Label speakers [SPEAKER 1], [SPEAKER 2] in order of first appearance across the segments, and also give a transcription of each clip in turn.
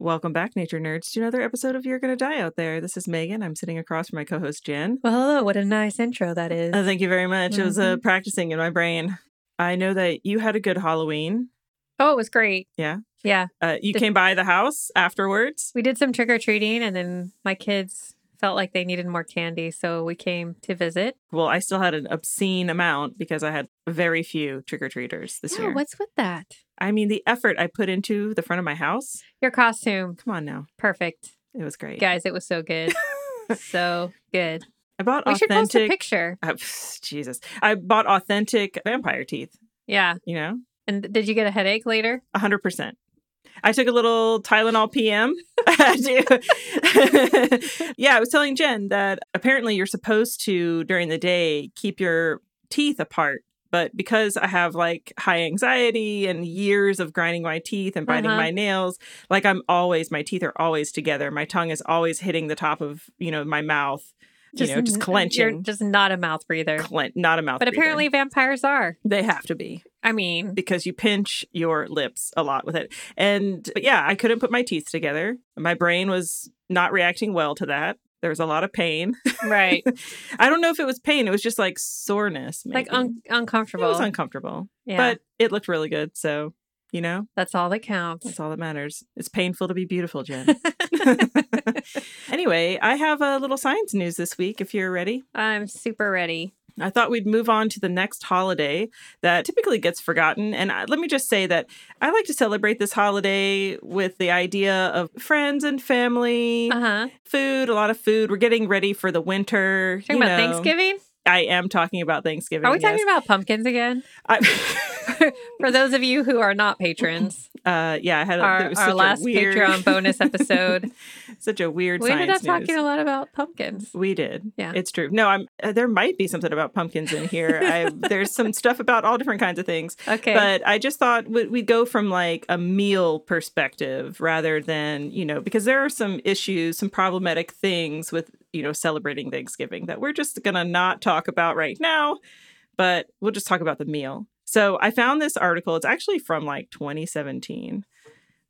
[SPEAKER 1] Welcome back, nature nerds, to another episode of You're Gonna Die Out There. This is Megan. I'm sitting across from my co host, Jen.
[SPEAKER 2] Well, hello. Oh, What a nice intro that is.
[SPEAKER 1] Uh, thank you very much. It was uh,
[SPEAKER 2] Mhm.
[SPEAKER 1] practicing in my brain. I know that you had a good Halloween.
[SPEAKER 2] oh, it was great.
[SPEAKER 1] Yeah.
[SPEAKER 2] Yeah.
[SPEAKER 1] Uh, you
[SPEAKER 2] Did-
[SPEAKER 1] came by the house afterwards.
[SPEAKER 2] We did some trick or treating, and then my kids felt like they needed more candy. So we came to visit.
[SPEAKER 1] Well, I still had an obscene amount because I had very few trick or treaters this
[SPEAKER 2] Yeah,
[SPEAKER 1] year.
[SPEAKER 2] what's with that?
[SPEAKER 1] I mean, the effort I put into the front of my house.
[SPEAKER 2] Your costume.
[SPEAKER 1] Come on now.
[SPEAKER 2] Perfect.
[SPEAKER 1] It was great.
[SPEAKER 2] Guys, it was so good. so good.
[SPEAKER 1] I bought
[SPEAKER 2] We should post a
[SPEAKER 1] authentic.
[SPEAKER 2] picture.
[SPEAKER 1] Uh, pff, Jesus. I bought authentic vampire teeth,
[SPEAKER 2] Yeah.
[SPEAKER 1] you know?
[SPEAKER 2] And did you get a headache later?
[SPEAKER 1] 100%. I took a little Tylenol PM. I do. yeah, I was telling Jen that apparently you're supposed to, during the day, keep your teeth apart. But because I have like high anxiety and years of grinding my teeth and biting
[SPEAKER 2] Uh-huh.
[SPEAKER 1] my nails, like I'm always, my teeth are always together. My tongue is always hitting the top of, you know, my mouth, you know, just
[SPEAKER 2] n- You're
[SPEAKER 1] clenching.
[SPEAKER 2] just not a mouth breather.
[SPEAKER 1] Clen- not a mouth.
[SPEAKER 2] but
[SPEAKER 1] breather.
[SPEAKER 2] apparently, vampires are.
[SPEAKER 1] they have to be
[SPEAKER 2] I mean,
[SPEAKER 1] because you pinch your lips a lot with it. And but yeah, I couldn't put my teeth together. My brain was not reacting well to that. There was a lot of pain.
[SPEAKER 2] right.
[SPEAKER 1] I don't know if it was pain. It was just like soreness. Maybe.
[SPEAKER 2] like un-
[SPEAKER 1] it
[SPEAKER 2] uncomfortable.
[SPEAKER 1] was uncomfortable,
[SPEAKER 2] yeah.
[SPEAKER 1] but it looked really good. So you know,
[SPEAKER 2] that's all that counts.
[SPEAKER 1] that's all that matters. It's painful to be beautiful, Jen. anyway, I have a little science news this week. If you're ready.
[SPEAKER 2] I'm super ready.
[SPEAKER 1] I thought we'd move on to the next holiday that typically gets forgotten. And I, let me just say that I like to celebrate this holiday with the idea of friends and family,
[SPEAKER 2] Uh huh.
[SPEAKER 1] food, a lot of food. We're getting ready for the winter.
[SPEAKER 2] Talking
[SPEAKER 1] you
[SPEAKER 2] about
[SPEAKER 1] know.
[SPEAKER 2] Thanksgiving?
[SPEAKER 1] I am talking about Thanksgiving.
[SPEAKER 2] Are we
[SPEAKER 1] yes.
[SPEAKER 2] talking about pumpkins again?
[SPEAKER 1] I-
[SPEAKER 2] For those of you who are not patrons,
[SPEAKER 1] uh, yeah, I had a, it
[SPEAKER 2] our,
[SPEAKER 1] was
[SPEAKER 2] our
[SPEAKER 1] such
[SPEAKER 2] last
[SPEAKER 1] a weird,
[SPEAKER 2] Patreon bonus episode,
[SPEAKER 1] such a weird.
[SPEAKER 2] we ended up
[SPEAKER 1] science
[SPEAKER 2] talking
[SPEAKER 1] news.
[SPEAKER 2] a lot about pumpkins.
[SPEAKER 1] We did.
[SPEAKER 2] Yeah.
[SPEAKER 1] it's true. No, I'm. Uh, there might be something about pumpkins in here. I, there's some stuff about all different kinds of things.
[SPEAKER 2] Okay.
[SPEAKER 1] But I just thought we- we'd go from like a meal perspective rather than, you know, because there are some issues, some problematic things with, you know, celebrating Thanksgiving that we're just going to not talk about right now, but we'll just talk about the meal. So I found this article. It's actually from like 2017,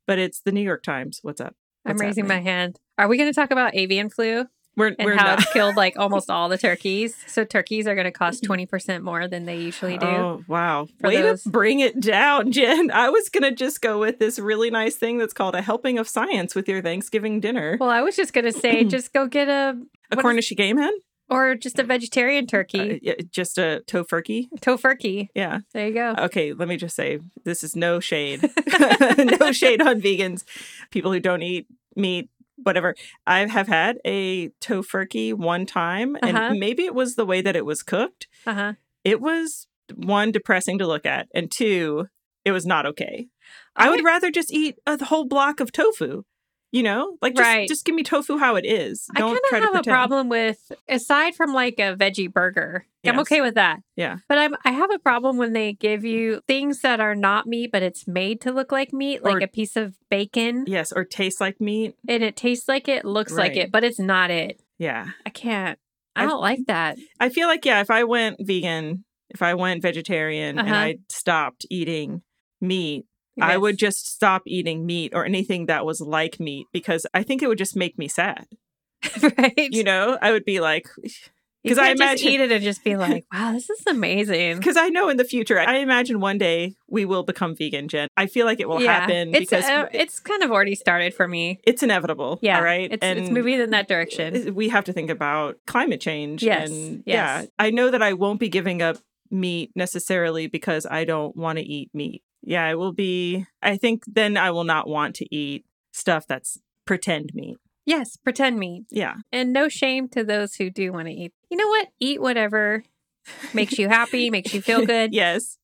[SPEAKER 1] but it's the New York Times. What's up?
[SPEAKER 2] I'm
[SPEAKER 1] what's
[SPEAKER 2] raising
[SPEAKER 1] happening?
[SPEAKER 2] my hand. Are we going to talk about avian flu
[SPEAKER 1] We're,
[SPEAKER 2] and
[SPEAKER 1] we're
[SPEAKER 2] how
[SPEAKER 1] not.
[SPEAKER 2] it's killed like almost all the turkeys? So turkeys are going to cost 20% more than they usually do.
[SPEAKER 1] Oh wow!
[SPEAKER 2] for
[SPEAKER 1] Way
[SPEAKER 2] those-
[SPEAKER 1] to bring it down, Jen. I was gonna just go with this really nice thing that's called a helping of science with your Thanksgiving dinner.
[SPEAKER 2] Well, I was just going to say just go get a
[SPEAKER 1] a
[SPEAKER 2] what is-
[SPEAKER 1] Cornish game hen.
[SPEAKER 2] or just a vegetarian
[SPEAKER 1] Uh,
[SPEAKER 2] turkey,
[SPEAKER 1] yeah, just a tofurkey.
[SPEAKER 2] tofurkey.
[SPEAKER 1] Yeah.
[SPEAKER 2] There you go.
[SPEAKER 1] Okay. Let me just say this is no shade, no shade on vegans, people who don't eat meat, whatever. I have had a tofurkey one time, and
[SPEAKER 2] Uh-huh.
[SPEAKER 1] maybe it was the way that it was cooked.
[SPEAKER 2] Uh-huh.
[SPEAKER 1] It was one depressing to look at, and two, it was not okay. I would rather just eat a whole block of tofu. You know, like just,
[SPEAKER 2] Right.
[SPEAKER 1] just give me tofu how it is.
[SPEAKER 2] I kind
[SPEAKER 1] Don't
[SPEAKER 2] of
[SPEAKER 1] try to
[SPEAKER 2] have a
[SPEAKER 1] pretend.
[SPEAKER 2] problem with, aside from like a veggie burger, I'm
[SPEAKER 1] Yes.
[SPEAKER 2] okay with that.
[SPEAKER 1] Yeah.
[SPEAKER 2] But I'm, I have a problem when they give you things that are not meat, but it's made to look like meat, like
[SPEAKER 1] Or-
[SPEAKER 2] a piece of bacon,
[SPEAKER 1] Yes, or taste like meat.
[SPEAKER 2] and it tastes like it, looks like
[SPEAKER 1] Right.
[SPEAKER 2] it, but it's not it.
[SPEAKER 1] Yeah.
[SPEAKER 2] I can't. I
[SPEAKER 1] I've-
[SPEAKER 2] don't like that.
[SPEAKER 1] I feel like yeah, if I went vegan, if I went vegetarian and
[SPEAKER 2] Uh-huh.
[SPEAKER 1] I stopped eating meat, I
[SPEAKER 2] Yes.
[SPEAKER 1] would just stop eating meat or anything that was like meat because I think it would just make me sad.
[SPEAKER 2] right?
[SPEAKER 1] You know, I would be like
[SPEAKER 2] You
[SPEAKER 1] 'cause I
[SPEAKER 2] can't just
[SPEAKER 1] imagine-
[SPEAKER 2] eat it and just be like, wow, this is amazing.
[SPEAKER 1] because I know in the future, I imagine one day we will become vegan, Jen. I feel like it will happen
[SPEAKER 2] it's
[SPEAKER 1] because
[SPEAKER 2] uh, it's kind of already started for me.
[SPEAKER 1] it's inevitable.
[SPEAKER 2] Yeah,
[SPEAKER 1] All right.
[SPEAKER 2] It's, it's moving in that direction.
[SPEAKER 1] we have to think about climate change.
[SPEAKER 2] Yes,
[SPEAKER 1] And yeah,
[SPEAKER 2] yes.
[SPEAKER 1] I know that I won't be giving up meat necessarily because I don't want to eat meat. Yeah, I will be. I think then I will not want to eat stuff that's pretend meat.
[SPEAKER 2] Yes, pretend meat.
[SPEAKER 1] Yeah.
[SPEAKER 2] And no shame to those who do want to eat. You know what? Eat whatever makes you happy, makes you feel good.
[SPEAKER 1] yes.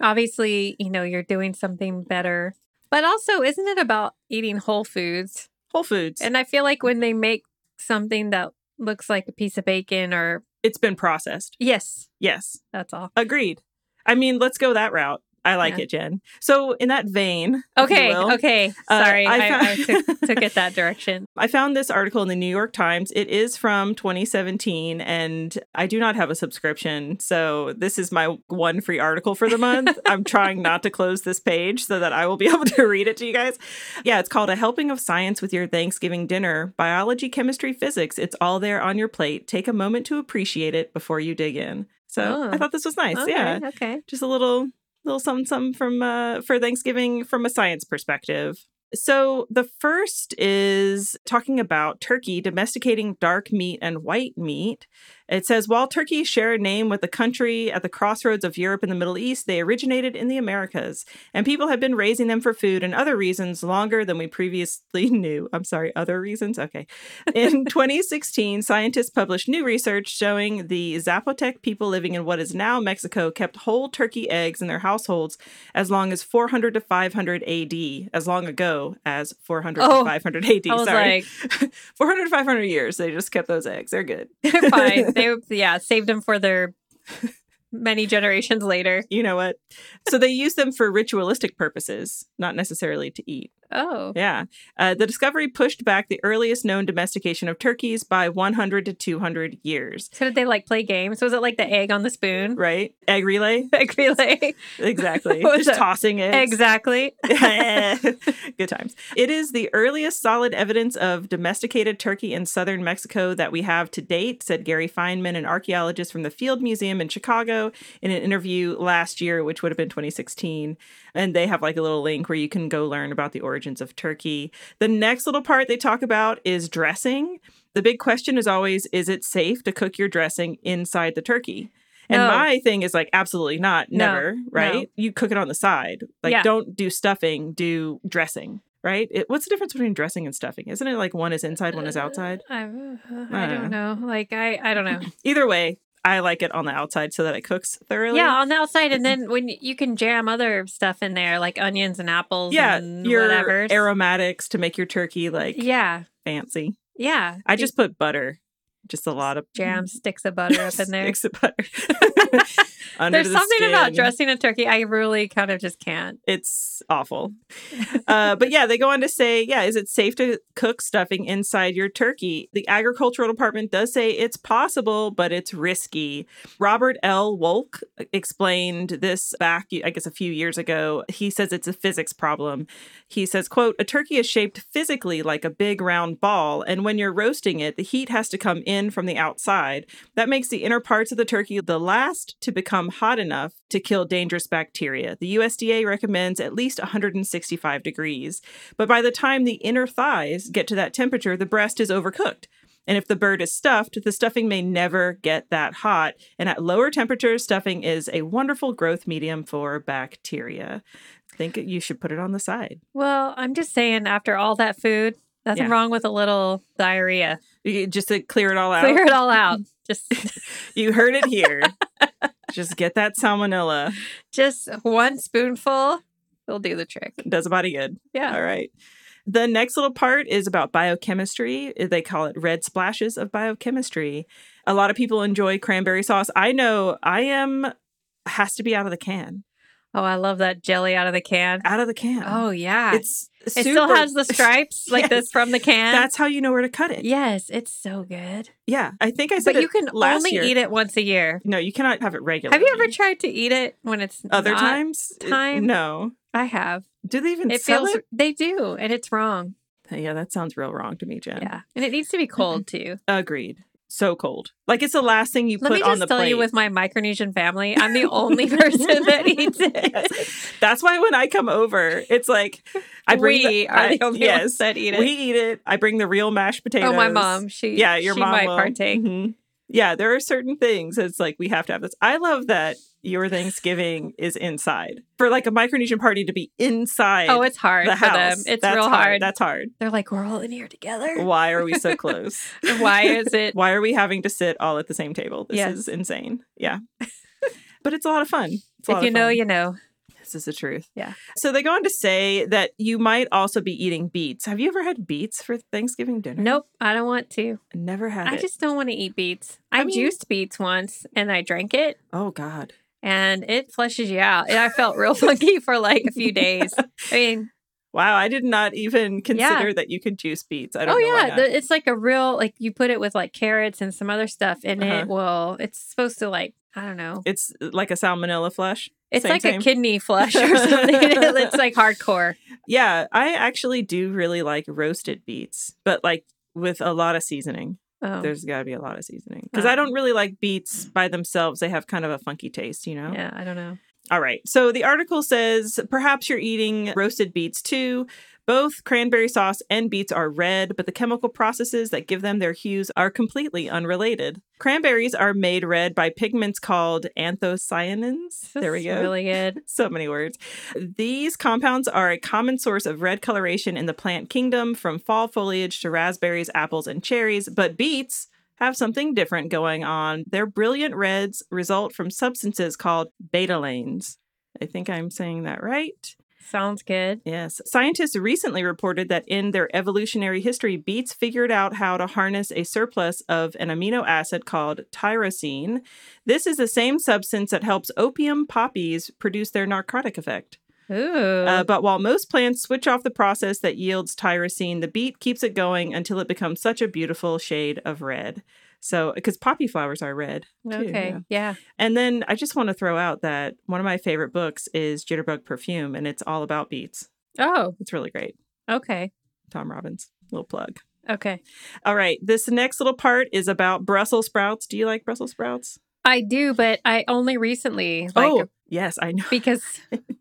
[SPEAKER 2] Obviously, you know, you're doing something better. But also, isn't it about eating whole foods?
[SPEAKER 1] Whole Foods.
[SPEAKER 2] And I feel like when they make something that looks like a piece of bacon or
[SPEAKER 1] it's been processed.
[SPEAKER 2] yes,
[SPEAKER 1] Yes.
[SPEAKER 2] that's all.
[SPEAKER 1] Agreed. I mean, let's go that route. I like
[SPEAKER 2] Yeah.
[SPEAKER 1] it, Jen. So, in that vein, if you
[SPEAKER 2] Okay,
[SPEAKER 1] will,
[SPEAKER 2] okay.
[SPEAKER 1] Uh,
[SPEAKER 2] Sorry,
[SPEAKER 1] I
[SPEAKER 2] I, I,
[SPEAKER 1] found-
[SPEAKER 2] took, took it that direction.
[SPEAKER 1] I found this article in the New York Times. It is from 2017, and I do not have a subscription. So, this is my one free article for the month. I'm trying not to close this page so that I will be able to read it to you guys. Yeah, it's called A Helping of Science with Your Thanksgiving Dinner Biology, Chemistry, Physics. It's all there on your plate. Take a moment to appreciate it before you dig in. So,
[SPEAKER 2] Oh.
[SPEAKER 1] I thought this was nice.
[SPEAKER 2] Okay,
[SPEAKER 1] Yeah.
[SPEAKER 2] okay.
[SPEAKER 1] just a little little something something from uh, for Thanksgiving from a science perspective. So the first is talking about turkey domesticating dark meat and white meat. It says while turkeys share a name with the country at the crossroads of Europe and the Middle East, they originated in the Americas, and people have been raising them for food and other reasons longer than we previously knew. I'm sorry, other reasons. Okay. In 2016, scientists published new research showing the Zapotec people living in what is now Mexico kept whole turkey eggs in their households as long as 400 to 500 AD, as long ago as 400
[SPEAKER 2] Oh,
[SPEAKER 1] to 500 AD.
[SPEAKER 2] I was
[SPEAKER 1] Sorry. 400 to 500 years. They just kept those eggs. They're good.
[SPEAKER 2] like, fine. They yeah saved them for their many generations later.
[SPEAKER 1] You know what? So they use them for ritualistic purposes, not necessarily to eat.
[SPEAKER 2] Oh,
[SPEAKER 1] Yeah. Uh, the discovery pushed back the earliest known domestication of turkeys by 100 to 200 years,
[SPEAKER 2] so did they like play games? Was it like the egg on the spoon?
[SPEAKER 1] right? Egg relay?
[SPEAKER 2] Egg relay.
[SPEAKER 1] Exactly.
[SPEAKER 2] What was
[SPEAKER 1] Just
[SPEAKER 2] that?
[SPEAKER 1] tossing it.
[SPEAKER 2] Exactly.
[SPEAKER 1] Good times. It is the earliest solid evidence of domesticated turkey in southern Mexico that we have to date, said Gary Feynman, an archaeologist from the Field Museum in Chicago, in an interview last year, which would have been 2016. And they have like a little link where you can go learn about the origins of turkey. The next little part they talk about is dressing. The big question is always is it safe to cook your dressing inside the turkey? And
[SPEAKER 2] No.
[SPEAKER 1] my thing is like absolutely not,
[SPEAKER 2] No,
[SPEAKER 1] never, right? You cook it on the side. Like
[SPEAKER 2] Yeah.
[SPEAKER 1] don't do stuffing, do dressing, right? It, what's the difference between dressing and stuffing? Isn't it like one is inside, one is outside?
[SPEAKER 2] I'm, uh, I
[SPEAKER 1] I
[SPEAKER 2] don't
[SPEAKER 1] don't
[SPEAKER 2] know. Like I, I don't know.
[SPEAKER 1] Either way, I like it on the outside so that it cooks thoroughly.
[SPEAKER 2] Yeah, on the outside, and then when y- you can jam other stuff in there, like onions and apples.
[SPEAKER 1] Yeah,
[SPEAKER 2] and
[SPEAKER 1] your
[SPEAKER 2] whatever.
[SPEAKER 1] aromatics to make your turkey like
[SPEAKER 2] Yeah,
[SPEAKER 1] fancy.
[SPEAKER 2] yeah.
[SPEAKER 1] I
[SPEAKER 2] Do
[SPEAKER 1] just put butter, just a lot of
[SPEAKER 2] jam sticks of butter up in there.
[SPEAKER 1] sticks of butter. Under
[SPEAKER 2] There's
[SPEAKER 1] the
[SPEAKER 2] something about
[SPEAKER 1] skin.
[SPEAKER 2] dressing a turkey I really kind of just can't.
[SPEAKER 1] It's awful. uh, but yeah, they go on to say, yeah, is it safe to cook stuffing inside your turkey? The agricultural department does say it's possible, but it's risky. Robert L. Wolk explained this back, I guess, a few years ago. He says it's a physics problem. He says, quote, a turkey is shaped physically like a big round ball, and when you're roasting it, the heat has to come in from the outside. That makes the inner parts of the turkey the last to become hot enough to kill dangerous bacteria. The USDA recommends at least 165 degrees. But by the time the inner thighs get to that temperature, the breast is overcooked. And if the bird is stuffed, the stuffing may never get that hot. And at lower temperatures, stuffing is a wonderful growth medium for bacteria. I think you should put it on the side.
[SPEAKER 2] Well, I'm just saying, after all that food, nothing
[SPEAKER 1] Yeah.
[SPEAKER 2] wrong with a little diarrhea.
[SPEAKER 1] You- Just to clear it all out.
[SPEAKER 2] Clear it all out. Just,
[SPEAKER 1] You heard it here. Just get that salmonella.
[SPEAKER 2] just one spoonful will do the trick.
[SPEAKER 1] Does a body good.
[SPEAKER 2] Yeah.
[SPEAKER 1] All right. The next little part is about biochemistry. Eh, They call it red splashes of biochemistry. A lot of people enjoy cranberry sauce. I know I am has to be out of the can.
[SPEAKER 2] Oh, I love that jelly out of the can.
[SPEAKER 1] Out of the can.
[SPEAKER 2] Oh yeah,
[SPEAKER 1] it's
[SPEAKER 2] it
[SPEAKER 1] super,
[SPEAKER 2] still has the stripes like
[SPEAKER 1] Yes.
[SPEAKER 2] this from the can.
[SPEAKER 1] That's how you know where to cut it. Yeah,
[SPEAKER 2] yes, it's so good.
[SPEAKER 1] I think I said
[SPEAKER 2] But you
[SPEAKER 1] it
[SPEAKER 2] can
[SPEAKER 1] last
[SPEAKER 2] only
[SPEAKER 1] year.
[SPEAKER 2] eat it once a year.
[SPEAKER 1] No, you cannot have it regularly.
[SPEAKER 2] Have you ever tried to eat it when it's
[SPEAKER 1] other
[SPEAKER 2] not-
[SPEAKER 1] times? It-
[SPEAKER 2] time?
[SPEAKER 1] No.
[SPEAKER 2] I have.
[SPEAKER 1] Do they even
[SPEAKER 2] It
[SPEAKER 1] sell
[SPEAKER 2] feels they do, and it's wrong.
[SPEAKER 1] it? Yeah, that sounds real wrong to me, Jen.
[SPEAKER 2] Yeah, and it needs to be cold too.
[SPEAKER 1] Agreed. So cold. Like it's the last thing you
[SPEAKER 2] Let
[SPEAKER 1] put
[SPEAKER 2] me
[SPEAKER 1] on
[SPEAKER 2] just
[SPEAKER 1] the
[SPEAKER 2] tell
[SPEAKER 1] plate.
[SPEAKER 2] you, with my Micronesian family, I'm the only person that eats it.
[SPEAKER 1] Yes. That's why when I come over, it's like I bring
[SPEAKER 2] we
[SPEAKER 1] the,
[SPEAKER 2] are
[SPEAKER 1] I-
[SPEAKER 2] the only ones that eat it.
[SPEAKER 1] we eat it. I bring the real mashed potatoes.
[SPEAKER 2] oh, my mom. She
[SPEAKER 1] Yeah, your
[SPEAKER 2] she
[SPEAKER 1] mom
[SPEAKER 2] might
[SPEAKER 1] will.
[SPEAKER 2] partake.
[SPEAKER 1] Mhm. Yeah, there are certain things. It's like we have to have this. I love that your Thanksgiving is inside for like a Micronesian party to be inside.
[SPEAKER 2] Oh, it's hard
[SPEAKER 1] the
[SPEAKER 2] for
[SPEAKER 1] house.
[SPEAKER 2] them. It's
[SPEAKER 1] That's
[SPEAKER 2] real hard.
[SPEAKER 1] That's hard.
[SPEAKER 2] They're like, we're all in here together.
[SPEAKER 1] Why are we so close?
[SPEAKER 2] Why is it?
[SPEAKER 1] Why are we having to sit all at the same table? This
[SPEAKER 2] Yes.
[SPEAKER 1] is insane. Yeah, but it's a lot of fun. It's a
[SPEAKER 2] if
[SPEAKER 1] lot
[SPEAKER 2] you
[SPEAKER 1] of
[SPEAKER 2] know,
[SPEAKER 1] fun.
[SPEAKER 2] you know.
[SPEAKER 1] This is the truth.
[SPEAKER 2] Yeah.
[SPEAKER 1] So they go on to say that you might also be eating beets. Have you ever had beets for Thanksgiving dinner?
[SPEAKER 2] Nope, I don't want to.
[SPEAKER 1] Never had
[SPEAKER 2] I
[SPEAKER 1] it.
[SPEAKER 2] just don't want to eat beets. I,
[SPEAKER 1] I mean-
[SPEAKER 2] juiced beets once and I drank it
[SPEAKER 1] oh God.
[SPEAKER 2] and it flushes you out. And I felt real funky for like a few days. I mean,
[SPEAKER 1] Wow, I did not even consider that you could juice beets. I don't
[SPEAKER 2] oh
[SPEAKER 1] know. why
[SPEAKER 2] yeah,
[SPEAKER 1] not.
[SPEAKER 2] the- it's like a real like you put it with like carrots and some other stuff and
[SPEAKER 1] Uh-huh.
[SPEAKER 2] it will it's supposed to like I don't know.
[SPEAKER 1] it's uh, like a salmonella flush.
[SPEAKER 2] It's
[SPEAKER 1] Same,
[SPEAKER 2] like
[SPEAKER 1] same.
[SPEAKER 2] a kidney flush or something. it's like hardcore.
[SPEAKER 1] Yeah, I actually do really like roasted beets, but like with a lot of seasoning.
[SPEAKER 2] Oh,
[SPEAKER 1] There's got to be a lot of seasoning because
[SPEAKER 2] Oh.
[SPEAKER 1] I don't really like beets by themselves. They have kind of a funky taste, you know?
[SPEAKER 2] yeah, I don't know.
[SPEAKER 1] All right. So the article says perhaps you're eating roasted beets too. Both cranberry sauce and beets are red, but the chemical processes that give them their hues are completely unrelated. Cranberries are made red by pigments called anthocyanins.
[SPEAKER 2] This
[SPEAKER 1] There
[SPEAKER 2] is
[SPEAKER 1] we go.
[SPEAKER 2] Really good.
[SPEAKER 1] so many words. These compounds are a common source of red coloration in the plant kingdom, from fall foliage to raspberries, apples, and cherries. But beets have something different going on. Their brilliant reds result from substances called betalanes. I think I'm saying that right.
[SPEAKER 2] Sounds good.
[SPEAKER 1] Yes. Scientists recently reported that in their evolutionary history, beets figured out how to harness a surplus of an amino acid called tyrosine. This is the same substance that helps opium poppies produce their narcotic effect.
[SPEAKER 2] Ooh.
[SPEAKER 1] Uh, but while most plants switch off the process that yields tyrosine, the beet keeps it going until it becomes such a beautiful shade of red. So, because poppy flowers are red. too,
[SPEAKER 2] okay.
[SPEAKER 1] yeah.
[SPEAKER 2] Yeah.
[SPEAKER 1] And then I just want to throw out that one of my favorite books is Jitterbug Perfume, and it's all about beets.
[SPEAKER 2] Oh,
[SPEAKER 1] It's really great.
[SPEAKER 2] okay.
[SPEAKER 1] Tom Robbins. Little plug.
[SPEAKER 2] Okay.
[SPEAKER 1] All right. This next little part is about Brussels sprouts. Do you like Brussels sprouts?
[SPEAKER 2] I do, but I only recently like
[SPEAKER 1] oh, yes, I know.
[SPEAKER 2] because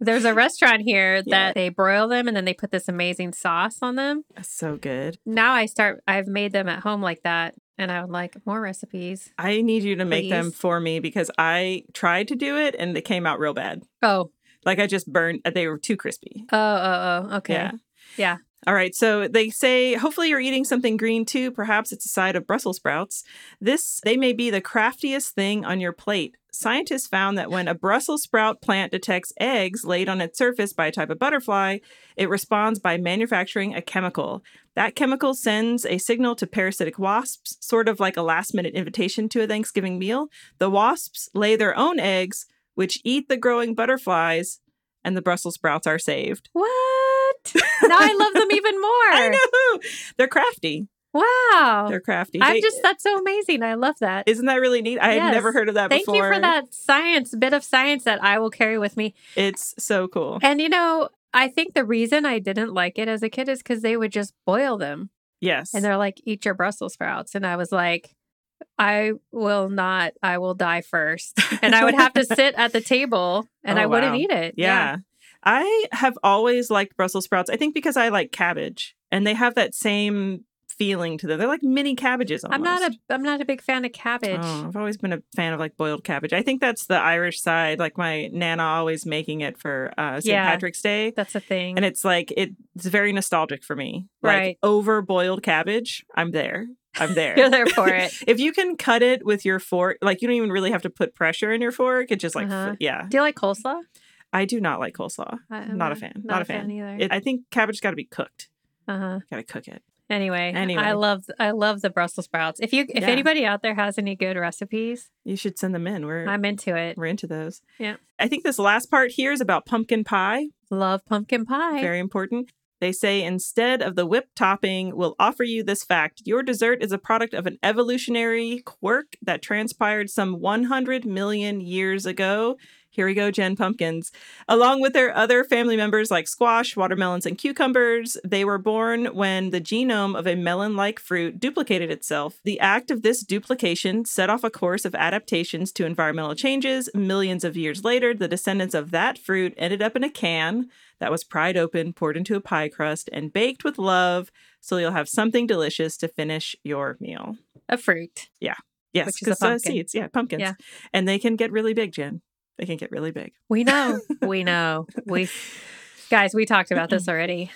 [SPEAKER 2] there's a restaurant here that
[SPEAKER 1] Yeah.
[SPEAKER 2] they broil them and then they put this amazing sauce on them.
[SPEAKER 1] That's so good.
[SPEAKER 2] Now I start I've made them at home like that and I would like more recipes.
[SPEAKER 1] I need you to make them
[SPEAKER 2] Please.
[SPEAKER 1] for me because I tried to do it and it came out real bad.
[SPEAKER 2] Oh,
[SPEAKER 1] Like I just burned, they were too crispy.
[SPEAKER 2] oh, oh, oh. Okay.
[SPEAKER 1] Yeah.
[SPEAKER 2] Yeah.
[SPEAKER 1] All right. So they say, hopefully you're eating something green too. Perhaps it's a side of Brussels sprouts. This, they may be the craftiest thing on your plate. Scientists found that when a Brussels sprout plant detects eggs laid on its surface by a type of butterfly, it responds by manufacturing a chemical. That chemical sends a signal to parasitic wasps, sort of like a last minute invitation to a Thanksgiving meal. The wasps lay their own eggs, which eat the growing butterflies, and the Brussels sprouts are saved.
[SPEAKER 2] What? now I love them even more.
[SPEAKER 1] I know. They're crafty.
[SPEAKER 2] Wow.
[SPEAKER 1] They're crafty.
[SPEAKER 2] I'm
[SPEAKER 1] They-
[SPEAKER 2] Oh, just that's so amazing. I love that.
[SPEAKER 1] isn't that really neat? I had
[SPEAKER 2] Yes.
[SPEAKER 1] never heard of that
[SPEAKER 2] Thank
[SPEAKER 1] before.
[SPEAKER 2] you for that science bit of science that I will carry with me.
[SPEAKER 1] It's so cool.
[SPEAKER 2] And you know, I think the reason I didn't like it as a kid is because they would just boil them.
[SPEAKER 1] Yes.
[SPEAKER 2] And they're like, eat your Brussels sprouts. And I was like, I will not. I will die first. And I would have to sit at the table and
[SPEAKER 1] Oh,
[SPEAKER 2] I wouldn't
[SPEAKER 1] wow.
[SPEAKER 2] eat it.
[SPEAKER 1] yeah. I have always liked Brussels sprouts. I think because I like cabbage and they have that same feeling to them. They're like mini cabbages almost.
[SPEAKER 2] I'm not a I'm not a big fan of cabbage.
[SPEAKER 1] Oh, I've always been a fan of like boiled cabbage. I think that's the Irish side. Like my nana always making it for uh, St.
[SPEAKER 2] Yeah.
[SPEAKER 1] Patrick's Day.
[SPEAKER 2] That's a thing.
[SPEAKER 1] And it's like it, it's very nostalgic for me. Like
[SPEAKER 2] Right.
[SPEAKER 1] over boiled cabbage, I'm there. I'm there.
[SPEAKER 2] You're there for it.
[SPEAKER 1] if you can cut it with your fork, like you don't even really have to put pressure in your fork. It just like, fl-
[SPEAKER 2] Uh-huh.
[SPEAKER 1] yeah.
[SPEAKER 2] Do you like coleslaw?
[SPEAKER 1] I do not like coleslaw.
[SPEAKER 2] I- I'm
[SPEAKER 1] Not a fan. Not a fan.
[SPEAKER 2] either.
[SPEAKER 1] It, I think cabbage got to be cooked.
[SPEAKER 2] uh-huh.
[SPEAKER 1] Got to cook it.
[SPEAKER 2] Anyway,
[SPEAKER 1] Anyway.
[SPEAKER 2] I love I love the Brussels sprouts. If you if
[SPEAKER 1] Yeah.
[SPEAKER 2] anybody out there has any good recipes,
[SPEAKER 1] You should send them in. We're
[SPEAKER 2] I'm into it.
[SPEAKER 1] we're into those.
[SPEAKER 2] Yeah.
[SPEAKER 1] I think this last part here is about pumpkin pie.
[SPEAKER 2] Love pumpkin pie.
[SPEAKER 1] Very important. They say instead of the whip topping, we'll offer you this fact. Your dessert is a product of an evolutionary quirk that transpired some 100 million years ago. Here we go, Jen Pumpkins. Along with their other family members like squash, watermelons, and cucumbers, they were born when the genome of a melon like fruit duplicated itself. The act of this duplication set off a course of adaptations to environmental changes. Millions of years later, the descendants of that fruit ended up in a can that was pried open, poured into a pie crust, and baked with love so you'll have something delicious to finish your meal.
[SPEAKER 2] a fruit.
[SPEAKER 1] Yes,
[SPEAKER 2] Which is a
[SPEAKER 1] 'cause, uh,
[SPEAKER 2] pumpkin.
[SPEAKER 1] seeds. Yeah, pumpkins.
[SPEAKER 2] Yeah.
[SPEAKER 1] And they can get really big, Jen. They can get really big.
[SPEAKER 2] We know. we know. We guys, we talked about this already.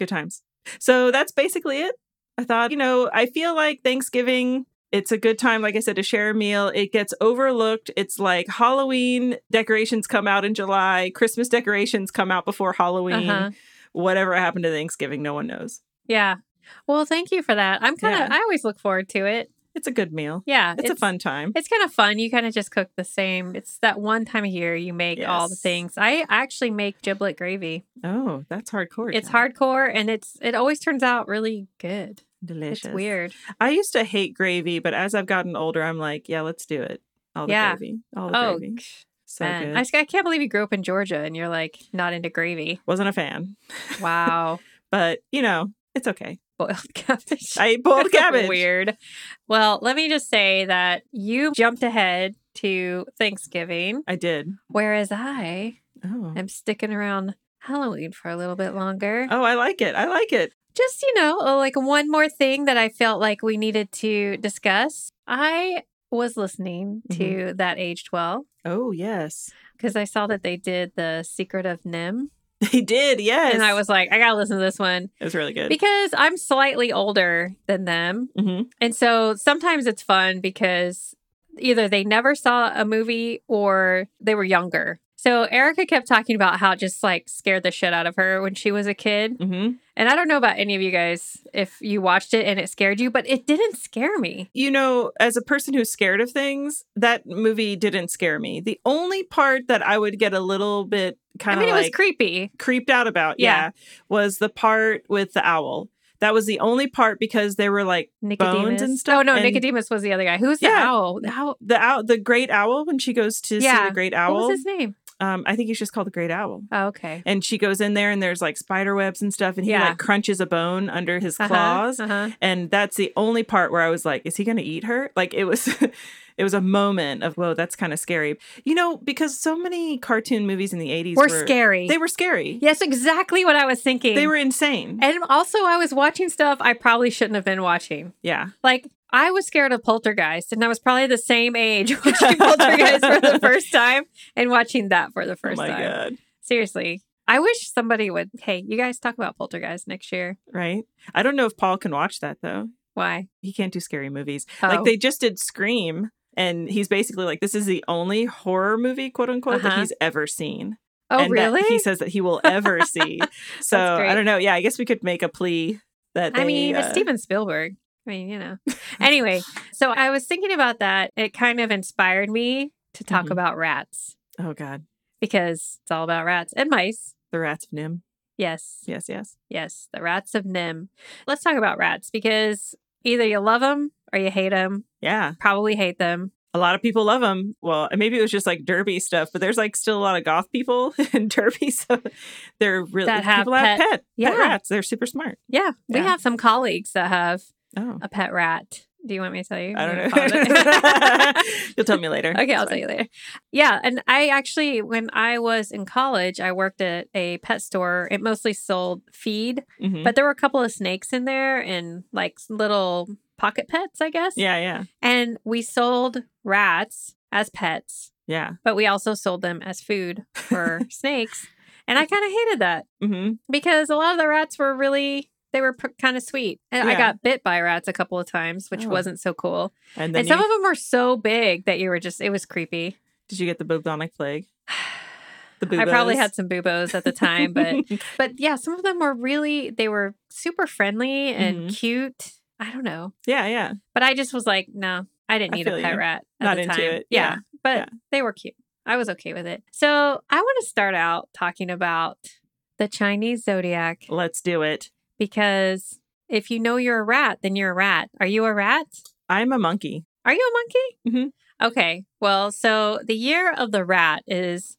[SPEAKER 1] Good times. So that's basically it. I thought, you know, I feel like Thanksgiving It's a good time, like I said, to share a meal. It gets overlooked. It's like Halloween decorations come out in July, Christmas decorations come out before Halloween.
[SPEAKER 2] Uh-huh.
[SPEAKER 1] Whatever happened to Thanksgiving, no one knows.
[SPEAKER 2] Yeah. Well, thank you for that. I'm kind of,
[SPEAKER 1] Yeah.
[SPEAKER 2] I always look forward to it.
[SPEAKER 1] It's a good meal.
[SPEAKER 2] Yeah.
[SPEAKER 1] It's, a fun time.
[SPEAKER 2] It's kind of fun. You kind of just cook the same. It's that one time of year you make all the
[SPEAKER 1] Yes.
[SPEAKER 2] things. I actually make giblet gravy.
[SPEAKER 1] Oh, that's hardcore.
[SPEAKER 2] It's
[SPEAKER 1] Jen.
[SPEAKER 2] hardcore and it's it always turns out really good.
[SPEAKER 1] Delicious.
[SPEAKER 2] It's weird.
[SPEAKER 1] I used to hate gravy, but as I've gotten older, I'm like, yeah, let's do it. All the
[SPEAKER 2] Yeah.
[SPEAKER 1] gravy. All the
[SPEAKER 2] Oh,
[SPEAKER 1] gravy.
[SPEAKER 2] gosh,
[SPEAKER 1] So
[SPEAKER 2] man.
[SPEAKER 1] good.
[SPEAKER 2] I, s- I can't believe you grew up in Georgia and you're like not into gravy.
[SPEAKER 1] Wasn't a fan,
[SPEAKER 2] Wow.
[SPEAKER 1] but you know, it's okay.
[SPEAKER 2] Boiled cabbage.
[SPEAKER 1] I ate boiled cabbage.
[SPEAKER 2] Weird. Well, let me just say that you jumped ahead to Thanksgiving,
[SPEAKER 1] I did.
[SPEAKER 2] whereas I
[SPEAKER 1] Oh.
[SPEAKER 2] am sticking around Halloween for a little bit longer.
[SPEAKER 1] Oh, I like it. I like it.
[SPEAKER 2] Just, you know, uh, like one more thing that I felt like we needed to discuss. I was listening to
[SPEAKER 1] Mm-hmm.
[SPEAKER 2] That Aged Well
[SPEAKER 1] Oh, yes.
[SPEAKER 2] because I saw that they did The Secret of Nim.
[SPEAKER 1] They did. Yes.
[SPEAKER 2] And I was like, I got to listen to this one
[SPEAKER 1] it was really good.
[SPEAKER 2] because I'm slightly older than them.
[SPEAKER 1] hmm
[SPEAKER 2] And so sometimes it's fun because either they never saw a movie or they were younger. So Erica kept talking about how it just like scared the shit out of her when she was a kid.
[SPEAKER 1] hmm
[SPEAKER 2] And I don't know about any of you guys if you watched it and it scared you, but it didn't scare me.
[SPEAKER 1] You know, as a person who's scared of things, that movie didn't scare me. The only part that I would get a little bit kind
[SPEAKER 2] I
[SPEAKER 1] of
[SPEAKER 2] mean, it was
[SPEAKER 1] like
[SPEAKER 2] creepy.
[SPEAKER 1] creeped out about,
[SPEAKER 2] Yeah.
[SPEAKER 1] yeah. was the part with the owl. That was the only part because they were like
[SPEAKER 2] Nicodemus.
[SPEAKER 1] and stuff,
[SPEAKER 2] Oh, no,
[SPEAKER 1] and-
[SPEAKER 2] Nicodemus was the other guy. Who's the
[SPEAKER 1] Yeah.
[SPEAKER 2] owl? The owl.
[SPEAKER 1] the owl, the great owl when she goes to see
[SPEAKER 2] Yeah.
[SPEAKER 1] the great
[SPEAKER 2] What
[SPEAKER 1] owl.
[SPEAKER 2] was his name?
[SPEAKER 1] um, I think he's just called the great owl.
[SPEAKER 2] Oh, okay.
[SPEAKER 1] And she goes in there and there's like spider webs and stuff, and he
[SPEAKER 2] Yeah.
[SPEAKER 1] like crunches a bone under his
[SPEAKER 2] Uh-huh,
[SPEAKER 1] claws.
[SPEAKER 2] uh-huh.
[SPEAKER 1] and that's the only part where i was like is he going to eat her like it was it was a moment of whoa that's kind of scary you know because so many cartoon movies in the 80s
[SPEAKER 2] Were, scary.
[SPEAKER 1] they were scary
[SPEAKER 2] yes, exactly what I was thinking.
[SPEAKER 1] they were insane
[SPEAKER 2] And also, I was watching stuff I probably shouldn't have been watching.
[SPEAKER 1] yeah Oh
[SPEAKER 2] Like, I was scared of Poltergeist, and I was probably the same age watching Poltergeist for the first time and watching that for the first
[SPEAKER 1] oh my
[SPEAKER 2] time.
[SPEAKER 1] god
[SPEAKER 2] Seriously. I wish somebody would, hey, you guys talk about Poltergeist next year.
[SPEAKER 1] right i don't know if paul can watch that though
[SPEAKER 2] Why?
[SPEAKER 1] he can't do scary movies
[SPEAKER 2] Oh.
[SPEAKER 1] like they just did scream and he's basically like this is the only horror movie quote unquote that
[SPEAKER 2] Uh-huh.
[SPEAKER 1] he's ever seen
[SPEAKER 2] oh,
[SPEAKER 1] and that
[SPEAKER 2] really?
[SPEAKER 1] he says that he will ever see so
[SPEAKER 2] great.
[SPEAKER 1] i don't know yeah i guess we could make a plea that
[SPEAKER 2] I
[SPEAKER 1] they,
[SPEAKER 2] mean, it's
[SPEAKER 1] uh,
[SPEAKER 2] Steven Spielberg. I mean, you know. anyway, so I was thinking about that. It kind of inspired me to talk
[SPEAKER 1] Mhm.
[SPEAKER 2] about rats
[SPEAKER 1] oh god
[SPEAKER 2] because it's all about rats and mice.
[SPEAKER 1] the rats of nim
[SPEAKER 2] Yes.
[SPEAKER 1] Yes, yes.
[SPEAKER 2] Yes, the rats of Nim. Let's talk about rats because either you love them or you hate them.
[SPEAKER 1] Yeah.
[SPEAKER 2] Probably hate them.
[SPEAKER 1] A lot of people love them. Well, maybe it was just like derby stuff, but there's like still a lot of goth people in derby. So they're really
[SPEAKER 2] That have
[SPEAKER 1] people have pet,
[SPEAKER 2] Yeah.
[SPEAKER 1] pet rats. They're super smart.
[SPEAKER 2] Yeah, we
[SPEAKER 1] Yeah.
[SPEAKER 2] have some colleagues that have
[SPEAKER 1] Oh,
[SPEAKER 2] a pet rat. Do you want me to tell you?
[SPEAKER 1] I don't
[SPEAKER 2] You found
[SPEAKER 1] know.
[SPEAKER 2] it?
[SPEAKER 1] You'll tell me later.
[SPEAKER 2] okay,
[SPEAKER 1] It's
[SPEAKER 2] I'll
[SPEAKER 1] fine.
[SPEAKER 2] tell you later. Yeah, and I actually, when I was in college, I worked at a pet store. It mostly sold feed,
[SPEAKER 1] Mhm.
[SPEAKER 2] but there were a couple of snakes in there and like little pocket pets, I guess.
[SPEAKER 1] yeah, yeah,
[SPEAKER 2] And we sold rats as pets.
[SPEAKER 1] yeah.
[SPEAKER 2] but we also sold them as food for snakes. And I kind of hated that
[SPEAKER 1] hmm
[SPEAKER 2] because a lot of the rats were really, they were pr- kind of sweet. And I
[SPEAKER 1] Yeah.
[SPEAKER 2] got bit by rats a couple of times, which
[SPEAKER 1] Oh.
[SPEAKER 2] wasn't so cool.
[SPEAKER 1] And then
[SPEAKER 2] and some
[SPEAKER 1] you-
[SPEAKER 2] of them were so big that you were just, it was creepy.
[SPEAKER 1] did you get the bubonic plague? The
[SPEAKER 2] I probably
[SPEAKER 1] buboes?
[SPEAKER 2] had some boobos at the time, but but yeah, some of them were really they were super friendly and
[SPEAKER 1] Mhm.
[SPEAKER 2] cute. I don't know,
[SPEAKER 1] yeah, yeah.
[SPEAKER 2] but I just was like, no, I didn't
[SPEAKER 1] I
[SPEAKER 2] need a
[SPEAKER 1] feel
[SPEAKER 2] pet
[SPEAKER 1] you.
[SPEAKER 2] rat. At
[SPEAKER 1] Not
[SPEAKER 2] the
[SPEAKER 1] into
[SPEAKER 2] time.
[SPEAKER 1] it.
[SPEAKER 2] Yeah,
[SPEAKER 1] Yeah.
[SPEAKER 2] but
[SPEAKER 1] Yeah.
[SPEAKER 2] they were cute. I was okay with it. So I want to start out talking about the Chinese zodiac
[SPEAKER 1] Let's do it.
[SPEAKER 2] because if you know you're a rat, then you're a rat. Are you a rat?
[SPEAKER 1] I'm a monkey.
[SPEAKER 2] Are you a monkey?
[SPEAKER 1] Mhm.
[SPEAKER 2] Okay. Well, so the year of the rat is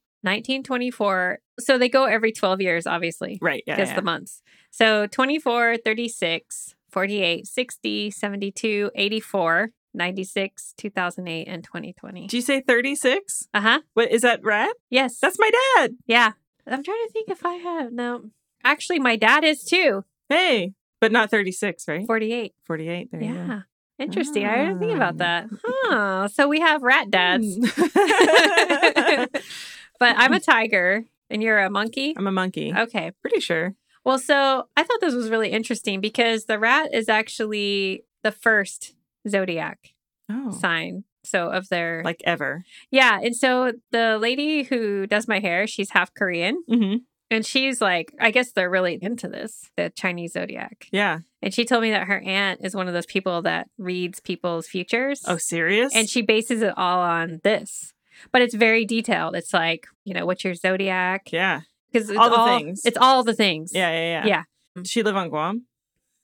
[SPEAKER 2] 1924. So they go every 12 years, obviously
[SPEAKER 1] Right. Yeah.
[SPEAKER 2] because
[SPEAKER 1] yeah.
[SPEAKER 2] the months. So 24, 36, 48, 60, 72, 84, 96, 2008, and 2020.
[SPEAKER 1] Do you say 36?
[SPEAKER 2] Uh huh.
[SPEAKER 1] What is that rat?
[SPEAKER 2] Yes.
[SPEAKER 1] That's my dad.
[SPEAKER 2] yeah. I'm trying to think if I have. No. Actually, my dad is too.
[SPEAKER 1] Hey, but not 36, right?
[SPEAKER 2] 48.
[SPEAKER 1] 48. There you go.
[SPEAKER 2] Yeah. Interesting. I didn't think about
[SPEAKER 1] Ah.
[SPEAKER 2] that. Huh. So we have rat dads. Hmm.
[SPEAKER 1] Mm.
[SPEAKER 2] but I'm a tiger and you're a monkey.
[SPEAKER 1] I'm a monkey.
[SPEAKER 2] Okay.
[SPEAKER 1] Pretty sure.
[SPEAKER 2] Well, so I thought this was really interesting because the rat is actually the first zodiac.
[SPEAKER 1] Oh,
[SPEAKER 2] sign. So of their
[SPEAKER 1] like ever.
[SPEAKER 2] yeah, and so the lady who does my hair, she's half Korean,
[SPEAKER 1] Mm-hmm.
[SPEAKER 2] and she's like, I guess they're really into this, the Chinese zodiac.
[SPEAKER 1] Yeah.
[SPEAKER 2] And she told me that her aunt is one of those people that reads people's futures.
[SPEAKER 1] Oh, serious?
[SPEAKER 2] And she bases it all on this. But it's very detailed. It's like, you know, what's your zodiac?
[SPEAKER 1] yeah.
[SPEAKER 2] Because it's
[SPEAKER 1] All the things.
[SPEAKER 2] It's all the things.
[SPEAKER 1] Yeah. Yeah. Yeah.
[SPEAKER 2] Yeah.
[SPEAKER 1] Does she live on Guam?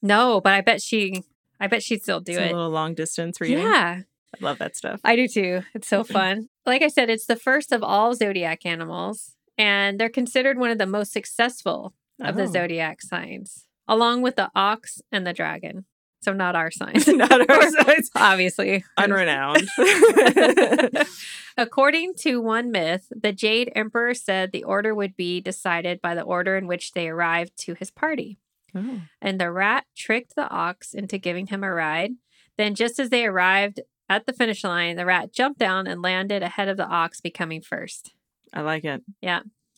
[SPEAKER 2] No, but I bet she I bet she'd still do
[SPEAKER 1] It's A
[SPEAKER 2] it.
[SPEAKER 1] little long distance reading.
[SPEAKER 2] Yeah.
[SPEAKER 1] I love that stuff.
[SPEAKER 2] I do too. It's so fun. like I said, it's the first of all zodiac animals, and they're considered one of the most successful of the
[SPEAKER 1] Oh.
[SPEAKER 2] zodiac signs, along with the ox and the dragon. So not our sign.
[SPEAKER 1] Not our size.
[SPEAKER 2] Obviously.
[SPEAKER 1] Unrenowned.
[SPEAKER 2] According to one myth, the Jade Emperor said the order would be decided by the order in which they arrived to his party.
[SPEAKER 1] oh.
[SPEAKER 2] And the rat tricked the ox into giving him a ride. Then, just as they arrived at the finish line, the rat jumped down and landed ahead of the ox, becoming first.
[SPEAKER 1] I like it.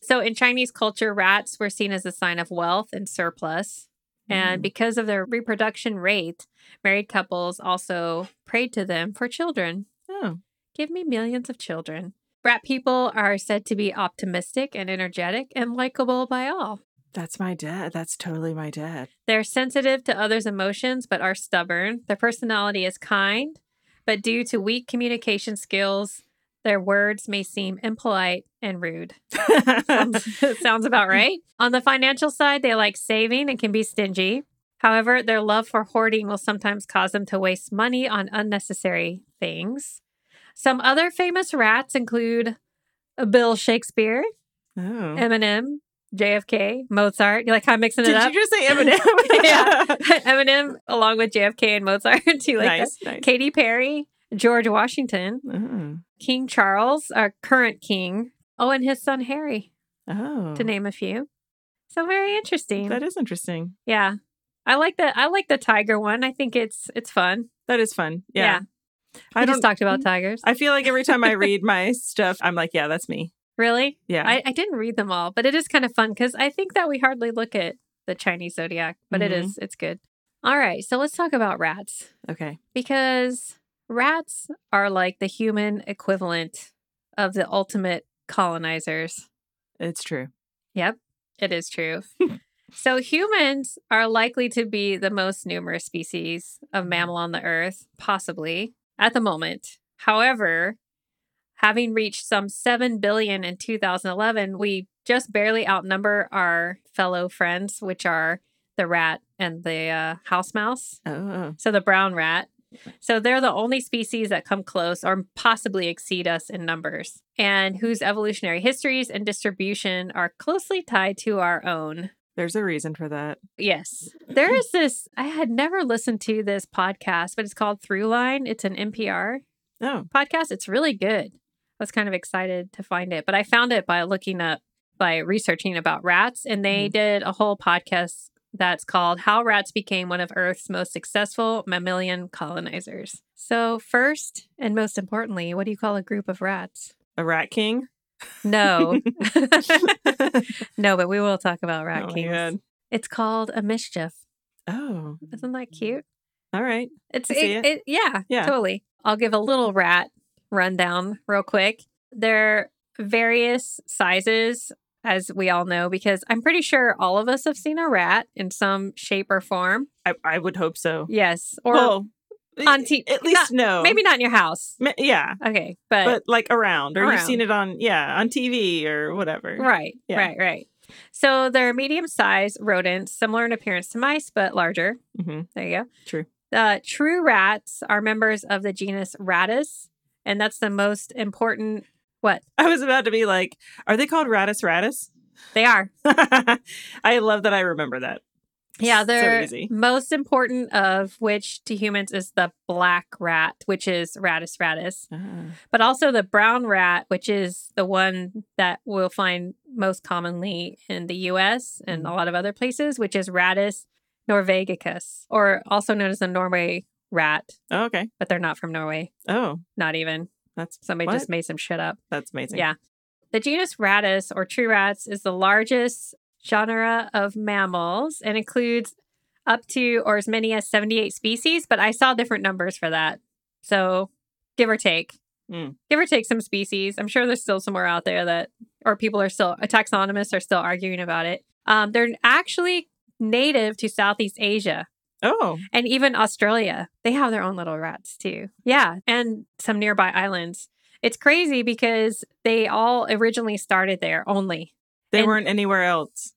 [SPEAKER 2] So, in Chinese culture, rats were seen as a sign of wealth and surplus. And
[SPEAKER 1] Mm.
[SPEAKER 2] because of their reproduction rate, married couples also prayed to them for children.
[SPEAKER 1] Oh.
[SPEAKER 2] Give me millions of children. Rat people are said to be optimistic and energetic and likable by all.
[SPEAKER 1] That's my dad. That's totally my dad.
[SPEAKER 2] They're sensitive to others' emotions but are stubborn. Their personality is kind, but due to weak communication skills, their words may seem impolite and rude. Sounds, sounds about right. On the financial side, they like saving and can be stingy. However, their love for hoarding will sometimes cause them to waste money on unnecessary things. Some other famous rats include Bill Shakespeare,
[SPEAKER 1] Oh.
[SPEAKER 2] Eminem, JFK, Mozart. You like how I'm mixing it
[SPEAKER 1] Did
[SPEAKER 2] up?
[SPEAKER 1] you just say Eminem?
[SPEAKER 2] Yeah. Eminem, along with JFK and Mozart. Do you like that?
[SPEAKER 1] nice. Nice.
[SPEAKER 2] Katy Perry, George Washington,
[SPEAKER 1] Oh.
[SPEAKER 2] King Charles, our current king. Oh, and his son Harry,
[SPEAKER 1] Oh.
[SPEAKER 2] to name a few. So very interesting.
[SPEAKER 1] That is interesting.
[SPEAKER 2] yeah. I like the I like the tiger one. I think it's it's fun.
[SPEAKER 1] That is fun. Yeah.
[SPEAKER 2] Yeah. I
[SPEAKER 1] I don't,
[SPEAKER 2] just
[SPEAKER 1] Mm-hmm.
[SPEAKER 2] talked about tigers.
[SPEAKER 1] I feel like every time I read my stuff, I'm like, yeah, that's me.
[SPEAKER 2] Really?
[SPEAKER 1] Yeah.
[SPEAKER 2] I, I didn't read them all, but it is kind of fun because I think that we hardly look at the Chinese zodiac, but it
[SPEAKER 1] Mhm.
[SPEAKER 2] is it's good. All right, so let's talk about rats.
[SPEAKER 1] okay.
[SPEAKER 2] because rats are like the human equivalent of the ultimate colonizers.
[SPEAKER 1] It's true.
[SPEAKER 2] Yep, it is true. so humans are likely to be the most numerous species of mammal on the earth, possibly at the moment. However, having reached some 7 billion in 2011, we just barely outnumber our fellow friends, which are the rat and the uh, house mouse.
[SPEAKER 1] Oh.
[SPEAKER 2] So the brown rat. So they're the only species that come close or possibly exceed us in numbers, and whose evolutionary histories and distribution are closely tied to our own.
[SPEAKER 1] There's a reason for that.
[SPEAKER 2] Yes. There is this, I had never listened to this podcast, but it's called Throughline. It's an NPR
[SPEAKER 1] Oh.
[SPEAKER 2] podcast. It's really good. I was kind of excited to find it, but I found it by looking up, by researching about rats. And they
[SPEAKER 1] Mm-hmm.
[SPEAKER 2] did a whole podcast that's called How Rats Became One of Earth's Most Successful Mammalian Colonizers. So, first and most importantly, what do you call a group of rats?
[SPEAKER 1] A rat king?
[SPEAKER 2] No,
[SPEAKER 1] Rat
[SPEAKER 2] no, but we will talk about rat
[SPEAKER 1] oh, my
[SPEAKER 2] kings.
[SPEAKER 1] God.
[SPEAKER 2] It's called a mischief.
[SPEAKER 1] Oh.
[SPEAKER 2] Isn't that cute?
[SPEAKER 1] All right.
[SPEAKER 2] It's
[SPEAKER 1] I see
[SPEAKER 2] it,
[SPEAKER 1] it.
[SPEAKER 2] it- yeah,
[SPEAKER 1] Yeah.
[SPEAKER 2] totally. I'll give a little rat rundown real quick. They're various sizes, as we all know, because I'm pretty sure all of us have seen a rat in some shape or form.
[SPEAKER 1] I, I would hope so.
[SPEAKER 2] Yes, or
[SPEAKER 1] well,
[SPEAKER 2] on T-
[SPEAKER 1] at least no.
[SPEAKER 2] maybe not in your house.
[SPEAKER 1] Ma- yeah.
[SPEAKER 2] Okay, but,
[SPEAKER 1] But like around, or you've
[SPEAKER 2] Around.
[SPEAKER 1] seen it on, yeah, on TV or whatever.
[SPEAKER 2] right,
[SPEAKER 1] Yeah.
[SPEAKER 2] right, right. So they're medium-sized rodents, similar in appearance to mice, but larger.
[SPEAKER 1] hmm
[SPEAKER 2] There you go.
[SPEAKER 1] True.
[SPEAKER 2] The true rats are members of the genus Rattus, and that's the most important. What
[SPEAKER 1] I was about to be like, are they called Ratus Ratus?
[SPEAKER 2] they are?
[SPEAKER 1] I love that I remember that.
[SPEAKER 2] Yeah,
[SPEAKER 1] So
[SPEAKER 2] they're
[SPEAKER 1] easy.
[SPEAKER 2] most important of which to humans is the black rat, which is Rattus rattus,
[SPEAKER 1] Ah.
[SPEAKER 2] but also the brown rat, which is the one that we'll find most commonly in the U.S. and
[SPEAKER 1] Mm-hmm.
[SPEAKER 2] a lot of other places, which is Rattus norvegicus, or also known as the Norway rat.
[SPEAKER 1] Oh, okay.
[SPEAKER 2] But they're not from Norway.
[SPEAKER 1] Oh,
[SPEAKER 2] Not even.
[SPEAKER 1] that's
[SPEAKER 2] Somebody
[SPEAKER 1] What?
[SPEAKER 2] just made some shit up.
[SPEAKER 1] that's amazing.
[SPEAKER 2] Yeah. The genus Rattus or true rats is the largest genre of mammals and includes up to or as many as 78 species, but I saw different numbers for that. So give or take.
[SPEAKER 1] Mm.
[SPEAKER 2] Give or take some species. I'm sure there's still somewhere out there that, or people are still, taxonomists are still arguing about it. Um, they're actually native to Southeast Asia
[SPEAKER 1] Oh,
[SPEAKER 2] and even Australia. They have their own little rats too. Yeah. And some nearby islands. It's crazy because they all originally started there only.
[SPEAKER 1] they
[SPEAKER 2] And-
[SPEAKER 1] weren't anywhere else.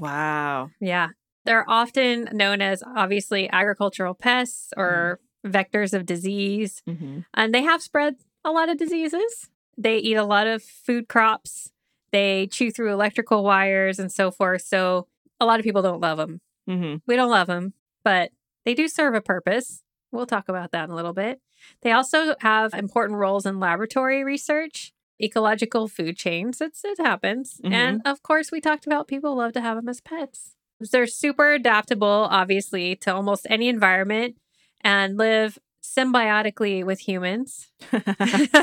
[SPEAKER 1] Wow.
[SPEAKER 2] Yeah. They're often known as obviously agricultural pests or vectors of disease,
[SPEAKER 1] hmm
[SPEAKER 2] and they have spread a lot of diseases. They eat a lot of food crops, they chew through electrical wires and so forth. So a lot of people don't love them.
[SPEAKER 1] hmm
[SPEAKER 2] We don't love them, but they do serve a purpose. We'll talk about that in a little bit. They also have important roles in laboratory research, ecological food chains. It's, it happens.
[SPEAKER 1] Mhm.
[SPEAKER 2] And of course, we talked about people love to have them as pets. They're super adaptable, obviously, to almost any environment and live symbiotically with humans.
[SPEAKER 1] Mm-hmm.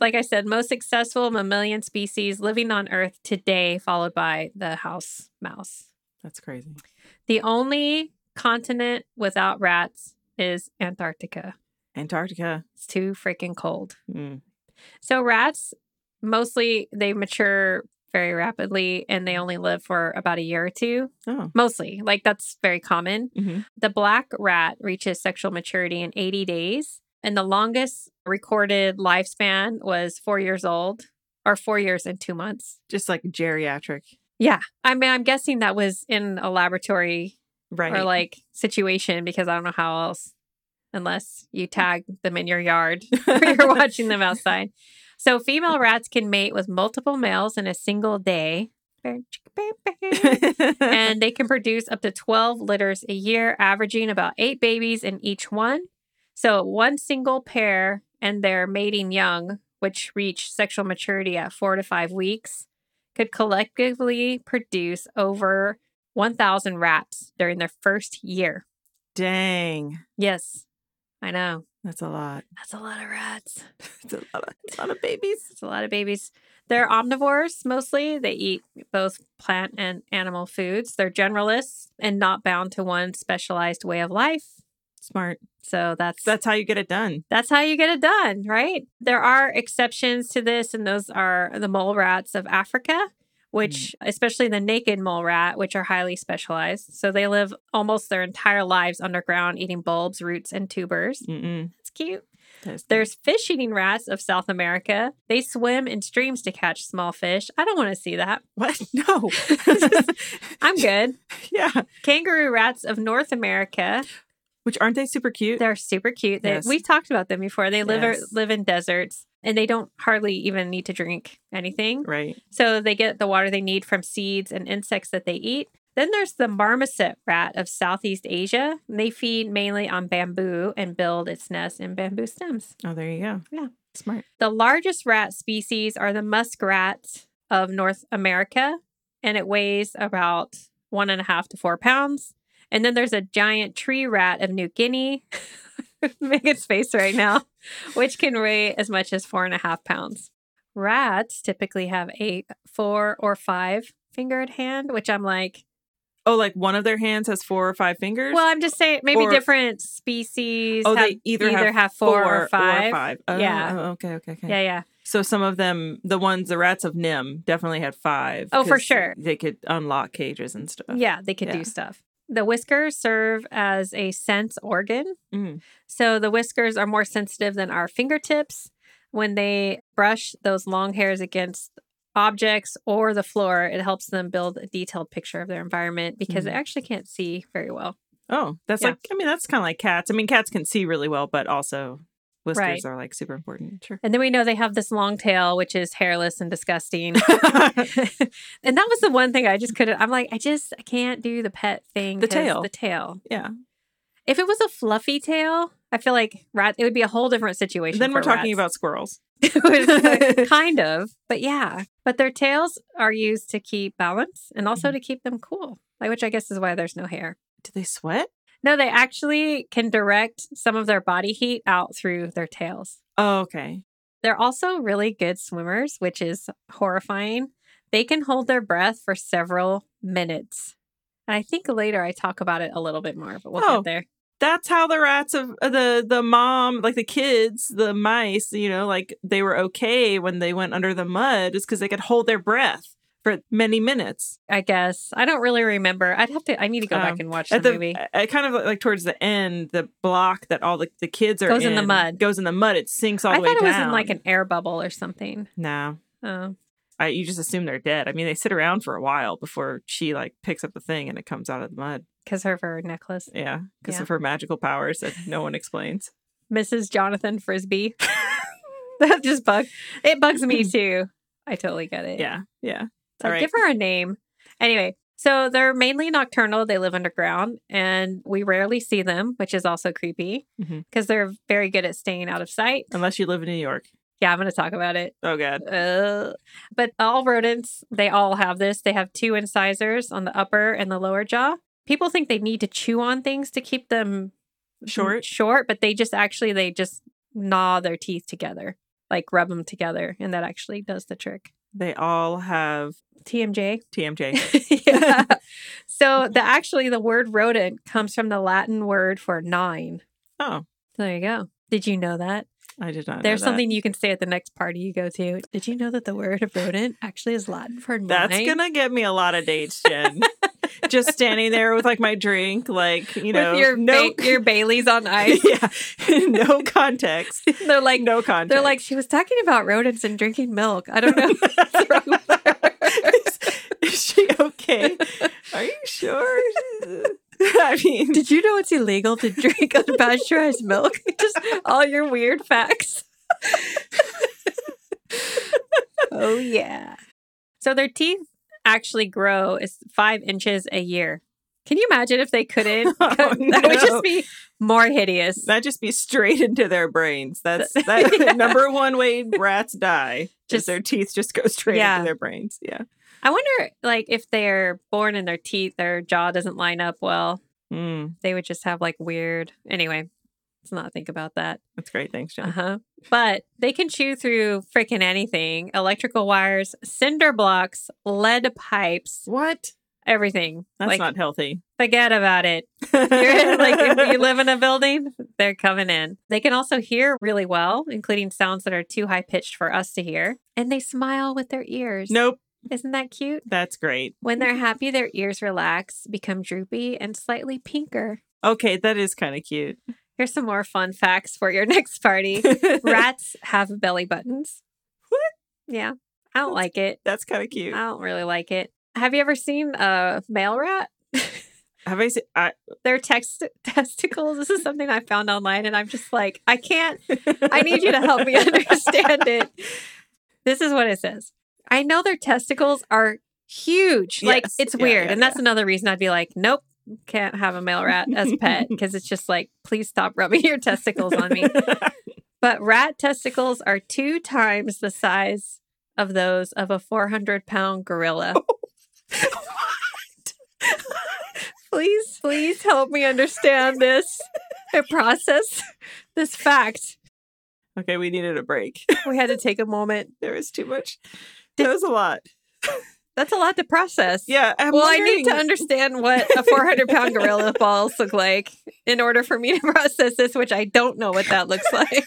[SPEAKER 2] Like I said, most successful mammalian species living on Earth today, followed by the house mouse.
[SPEAKER 1] That's crazy.
[SPEAKER 2] The only continent without rats is Antarctica.
[SPEAKER 1] Antarctica.
[SPEAKER 2] It's too freaking cold.
[SPEAKER 1] Mm.
[SPEAKER 2] So rats mostly they mature very rapidly and they only live for about a year or two.
[SPEAKER 1] Oh.
[SPEAKER 2] Mostly. Like that's very common.
[SPEAKER 1] hmm
[SPEAKER 2] The black rat reaches sexual maturity in 80 days and the longest recorded lifespan was 4 years old or 4 years and 2 months.
[SPEAKER 1] Just like geriatric.
[SPEAKER 2] I mean, I'm guessing that was in a laboratory
[SPEAKER 1] Right.
[SPEAKER 2] or like situation because I don't know how else, unless you tag them in your yard or you're watching them outside. So female rats can mate with multiple males in a single day. and they can produce up to 12 litters a year, averaging about eight babies in each one. So, one single pair and their mating young, which reach sexual maturity at four to five weeks, could collectively produce over 1,000 rats during their first year.
[SPEAKER 1] Dang.
[SPEAKER 2] Yes, I know.
[SPEAKER 1] That's a lot.
[SPEAKER 2] That's a lot of rats.
[SPEAKER 1] It's a lot of, it's a lot of babies.
[SPEAKER 2] It's a lot of babies. They're omnivores mostly. They eat both plant and animal foods. They're generalists and not bound to one specialized way of life.
[SPEAKER 1] Smart.
[SPEAKER 2] So that's
[SPEAKER 1] That's how you get it done.
[SPEAKER 2] that's how you get it done, right? There are exceptions to this, and those are the mole rats of Africa, which, especially the naked mole rat, which are highly specialized. So they live almost their entire lives underground, eating bulbs, roots, and tubers.
[SPEAKER 1] Mm-mm.
[SPEAKER 2] It's cute.
[SPEAKER 1] That's-
[SPEAKER 2] There's fish eating rats of South America. They swim in streams to catch small fish. I don't want to see that.
[SPEAKER 1] what? No.
[SPEAKER 2] I'm good.
[SPEAKER 1] yeah.
[SPEAKER 2] Kangaroo rats of North America.
[SPEAKER 1] Which aren't they super cute?
[SPEAKER 2] They're super cute. They,
[SPEAKER 1] Yes.
[SPEAKER 2] We've talked about them before. They live
[SPEAKER 1] Yes.
[SPEAKER 2] live in deserts and they don't hardly even need to drink anything.
[SPEAKER 1] right.
[SPEAKER 2] So they get the water they need from seeds and insects that they eat. Then there's the marmoset rat of Southeast Asia. They feed mainly on bamboo and build its nest in bamboo stems.
[SPEAKER 1] Oh, there you go.
[SPEAKER 2] Yeah.
[SPEAKER 1] Smart.
[SPEAKER 2] The largest rat species are the muskrats of North America, and it weighs about one and a half to four pounds. And then there's a giant tree rat of New Guinea, Megan's face right now, which can weigh as much as four and a half pounds. Rats typically have a four or five fingered hand, which I'm like,
[SPEAKER 1] Oh, like one of their hands has four or five fingers?
[SPEAKER 2] well, I'm just saying maybe
[SPEAKER 1] Or-
[SPEAKER 2] different species
[SPEAKER 1] oh,
[SPEAKER 2] have,
[SPEAKER 1] they either, have
[SPEAKER 2] four, or five.
[SPEAKER 1] Oh,
[SPEAKER 2] Yeah.
[SPEAKER 1] oh, okay, okay, okay.
[SPEAKER 2] Yeah, yeah.
[SPEAKER 1] So some of them, the ones, the rats of Nim, definitely had five.
[SPEAKER 2] Oh, for
[SPEAKER 1] 'cause
[SPEAKER 2] sure.
[SPEAKER 1] They could unlock cages and stuff.
[SPEAKER 2] Yeah, they could
[SPEAKER 1] Yeah.
[SPEAKER 2] do stuff. The whiskers serve as a sense organ.
[SPEAKER 1] Mm.
[SPEAKER 2] So the whiskers are more sensitive than our fingertips. When they brush those long hairs against objects or the floor, it helps them build a detailed picture of their environment because they
[SPEAKER 1] Mhm.
[SPEAKER 2] actually can't see very well.
[SPEAKER 1] Oh, that's
[SPEAKER 2] Yeah.
[SPEAKER 1] like. I mean, that's kind of like cats. I mean, cats can see really well, but also whiskers
[SPEAKER 2] Right.
[SPEAKER 1] are like super important. Sure.
[SPEAKER 2] And then we know they have this long tail, which is hairless and disgusting. and that was the one thing I just couldn't. I'm like, I just I can't do the pet thing.
[SPEAKER 1] The
[SPEAKER 2] 'cause
[SPEAKER 1] tail.
[SPEAKER 2] The tail.
[SPEAKER 1] Yeah.
[SPEAKER 2] If it was a fluffy tail, I feel like rat. It would be a whole different situation.
[SPEAKER 1] then we're
[SPEAKER 2] for
[SPEAKER 1] talking
[SPEAKER 2] rats.
[SPEAKER 1] about squirrels.
[SPEAKER 2] kind of, but yeah. But their tails are used to keep balance and also
[SPEAKER 1] Mm-hmm.
[SPEAKER 2] to keep them cool, like which I guess is why there's no hair.
[SPEAKER 1] Do they sweat?
[SPEAKER 2] No, they actually can direct some of their body heat out through their tails.
[SPEAKER 1] Oh, okay.
[SPEAKER 2] They're also really good swimmers, which is horrifying. They can hold their breath for several minutes. And I think later I talk about it a little bit more, but we'll
[SPEAKER 1] Oh.
[SPEAKER 2] get there.
[SPEAKER 1] that's how the rats of uh, the the mom like the kids the mice you know like they were okay when they went under the mud is because they could hold their breath for many minutes
[SPEAKER 2] I guess. I don't really remember. I'd have to, I need to go
[SPEAKER 1] Um,
[SPEAKER 2] back and watch the,
[SPEAKER 1] at the
[SPEAKER 2] movie.
[SPEAKER 1] I kind of like towards the end the block that all the, the kids are
[SPEAKER 2] Goes in the mud.
[SPEAKER 1] goes in the mud it sinks all
[SPEAKER 2] I
[SPEAKER 1] the
[SPEAKER 2] thought
[SPEAKER 1] way
[SPEAKER 2] it
[SPEAKER 1] down
[SPEAKER 2] was in like an air bubble or something.
[SPEAKER 1] no
[SPEAKER 2] Oh,
[SPEAKER 1] I, you just assume they're dead I mean they sit around for a while before she like picks up the thing and it comes out of the mud
[SPEAKER 2] because of her necklace.
[SPEAKER 1] yeah because
[SPEAKER 2] Yeah.
[SPEAKER 1] of her magical powers that no one explains
[SPEAKER 2] Mrs. Jonathan Frisbee. that just bugs. It bugs me too. I totally get it.
[SPEAKER 1] yeah yeah
[SPEAKER 2] It's like,
[SPEAKER 1] All right.
[SPEAKER 2] give her a name. Anyway, so they're mainly nocturnal. They live underground and we rarely see them, which is also creepy because
[SPEAKER 1] Mhm.
[SPEAKER 2] they're very good at staying out of sight.
[SPEAKER 1] unless you live in New York
[SPEAKER 2] Yeah, I'm going to talk about it.
[SPEAKER 1] oh god
[SPEAKER 2] Uh, but all rodents, they all have this. They have two incisors on the upper and the lower jaw. People think they need to chew on things to keep them Mm-hmm.
[SPEAKER 1] Short?
[SPEAKER 2] short, but they just actually they just gnaw their teeth together, like rub them together, and that actually does the trick.
[SPEAKER 1] they all have
[SPEAKER 2] TMJ.
[SPEAKER 1] TMJ
[SPEAKER 2] yeah. So the actually the word rodent comes from the Latin word for nine.
[SPEAKER 1] Oh.
[SPEAKER 2] There you go. Did you know that?
[SPEAKER 1] I did not. know
[SPEAKER 2] There's
[SPEAKER 1] that.
[SPEAKER 2] something you can say at the next party you go to. Did you know that the word rodent actually is Latin for nine?
[SPEAKER 1] that's gonna get me a lot of dates, Jen. Just standing there with like my drink, like you know,
[SPEAKER 2] with your
[SPEAKER 1] no,
[SPEAKER 2] ba- your Bailey's on ice.
[SPEAKER 1] yeah, no context,
[SPEAKER 2] they're like
[SPEAKER 1] no context.
[SPEAKER 2] they're like she was talking about rodents and drinking milk. I don't know what's wrong with her.
[SPEAKER 1] is, is she okay? Are you sure? I mean,
[SPEAKER 2] Did you know it's illegal to drink unpasteurized milk? Just all your weird facts. oh yeah. So their teeth actually grow is five inches a year. Can you imagine if they couldn't?
[SPEAKER 1] Oh,
[SPEAKER 2] that would
[SPEAKER 1] no.
[SPEAKER 2] just be more hideous.
[SPEAKER 1] that just be straight into their brains. That's
[SPEAKER 2] Th-
[SPEAKER 1] that
[SPEAKER 2] Yeah.
[SPEAKER 1] number one way rats die. Just
[SPEAKER 2] Just-
[SPEAKER 1] their teeth just go straight
[SPEAKER 2] Yeah.
[SPEAKER 1] into their brains. Yeah.
[SPEAKER 2] I wonder, like, if they're born and their teeth, their jaw doesn't line up well,
[SPEAKER 1] Mm,
[SPEAKER 2] they would just have like weird. Anyway, let's not think about that.
[SPEAKER 1] that's great. Thanks, Jen.
[SPEAKER 2] Uh huh. But they can chew through freaking anything electrical wires, cinder blocks, lead pipes,
[SPEAKER 1] What?
[SPEAKER 2] everything.
[SPEAKER 1] That's
[SPEAKER 2] like,
[SPEAKER 1] not healthy.
[SPEAKER 2] forget about it. You're, like, if you live in a building, they're coming in. They can also hear really well, including sounds that are too high pitched for us to hear. And they smile with their ears.
[SPEAKER 1] nope.
[SPEAKER 2] Isn't that cute?
[SPEAKER 1] That's great.
[SPEAKER 2] When they're happy, their ears relax, become droopy, and slightly pinker.
[SPEAKER 1] Okay, that is kind of cute.
[SPEAKER 2] Here's some more fun facts for your next party. Rats have belly buttons.
[SPEAKER 1] What?
[SPEAKER 2] Yeah. I
[SPEAKER 1] That's-
[SPEAKER 2] don't like it.
[SPEAKER 1] That's kind of cute.
[SPEAKER 2] I don't really like it. Have you ever seen a male rat?
[SPEAKER 1] Have I seen? I,
[SPEAKER 2] Their text- testicles. This is something I found online, and I'm just like, I can't I need you to help me understand it. This is what it says. I know their testicles are huge. Like
[SPEAKER 1] Yes.
[SPEAKER 2] it's
[SPEAKER 1] Yeah,
[SPEAKER 2] weird.
[SPEAKER 1] yeah,
[SPEAKER 2] and that's another reason I'd be like, nope, can't have a male rat as a pet because it's just like, please stop rubbing your testicles on me. But rat testicles are two times the size of those of a 400 pound gorilla. please, please help me understand this and process this fact.
[SPEAKER 1] okay, we needed a break.
[SPEAKER 2] We had to take a moment.
[SPEAKER 1] There was too much. That was a lot.
[SPEAKER 2] That's a lot to process.
[SPEAKER 1] Yeah. I'm
[SPEAKER 2] well, I need to
[SPEAKER 1] wondering-
[SPEAKER 2] understand what a 400 pound gorilla balls look like in order for me to process this, which I don't know what that looks like.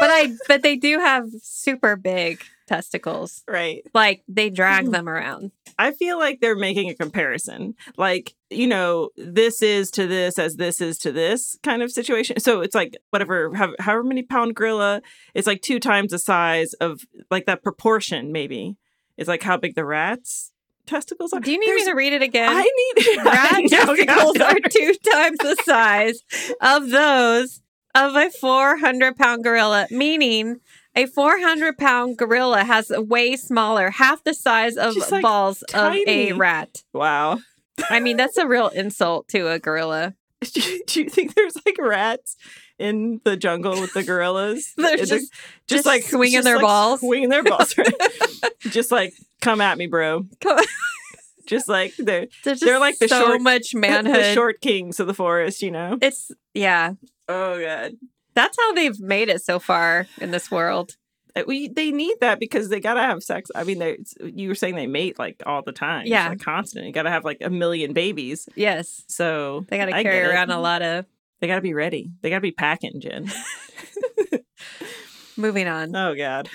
[SPEAKER 2] but I, but they do have super big testicles.
[SPEAKER 1] Right.
[SPEAKER 2] Like they
[SPEAKER 1] Mm-hmm.
[SPEAKER 2] drag them around.
[SPEAKER 1] I feel like they're making a comparison. Like, you know, this is to this as this is to this kind of situation. So it's like whatever, how, however many pound gorilla, it's like two times the size of like that proportion, maybe. It's like how big the rat's testicles are.
[SPEAKER 2] Do you need
[SPEAKER 1] Oh, There's
[SPEAKER 2] me to read it again?
[SPEAKER 1] I need
[SPEAKER 2] Rat testicles are two times the size of those of a 400 pound gorilla, meaning a 400 pound gorilla has a way smaller, half the size of
[SPEAKER 1] Just, like,
[SPEAKER 2] balls of
[SPEAKER 1] tiny.
[SPEAKER 2] a rat.
[SPEAKER 1] Wow.
[SPEAKER 2] I mean, that's a real insult to a gorilla.
[SPEAKER 1] Do you, do you think there's like rats in the jungle with the gorillas?
[SPEAKER 2] They're
[SPEAKER 1] Is
[SPEAKER 2] just,
[SPEAKER 1] it-
[SPEAKER 2] just swinging their balls?
[SPEAKER 1] swinging their balls, right? just like come at me, bro.
[SPEAKER 2] Come-
[SPEAKER 1] just like they're
[SPEAKER 2] they're, just
[SPEAKER 1] they're like the
[SPEAKER 2] so
[SPEAKER 1] short-
[SPEAKER 2] much manhood.
[SPEAKER 1] the short kings of the forest, you know.
[SPEAKER 2] it's yeah.
[SPEAKER 1] Oh god,
[SPEAKER 2] That's how they've made it so far in this world.
[SPEAKER 1] Uh, We they need that because they gotta have sex. I mean, they you were saying they mate like all the time,
[SPEAKER 2] Yeah.
[SPEAKER 1] like, constant. You gotta have like a million babies,
[SPEAKER 2] Yes.
[SPEAKER 1] so
[SPEAKER 2] They got to
[SPEAKER 1] I
[SPEAKER 2] carry
[SPEAKER 1] get it.
[SPEAKER 2] around a lot of.
[SPEAKER 1] They gotta be ready. They gotta be packing, Jen.
[SPEAKER 2] Moving on.
[SPEAKER 1] oh God,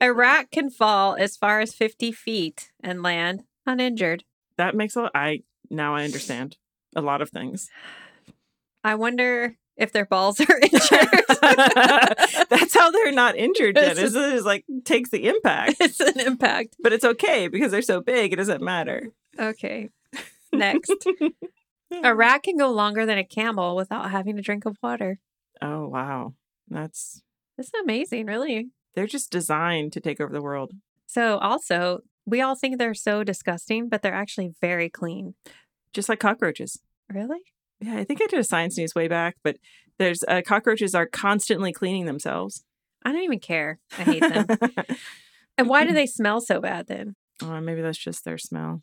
[SPEAKER 2] A rat can fall as far as 50 feet and land uninjured.
[SPEAKER 1] that makes a lot. I now I understand a lot of things.
[SPEAKER 2] I wonder if their balls are injured.
[SPEAKER 1] That's how they're not injured, Jen.
[SPEAKER 2] It's
[SPEAKER 1] Is it is like takes the impact,
[SPEAKER 2] it's an impact.
[SPEAKER 1] but it's okay because they're so big. It doesn't matter.
[SPEAKER 2] Okay. Next. A rat can go longer than a camel without having a drink of water.
[SPEAKER 1] Oh wow, that's
[SPEAKER 2] That's amazing, really.
[SPEAKER 1] they're just designed to take over the world.
[SPEAKER 2] So, also, we all think they're so disgusting, but they're actually very clean.
[SPEAKER 1] just like cockroaches.
[SPEAKER 2] Really?
[SPEAKER 1] Yeah, I think I did a science news way back, but there's uh, cockroaches are constantly cleaning themselves.
[SPEAKER 2] I don't even care. I hate them. and why do they smell so bad then?
[SPEAKER 1] oh, maybe that's just their smell.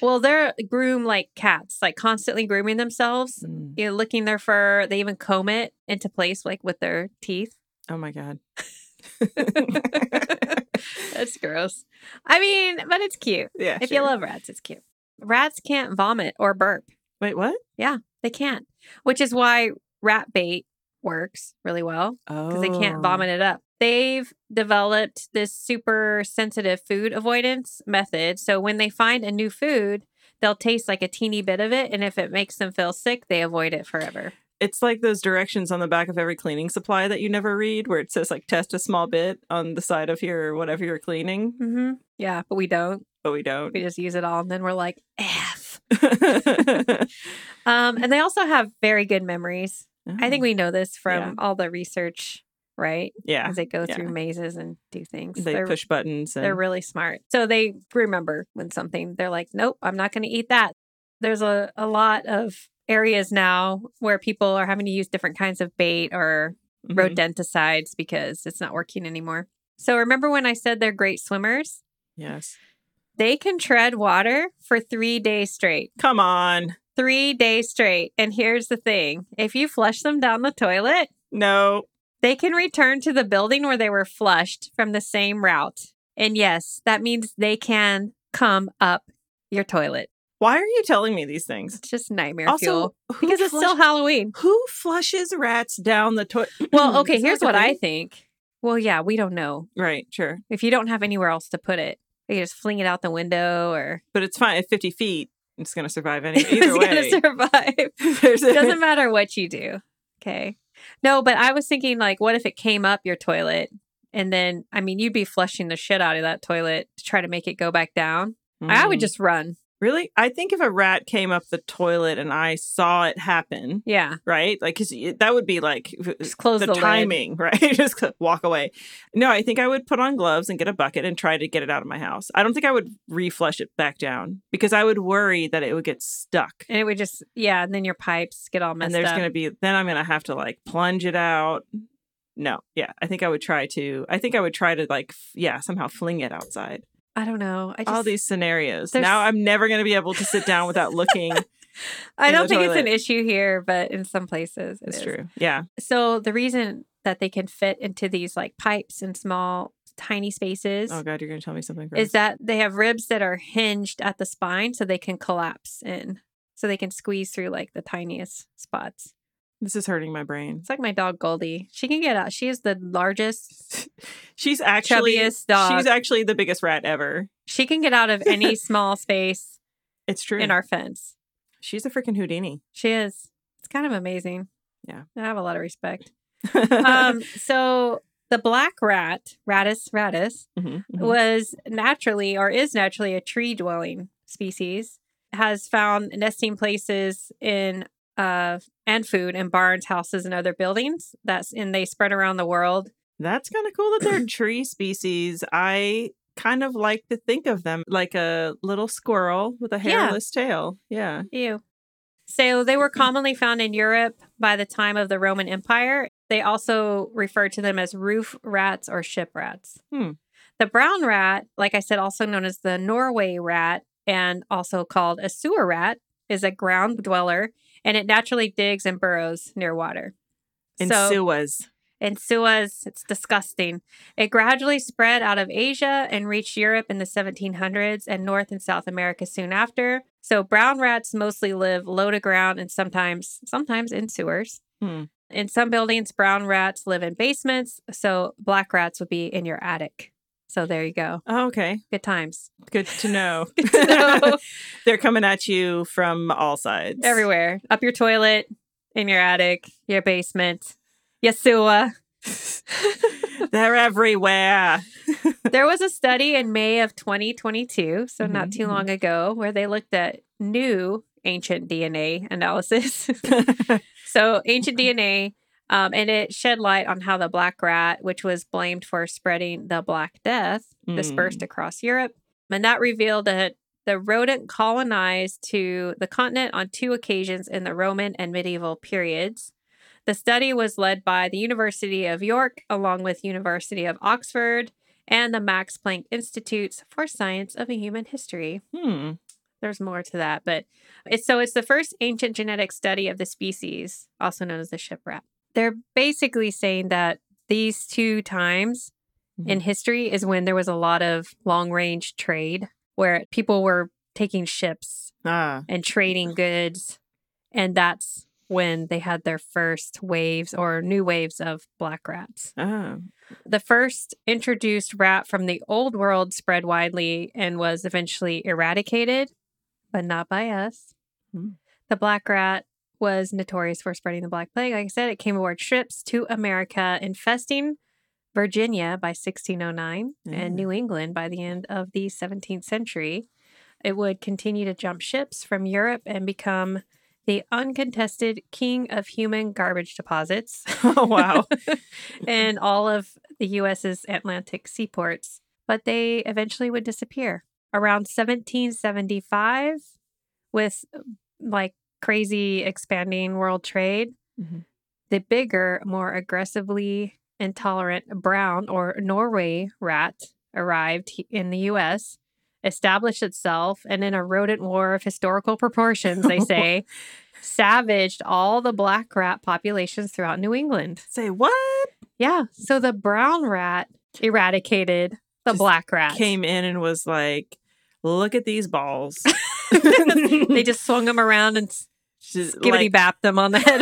[SPEAKER 2] Well, they're groom like cats, like constantly grooming themselves,
[SPEAKER 1] Mm.
[SPEAKER 2] you know, licking their fur. They even comb it into place, like with their teeth.
[SPEAKER 1] Oh my god.
[SPEAKER 2] That's gross. I mean, but it's cute.
[SPEAKER 1] yeah.
[SPEAKER 2] If you
[SPEAKER 1] sure.
[SPEAKER 2] love rats, it's cute. Rats can't vomit or burp.
[SPEAKER 1] Wait, what?
[SPEAKER 2] They can't, which is why rat bait works really well
[SPEAKER 1] Oh,
[SPEAKER 2] because they can't vomit it up. They've developed this super sensitive food avoidance method. So when they find a new food, they'll taste like a teeny bit of it. And if it makes them feel sick, they avoid it forever.
[SPEAKER 1] Oh. It's like those directions on the back of every cleaning supply that you never read, where it says like test a small bit on the side of your whatever you're cleaning,
[SPEAKER 2] Mm-hmm. Yeah, but we don't.
[SPEAKER 1] but we don't.
[SPEAKER 2] We just use it all. And then we're like, F. Um, and they also have very good memories.
[SPEAKER 1] Uh-huh.
[SPEAKER 2] I think we know this from
[SPEAKER 1] Mm. Yeah.
[SPEAKER 2] all the research, right?
[SPEAKER 1] yeah,
[SPEAKER 2] As they go
[SPEAKER 1] yeah.
[SPEAKER 2] through mazes and do things.
[SPEAKER 1] they
[SPEAKER 2] They're-
[SPEAKER 1] push buttons. And,
[SPEAKER 2] They're really smart. So they remember when something, they're like, nope, I'm not going to eat that. There's a, a lot of areas now where people are having to use different kinds of bait or
[SPEAKER 1] Mhm.
[SPEAKER 2] rodenticides because it's not working anymore. So remember when I said they're great swimmers?
[SPEAKER 1] Yes,
[SPEAKER 2] They can tread water for three days straight.
[SPEAKER 1] come on.
[SPEAKER 2] Three days straight. And here's the thing if you flush them down the toilet,
[SPEAKER 1] No,
[SPEAKER 2] they can return to the building where they were flushed from the same route. And yes, that means they can come up your toilet.
[SPEAKER 1] Why are you telling me these things?
[SPEAKER 2] It's just nightmare
[SPEAKER 1] Also,
[SPEAKER 2] fuel
[SPEAKER 1] who
[SPEAKER 2] because it's still
[SPEAKER 1] flush-
[SPEAKER 2] Halloween.
[SPEAKER 1] who flushes rats down the mm, toilet?
[SPEAKER 2] Well, okay, here's what I think. Well, yeah, we don't know.
[SPEAKER 1] Right, sure,
[SPEAKER 2] If you don't have anywhere else to put it, you just fling it out the window or
[SPEAKER 1] but it's fine. At fifty feet, it's going to survive any either
[SPEAKER 2] it's going
[SPEAKER 1] way.
[SPEAKER 2] to survive.
[SPEAKER 1] There's a-
[SPEAKER 2] doesn't matter what you do. Okay. No, but I was thinking like, what if it came up your toilet? And then, I mean, you'd be flushing the shit out of that toilet to try to make it go back down. I would
[SPEAKER 1] Mm.
[SPEAKER 2] just run.
[SPEAKER 1] really. I think if a rat came up the toilet and I saw it happen,
[SPEAKER 2] Yeah.
[SPEAKER 1] right? Like, cause it- that would be like
[SPEAKER 2] Just close
[SPEAKER 1] the,
[SPEAKER 2] the, lid.
[SPEAKER 1] timing, right? just walk away. No, I think I would put on gloves and get a bucket and try to get it out of my house. I don't think I would reflush it back down because I would worry that it would get stuck.
[SPEAKER 2] And it would just, yeah. And then your pipes get all
[SPEAKER 1] and
[SPEAKER 2] messed
[SPEAKER 1] there's
[SPEAKER 2] up.
[SPEAKER 1] going to be then i'm going to have to like plunge it out no yeah i think i would try to i think i would try to like f- yeah somehow fling it outside
[SPEAKER 2] I don't know. I just,
[SPEAKER 1] all these scenarios
[SPEAKER 2] there's-
[SPEAKER 1] now i'm never going to be able to sit down without looking
[SPEAKER 2] I
[SPEAKER 1] in the
[SPEAKER 2] don't think it's an
[SPEAKER 1] toilet.
[SPEAKER 2] issue here, but in some places it
[SPEAKER 1] it's
[SPEAKER 2] is.
[SPEAKER 1] true yeah
[SPEAKER 2] So the reason that they can fit into these like pipes and small, tiny spaces
[SPEAKER 1] oh god you're going to tell me something gross.
[SPEAKER 2] is that they have ribs that are hinged at the spine so they can collapse in so they can squeeze through like the tiniest spots
[SPEAKER 1] this is hurting my brain
[SPEAKER 2] it's like my dog goldie she can get out she is the largest
[SPEAKER 1] she's actually
[SPEAKER 2] Chubbiest dog.
[SPEAKER 1] she's actually the biggest rat ever
[SPEAKER 2] she can get out of any small space
[SPEAKER 1] it's true
[SPEAKER 2] in our fence
[SPEAKER 1] she's a freaking houdini
[SPEAKER 2] she is it's kind of amazing
[SPEAKER 1] Yeah.
[SPEAKER 2] i have a lot of respect um so the black rat ratus ratus
[SPEAKER 1] Mhm, mhm.
[SPEAKER 2] was naturally or is naturally a tree dwelling species has found nesting places in uh and food in barns houses and other buildings that's and they spread around the world
[SPEAKER 1] That's kind of cool that they're tree species. I kind of like to think of them like a little squirrel with a
[SPEAKER 2] Yeah.
[SPEAKER 1] hairless tail. Yeah.
[SPEAKER 2] Ew. so they were commonly found in europe by the time of the roman empire they also referred to them as roof rats or ship rats
[SPEAKER 1] Hmm.
[SPEAKER 2] the brown rat like i said also known as the norway rat and also called a sewer rat is a ground dweller and it naturally digs and burrows near water
[SPEAKER 1] In
[SPEAKER 2] so
[SPEAKER 1] Suwas.
[SPEAKER 2] and Suez. It's disgusting. It gradually spread out of Asia and reached Europe in the 1700s and North and South America soon after. So brown rats mostly live low to ground and sometimes sometimes in sewers.
[SPEAKER 1] Hmm.
[SPEAKER 2] In some buildings, brown rats live in basements, so black rats would be in your attic. So there you go.
[SPEAKER 1] Oh, okay.
[SPEAKER 2] Good times.
[SPEAKER 1] Good to know.
[SPEAKER 2] So
[SPEAKER 1] They're coming at you from all sides.
[SPEAKER 2] everywhere, up your toilet, in your attic, your basement, your sewer.
[SPEAKER 1] They're everywhere.
[SPEAKER 2] there was a study in May of 2022, so not
[SPEAKER 1] Mhm,
[SPEAKER 2] too
[SPEAKER 1] mhm.
[SPEAKER 2] long ago, where they looked at new ancient DNA analysis. so, ancient DNA, um, and it shed light on how the black rat, which was blamed for spreading the Black Death, dispersed across Europe. And that revealed that the rodent colonized to the continent on two occasions in the Roman and medieval periods. The study was led by the University of York along with University of Oxford and the Max Planck Institutes for Science of Human History
[SPEAKER 1] Hmm.
[SPEAKER 2] there's more to that, but it's so it's the first ancient genetic study of the species, also known as the shipwreck. They're basically saying that these two times in history is when there was a lot of long range trade where people were taking ships
[SPEAKER 1] Ah.
[SPEAKER 2] and trading goods. And that's when they had their first waves or new waves of black rats.
[SPEAKER 1] Oh.
[SPEAKER 2] The first introduced rat from the old world spread widely and was eventually eradicated, but not by us.
[SPEAKER 1] Hmm.
[SPEAKER 2] The black rat was notorious for spreading the Black Plague. Like I said, it came aboard ships to America, infesting Virginia by 1609
[SPEAKER 1] Yeah.
[SPEAKER 2] and New England by the end of the 17th century. It would continue to jump ships from Europe and become the uncontested king of human garbage deposits
[SPEAKER 1] Oh, wow.
[SPEAKER 2] in all of the US's Atlantic seaports, but they eventually would disappear around 1775 with like crazy expanding world trade.
[SPEAKER 1] Mhm.
[SPEAKER 2] The bigger, more aggressively intolerant brown or Norway rat arrived he- in the US, established itself, and in a rodent war of historical proportions, they say, savaged all the black rat populations throughout New England.
[SPEAKER 1] Say what?
[SPEAKER 2] Yeah. So the brown rat eradicated the
[SPEAKER 1] Just
[SPEAKER 2] black rat.
[SPEAKER 1] Came in and was like, look at these balls.
[SPEAKER 2] they just swung him around and s-
[SPEAKER 1] Just like,
[SPEAKER 2] skibbity bapped him on the head.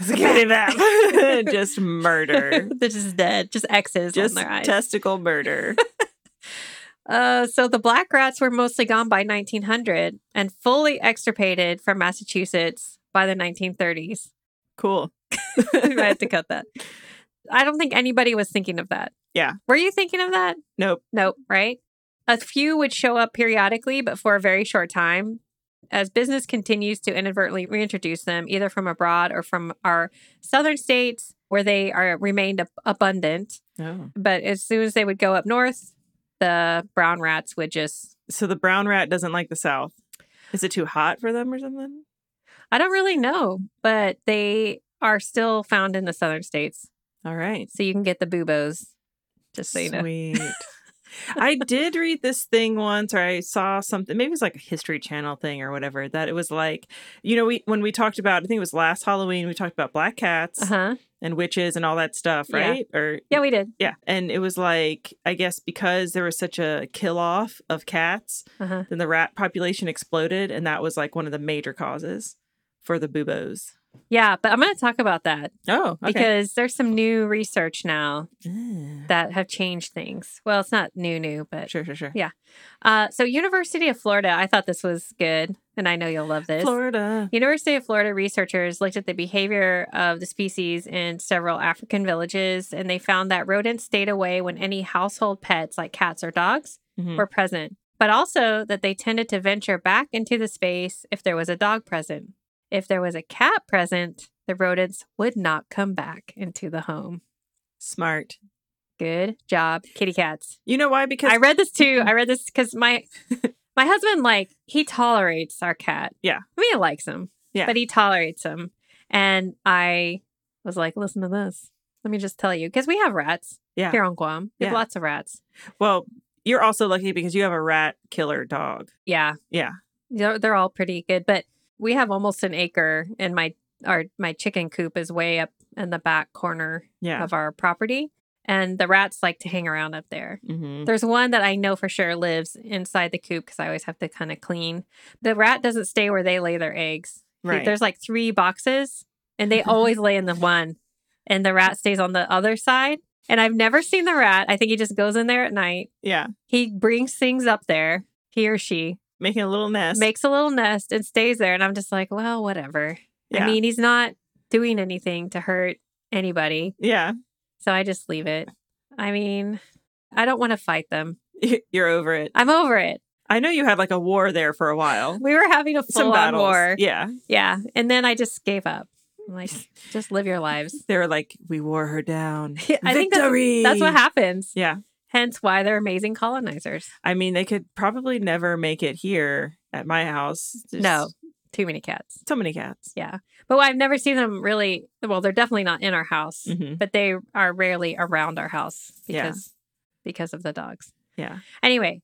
[SPEAKER 1] Skibbity bap. just murder.
[SPEAKER 2] They're just dead. Just X's
[SPEAKER 1] just
[SPEAKER 2] on their eyes.
[SPEAKER 1] testicle murder.
[SPEAKER 2] Uh, so the black rats were mostly gone by 1900 and fully extirpated from Massachusetts by the 1930s.
[SPEAKER 1] cool.
[SPEAKER 2] I had to cut that. I don't think anybody was thinking of that.
[SPEAKER 1] Yeah.
[SPEAKER 2] Were you thinking of that?
[SPEAKER 1] Nope.
[SPEAKER 2] Nope, right? A few would show up periodically, but for a very short time. As business continues to inadvertently reintroduce them, either from abroad or from our southern states, where they are remained ab- abundant.
[SPEAKER 1] No.
[SPEAKER 2] But as soon as they would go up north, the brown rats would just.
[SPEAKER 1] So the brown rat doesn't like the South. Is it too hot for them or something?
[SPEAKER 2] I don't really know, but they are still found in the southern states.
[SPEAKER 1] All right.
[SPEAKER 2] So you can get the buboes, just so you know.
[SPEAKER 1] Sweet. I did read this thing once, or I saw something. Maybe it was like a History Channel thing or whatever. That it was like, you know, we when we talked about, I think it was last Halloween, we talked about black cats
[SPEAKER 2] Uh huh.
[SPEAKER 1] and witches and all that stuff,
[SPEAKER 2] Yeah.
[SPEAKER 1] right? Or
[SPEAKER 2] Yeah, we did.
[SPEAKER 1] yeah, and it was like, I guess because there was such a kill off of cats,
[SPEAKER 2] Uh huh.
[SPEAKER 1] then the rat population exploded, and that was like one of the major causes for the buboes.
[SPEAKER 2] Yeah, but I'm going to talk about that
[SPEAKER 1] Oh, okay.
[SPEAKER 2] because there's some new research now
[SPEAKER 1] Mm.
[SPEAKER 2] that have changed things. Well, it's not new, new, but
[SPEAKER 1] sure, sure, sure.
[SPEAKER 2] Yeah. uh, so University of Florida. I thought this was good, and I know you'll love this.
[SPEAKER 1] Florida.
[SPEAKER 2] University of Florida researchers looked at the behavior of the species in several African villages, and they found that rodents stayed away when any household pets like cats or dogs
[SPEAKER 1] Mhm.
[SPEAKER 2] were present, but also that they tended to venture back into the space if there was a dog present. If there was a cat present, the rodents would not come back into the home.
[SPEAKER 1] Smart.
[SPEAKER 2] Good job, kitty cats.
[SPEAKER 1] You know why? Because
[SPEAKER 2] I read this too.
[SPEAKER 1] Mm-hmm.
[SPEAKER 2] I read this because my my husband like he tolerates our cat.
[SPEAKER 1] Yeah.
[SPEAKER 2] I mean, he likes him.
[SPEAKER 1] Yeah.
[SPEAKER 2] but he tolerates him. And I was like, listen to this. Let me just tell you, because we have rats
[SPEAKER 1] Yeah.
[SPEAKER 2] here on Guam. We have
[SPEAKER 1] Yeah.
[SPEAKER 2] lots of rats.
[SPEAKER 1] Well, you're also lucky because you have a rat killer dog.
[SPEAKER 2] Yeah.
[SPEAKER 1] Yeah.
[SPEAKER 2] They're, they're all pretty good, but we have almost an acre in my our my chicken coop is way up in the back corner
[SPEAKER 1] Yeah.
[SPEAKER 2] of our property, and the rats like to hang around up there.
[SPEAKER 1] hmm
[SPEAKER 2] There's one that I know for sure lives inside the coop because I always have to kind of clean. The rat doesn't stay where they lay their eggs. He-
[SPEAKER 1] Right.
[SPEAKER 2] There's like three boxes, and they always lay in the one, and the rat stays on the other side. And I've never seen the rat. I think he just goes in there at night.
[SPEAKER 1] Yeah.
[SPEAKER 2] He brings things up there, he or she
[SPEAKER 1] Making a little nest.
[SPEAKER 2] makes a little nest and stays there. And I'm just like, well, whatever.
[SPEAKER 1] yeah.
[SPEAKER 2] I mean, he's not doing anything to hurt anybody.
[SPEAKER 1] yeah.
[SPEAKER 2] So I just leave it. I mean, I don't want to fight them.
[SPEAKER 1] You're over it.
[SPEAKER 2] I'm over it.
[SPEAKER 1] I know you had like a war there for a while.
[SPEAKER 2] We were having a
[SPEAKER 1] Some
[SPEAKER 2] full on
[SPEAKER 1] battles.
[SPEAKER 2] war.
[SPEAKER 1] Yeah.
[SPEAKER 2] Yeah. And then I just gave up. I'm like, just live your lives.
[SPEAKER 1] They were like, we wore her down.
[SPEAKER 2] Yeah, I think that's-
[SPEAKER 1] Victory!
[SPEAKER 2] That's what happens.
[SPEAKER 1] Yeah.
[SPEAKER 2] Hence why they're amazing colonizers.
[SPEAKER 1] I mean, they could probably never make it here at my house. There's
[SPEAKER 2] No. Too many cats.
[SPEAKER 1] So many cats.
[SPEAKER 2] Yeah. But I've never seen them really. Well, they're definitely not in our house.
[SPEAKER 1] hmm
[SPEAKER 2] but they are rarely around our house
[SPEAKER 1] Yeah.
[SPEAKER 2] because because of the dogs.
[SPEAKER 1] Yeah.
[SPEAKER 2] Anyway,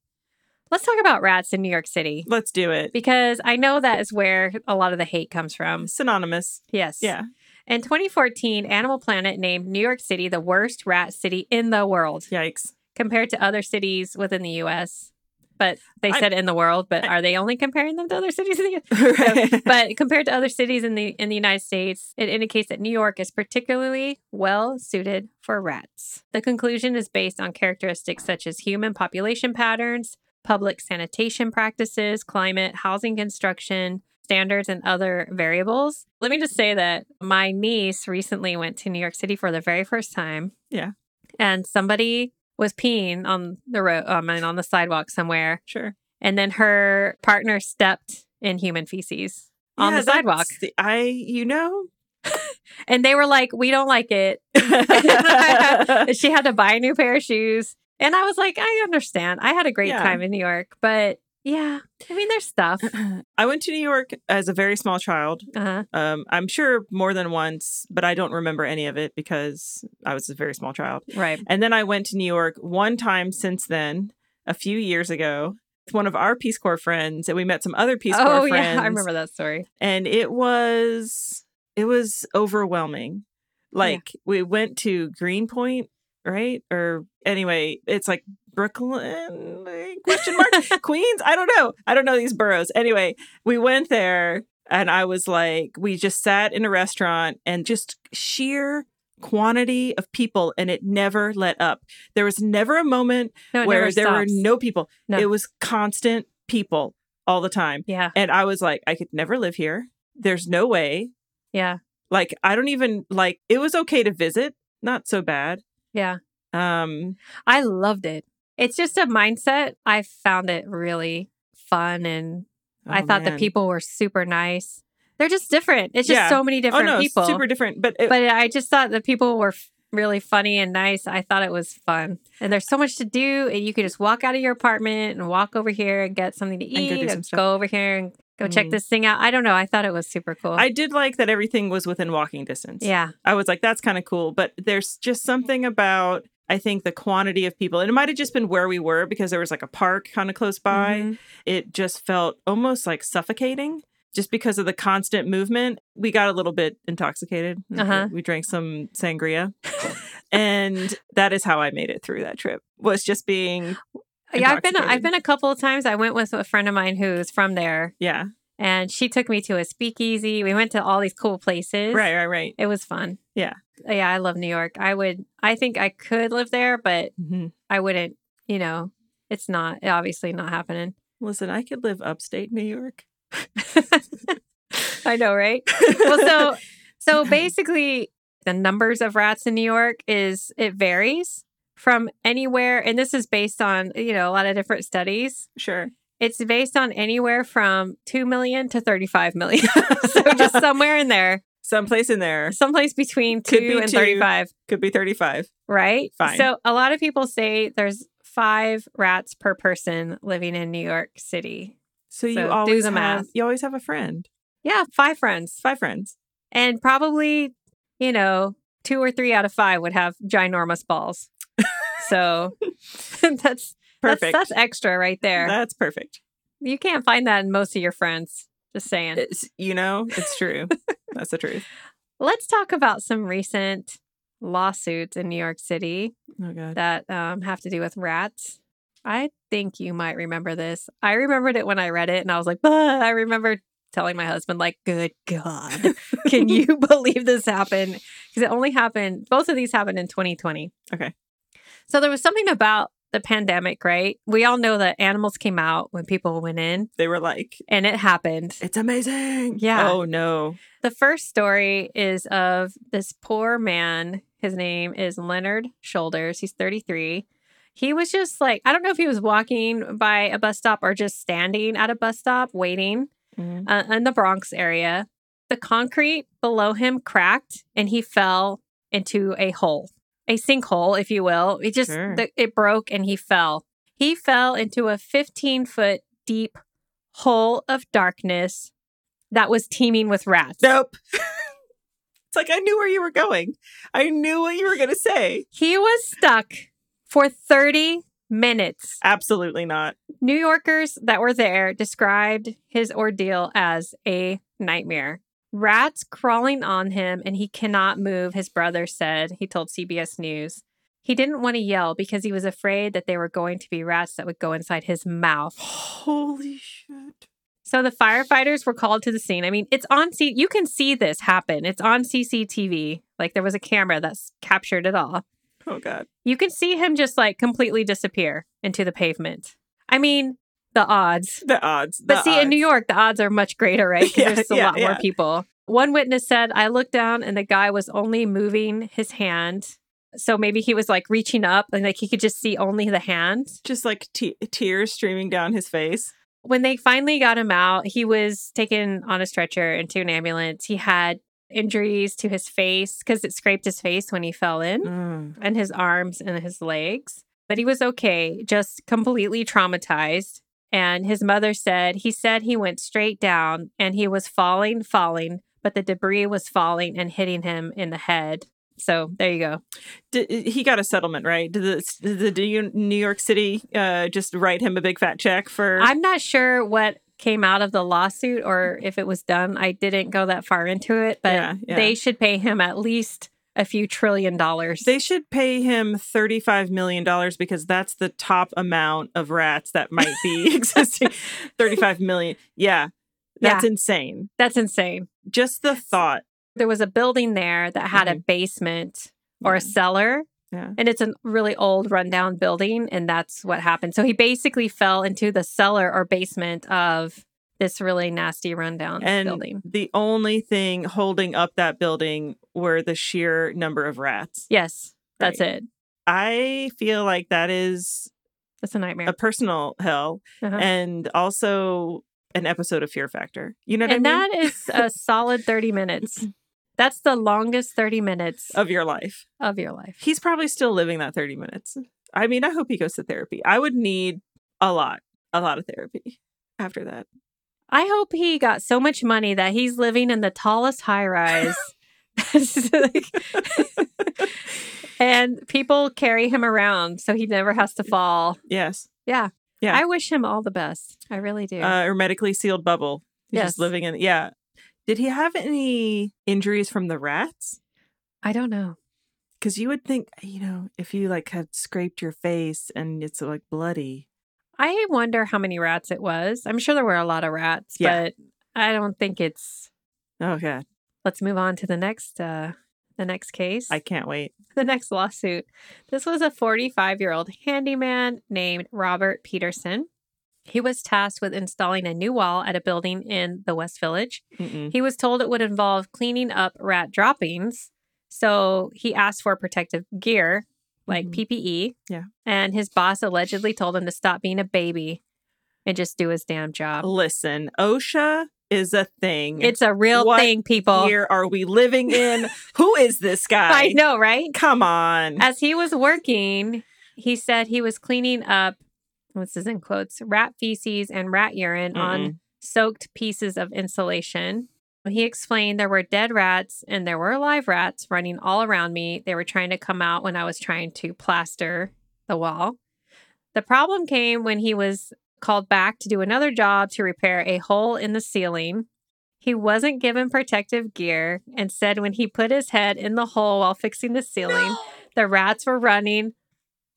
[SPEAKER 2] let's talk about rats in New York City
[SPEAKER 1] Let's do it.
[SPEAKER 2] because I know that is where a lot of the hate comes from.
[SPEAKER 1] Synonymous.
[SPEAKER 2] Yes.
[SPEAKER 1] Yeah.
[SPEAKER 2] In 2014, Animal Planet named New York City the worst rat city in the world
[SPEAKER 1] Yikes.
[SPEAKER 2] compared to other cities within the US. But they
[SPEAKER 1] I-
[SPEAKER 2] said in the world, but
[SPEAKER 1] I-
[SPEAKER 2] are they only comparing them to other cities in the
[SPEAKER 1] Right.
[SPEAKER 2] but compared to other cities in the in the United States, it indicates that New York is particularly well suited for rats. The conclusion is based on characteristics such as human population patterns, public sanitation practices, climate, housing construction, standards and other variables. Let me just say that my niece recently went to New York City for the very first time.
[SPEAKER 1] Yeah.
[SPEAKER 2] And somebody was peeing on the road, I mean, on the sidewalk somewhere,
[SPEAKER 1] sure.
[SPEAKER 2] and then her partner stepped in human feces on
[SPEAKER 1] Yeah,
[SPEAKER 2] the sidewalk.
[SPEAKER 1] that's the- I, you know.
[SPEAKER 2] And they were like, we don't like it. And she had to buy a new pair of shoes. And I was like, I understand. I had a great
[SPEAKER 1] Yeah.
[SPEAKER 2] time in New York, but yeah, I mean, there's stuff. Uh-huh.
[SPEAKER 1] I went to New York as a very small child.
[SPEAKER 2] Uh,
[SPEAKER 1] Um, I'm sure more than once, but I don't remember any of it because I was a very small child.
[SPEAKER 2] right.
[SPEAKER 1] And then I went to New York one time since then, a few years ago, with one of our Peace Corps friends, and we met some other Peace Corps
[SPEAKER 2] oh,
[SPEAKER 1] friends.
[SPEAKER 2] yeah. I remember that story.
[SPEAKER 1] and it was it was overwhelming like we went to greenpoint right or anyway it's like brooklyn eh, question mark queens i don't know i don't know these boroughs anyway we went there and i was like we just sat in a restaurant and just sheer quantity of people and it never let up there was never a moment
[SPEAKER 2] No, it
[SPEAKER 1] where
[SPEAKER 2] never
[SPEAKER 1] there were
[SPEAKER 2] stops.
[SPEAKER 1] no people
[SPEAKER 2] No.
[SPEAKER 1] it was constant people all the time
[SPEAKER 2] Yeah.
[SPEAKER 1] and I was like, I could never live here. There's no way.
[SPEAKER 2] Yeah.
[SPEAKER 1] Like, I don't even like it was okay to visit, not so bad.
[SPEAKER 2] Yeah.
[SPEAKER 1] Um,
[SPEAKER 2] I loved it. It's just a mindset. I found it really fun and I
[SPEAKER 1] oh,
[SPEAKER 2] thought the
[SPEAKER 1] man.
[SPEAKER 2] people were super nice. They're just different. It's just
[SPEAKER 1] Yeah.
[SPEAKER 2] so many
[SPEAKER 1] oh
[SPEAKER 2] different
[SPEAKER 1] no,
[SPEAKER 2] people.
[SPEAKER 1] super different. But, it,
[SPEAKER 2] but I just thought the people were f- really funny and nice. I thought it was fun, and there's so much to do. And you could just walk out of your apartment and walk over here and get something to
[SPEAKER 1] And
[SPEAKER 2] eat,
[SPEAKER 1] go
[SPEAKER 2] and
[SPEAKER 1] do
[SPEAKER 2] go,
[SPEAKER 1] some stuff.
[SPEAKER 2] over here and go check
[SPEAKER 1] Mm.
[SPEAKER 2] this thing out. I don't know. I thought it was super cool.
[SPEAKER 1] I did like that everything was within walking distance.
[SPEAKER 2] yeah,
[SPEAKER 1] I was like, that's kind of cool. But there's just something about I think the quantity of people, and it might have just been where we were because there was like a park kind of close by.
[SPEAKER 2] Mhm.
[SPEAKER 1] It just felt almost like suffocating just because of the constant movement. We got a little bit intoxicated.
[SPEAKER 2] Uh-huh.
[SPEAKER 1] We drank some sangria. and that is how I made it through that trip. Was just being
[SPEAKER 2] Yeah, I've been I've
[SPEAKER 1] intoxicated.
[SPEAKER 2] been a couple of times. I went with a friend of mine who's from there,
[SPEAKER 1] yeah.
[SPEAKER 2] and she took me to a speakeasy. We went to all these cool places.
[SPEAKER 1] Right, right, right.
[SPEAKER 2] It was fun.
[SPEAKER 1] Yeah.
[SPEAKER 2] Yeah, I love New York. I would I think I could live there, but
[SPEAKER 1] hmm
[SPEAKER 2] I wouldn't, you know, it's not obviously not happening.
[SPEAKER 1] Listen, I could live upstate New York.
[SPEAKER 2] I know, right? Well, so so basically the numbers of rats in New York is it varies from anywhere and this is based on, you know, a lot of different studies.
[SPEAKER 1] sure.
[SPEAKER 2] It's based on anywhere from 2 million to 35 million. so just somewhere in there,
[SPEAKER 1] Someplace in there
[SPEAKER 2] someplace between
[SPEAKER 1] Could
[SPEAKER 2] 2
[SPEAKER 1] be
[SPEAKER 2] and
[SPEAKER 1] two.
[SPEAKER 2] 35.
[SPEAKER 1] could be 35.
[SPEAKER 2] right?
[SPEAKER 1] Fine.
[SPEAKER 2] So a lot of people say there's five rats per person living in New York City.
[SPEAKER 1] So you
[SPEAKER 2] So do
[SPEAKER 1] always
[SPEAKER 2] the
[SPEAKER 1] have
[SPEAKER 2] math.
[SPEAKER 1] you always have a friend,
[SPEAKER 2] Yeah, five friends.
[SPEAKER 1] five friends.
[SPEAKER 2] And probably, you know, two or three out of five would have ginormous balls. so that's
[SPEAKER 1] Perfect.
[SPEAKER 2] That's, that's extra right there.
[SPEAKER 1] That's perfect.
[SPEAKER 2] you can't find that in most of your friends. Just saying.
[SPEAKER 1] It's- you know, it's true. That's the truth.
[SPEAKER 2] Let's talk about some recent lawsuits in New York City
[SPEAKER 1] Oh god.
[SPEAKER 2] that um, have to do with rats. I think you might remember this. I remembered it when I read it and I was like, "Bah," I remember telling my husband, like, good God, can you believe this happened? Because it only happened, both of these happened in 2020.
[SPEAKER 1] Okay.
[SPEAKER 2] So there was something about the pandemic, right? We all know that animals came out when people went in
[SPEAKER 1] They were like,
[SPEAKER 2] and it happened.
[SPEAKER 1] it's amazing.
[SPEAKER 2] Yeah.
[SPEAKER 1] Oh no.
[SPEAKER 2] The first story is of this poor man. His name is Leonard Shoulders. He's 33. He was just like, I don't know if he was walking by a bus stop or just standing at a bus stop waiting
[SPEAKER 1] Mm.
[SPEAKER 2] uh, in the Bronx area. The concrete below him cracked and he fell into a hole, a sinkhole, if you will. It just,
[SPEAKER 1] Sure.
[SPEAKER 2] the, it broke and he fell. He fell into a 15 foot deep hole of darkness that was teeming with rats.
[SPEAKER 1] Nope. it's like I knew where you were going. I knew what you were gonna say.
[SPEAKER 2] He was stuck for 30 minutes.
[SPEAKER 1] Absolutely not.
[SPEAKER 2] New Yorkers that were there described his ordeal as a nightmare. Rats crawling on him and he cannot move, his brother said, he told CBS News. He didn't want to yell because he was afraid that they were going to be rats that would go inside his mouth.
[SPEAKER 1] Holy shit.
[SPEAKER 2] So the firefighters were called to the scene. I mean, it's on C you can see this happen. It's on CCTV. Like there was a camera that's captured it all.
[SPEAKER 1] Oh god.
[SPEAKER 2] You can see him just like completely disappear into the pavement. I mean, the odds.
[SPEAKER 1] The odds.
[SPEAKER 2] But
[SPEAKER 1] the
[SPEAKER 2] see, in New
[SPEAKER 1] odds.
[SPEAKER 2] York, the odds are much greater, right? 'Cause
[SPEAKER 1] Yeah,
[SPEAKER 2] there's a
[SPEAKER 1] yeah,
[SPEAKER 2] lot more
[SPEAKER 1] yeah.
[SPEAKER 2] people. One witness said, I looked down and the guy was only moving his hand. So maybe he was like reaching up and like he could just see only the hand.
[SPEAKER 1] just like te- tears streaming down his face.
[SPEAKER 2] When they finally got him out, he was taken on a stretcher into an ambulance. He had injuries to his face because it scraped his face when he fell in. and his arms and his legs. But he was okay, just completely traumatized. And his mother said, he said he went straight down and he was falling, falling, but the debris was falling and hitting him in the head. So there you go.
[SPEAKER 1] Did, uh, he got a settlement, right? Did the, did the New- New York City uh, just write him a big fat check for?
[SPEAKER 2] I'm not sure what came out of the lawsuit or if it was done. I didn't go that far into it, but
[SPEAKER 1] Yeah, yeah.
[SPEAKER 2] they should pay him at least a few trillion dollars.
[SPEAKER 1] they should pay him thirty-five million dollars because that's the top amount of rats that might be existing. Thirty-five million, yeah, that's insane.
[SPEAKER 2] That's insane.
[SPEAKER 1] Just the thought.
[SPEAKER 2] there was a building there that had a
[SPEAKER 1] Mhm.
[SPEAKER 2] basement or
[SPEAKER 1] Yeah.
[SPEAKER 2] a cellar.
[SPEAKER 1] Yeah.
[SPEAKER 2] And it's a really old rundown building and that's what happened. So he basically fell into the cellar or basement of this really nasty rundown
[SPEAKER 1] And
[SPEAKER 2] building.
[SPEAKER 1] the only thing holding up that building were the sheer number of rats.
[SPEAKER 2] Yes, that's
[SPEAKER 1] Right.
[SPEAKER 2] it.
[SPEAKER 1] I feel like that is
[SPEAKER 2] That's a nightmare.
[SPEAKER 1] a personal hell
[SPEAKER 2] Uh-huh.
[SPEAKER 1] and also an episode of Fear Factor. You know what
[SPEAKER 2] and
[SPEAKER 1] I mean?
[SPEAKER 2] that is a solid 30 minutes. That's the longest 30 minutes
[SPEAKER 1] of your life.
[SPEAKER 2] of your life.
[SPEAKER 1] He's probably still living that 30 minutes. I mean, I hope he goes to therapy. I would need a lot, a lot of therapy after that.
[SPEAKER 2] I hope he got so much money that he's living in the tallest high rise. and people carry him around so he never has to fall.
[SPEAKER 1] Yes.
[SPEAKER 2] Yeah.
[SPEAKER 1] Yeah.
[SPEAKER 2] I wish him all the best. I really do.
[SPEAKER 1] Uh, hermetically sealed bubble. He's
[SPEAKER 2] Yes.
[SPEAKER 1] just living in, yeah. Did he have any injuries from the rats?
[SPEAKER 2] I don't know.
[SPEAKER 1] Because you would think, you know, if you like had scraped your face and it's like bloody.
[SPEAKER 2] I wonder how many rats it was. I'm sure there were a lot of rats,
[SPEAKER 1] Yeah.
[SPEAKER 2] but I don't think it's
[SPEAKER 1] Oh, God.
[SPEAKER 2] Let's move on to the next uh the next case.
[SPEAKER 1] I can't wait.
[SPEAKER 2] the next lawsuit. This was a 45 year old handyman named Robert Peterson. He was tasked with installing a new wall at a building in the West Village.
[SPEAKER 1] Mm-mm.
[SPEAKER 2] He was told it would involve cleaning up rat droppings. So he asked for protective gear like
[SPEAKER 1] Mhm.
[SPEAKER 2] PPE.
[SPEAKER 1] Yeah.
[SPEAKER 2] And his boss allegedly told him to stop being a baby and just do his damn job.
[SPEAKER 1] Listen, OSHA is a thing.
[SPEAKER 2] It's a real
[SPEAKER 1] What
[SPEAKER 2] thing, people.
[SPEAKER 1] year are we living in? Who is this guy?
[SPEAKER 2] I know, right?
[SPEAKER 1] Come on.
[SPEAKER 2] As he was working, he said he was cleaning up, what's this in quotes, rat feces and rat urine on soaked pieces of insulation. He explained there were dead rats and there were live rats running all around me. They were trying to come out when I was trying to plaster the wall. The problem came when he was called back to do another job to repair a hole in the ceiling. He wasn't given protective gear and said when he put his head in the hole while fixing the ceiling, the rats were running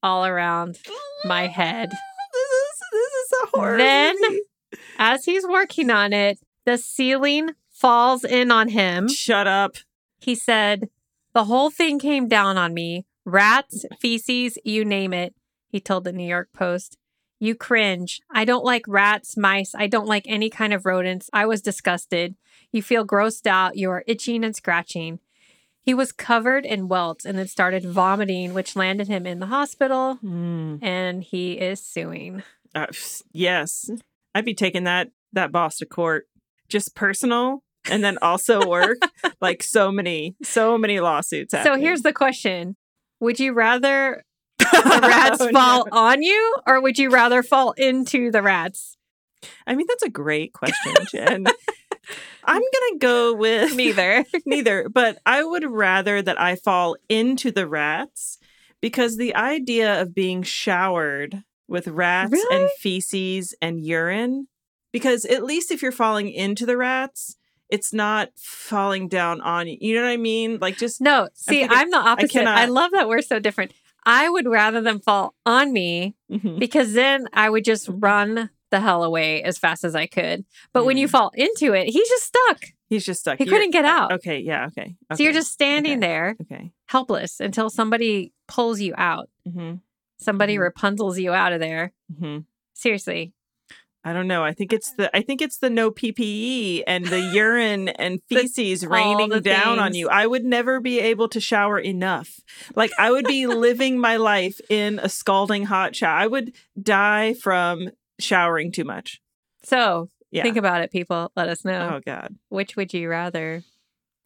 [SPEAKER 2] all around my head.
[SPEAKER 1] This is this is a horror.
[SPEAKER 2] Then-
[SPEAKER 1] movie.
[SPEAKER 2] As he's working on it, the ceiling falls in on him.
[SPEAKER 1] shut up.
[SPEAKER 2] He said, The whole thing came down on me rats, feces, you name it. He told the New York Post. You cringe. I don't like rats, mice. I don't like any kind of rodents. I was disgusted. You feel grossed out. You are itching and scratching. He was covered in welts and then started vomiting, which landed him in the hospital, and he is suing.
[SPEAKER 1] Uh, pfft, yes, I'd be taking that that boss to court. Just personal, and then also work. like so many, so many lawsuits.
[SPEAKER 2] So
[SPEAKER 1] happening.
[SPEAKER 2] here's the question Would you rather the rats
[SPEAKER 1] Oh, no.
[SPEAKER 2] fall on you, or would you rather fall into the rats?
[SPEAKER 1] I mean, that's a great question, Jen. I'm gonna go with
[SPEAKER 2] Neither.
[SPEAKER 1] neither, but I would rather that I fall into the rats because the idea of being showered with rats and
[SPEAKER 2] Really?
[SPEAKER 1] feces and urine, because at least if you're falling into the rats, it's not falling down on you. You know what I mean? Like just
[SPEAKER 2] No, see, I'm,
[SPEAKER 1] thinking-
[SPEAKER 2] the opposite. I,
[SPEAKER 1] cannot-
[SPEAKER 2] love that we're so different. I would rather them fall on me
[SPEAKER 1] Mhm.
[SPEAKER 2] because then I would just
[SPEAKER 1] Mm-hmm.
[SPEAKER 2] run the hell away as fast as I could. But when you
[SPEAKER 1] Mm.
[SPEAKER 2] fall into it, he's just stuck.
[SPEAKER 1] he's just stuck.
[SPEAKER 2] He
[SPEAKER 1] You're-
[SPEAKER 2] couldn't get out.
[SPEAKER 1] Okay, yeah, okay.
[SPEAKER 2] So you're
[SPEAKER 1] okay,
[SPEAKER 2] just standing
[SPEAKER 1] okay.
[SPEAKER 2] there
[SPEAKER 1] okay.
[SPEAKER 2] helpless until somebody pulls you out.
[SPEAKER 1] hmm
[SPEAKER 2] Somebody
[SPEAKER 1] Mhm.
[SPEAKER 2] Rapunzel's you out of there.
[SPEAKER 1] hmm
[SPEAKER 2] Seriously.
[SPEAKER 1] I don't know. I think it's
[SPEAKER 2] Uh-huh.
[SPEAKER 1] the I think it's the no PPE and the urine and
[SPEAKER 2] The-
[SPEAKER 1] feces
[SPEAKER 2] all
[SPEAKER 1] raining
[SPEAKER 2] the
[SPEAKER 1] down on
[SPEAKER 2] things.
[SPEAKER 1] you. I would never be able to shower enough. Like I would be living my life in a scalding hot shower. I would die from showering too much.
[SPEAKER 2] So
[SPEAKER 1] Yeah.
[SPEAKER 2] think about it, people. Let us know.
[SPEAKER 1] oh god.
[SPEAKER 2] Which would you rather?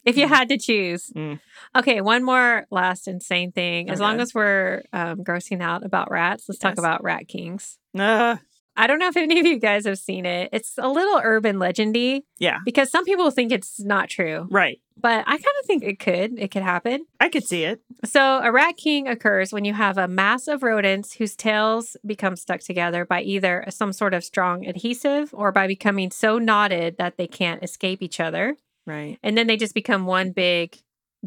[SPEAKER 2] If you
[SPEAKER 1] Mm.
[SPEAKER 2] had to choose.
[SPEAKER 1] Mm.
[SPEAKER 2] Okay, one more last insane thing. As long
[SPEAKER 1] Okay.
[SPEAKER 2] as we're um, grossing out about rats, let's talk
[SPEAKER 1] Yes.
[SPEAKER 2] about Rat Kings.
[SPEAKER 1] Uh,
[SPEAKER 2] I don't know if any of you guys have seen it. It's a little urban legendy.
[SPEAKER 1] Yeah.
[SPEAKER 2] Because some people think it's not true,
[SPEAKER 1] right.
[SPEAKER 2] but I kind of think it could. It could happen.
[SPEAKER 1] I could see it.
[SPEAKER 2] So, a rat king occurs when you have a mass of rodents whose tails become stuck together by either some sort of strong adhesive or by becoming so knotted that they can't escape each other.
[SPEAKER 1] Right.
[SPEAKER 2] And then they just become one big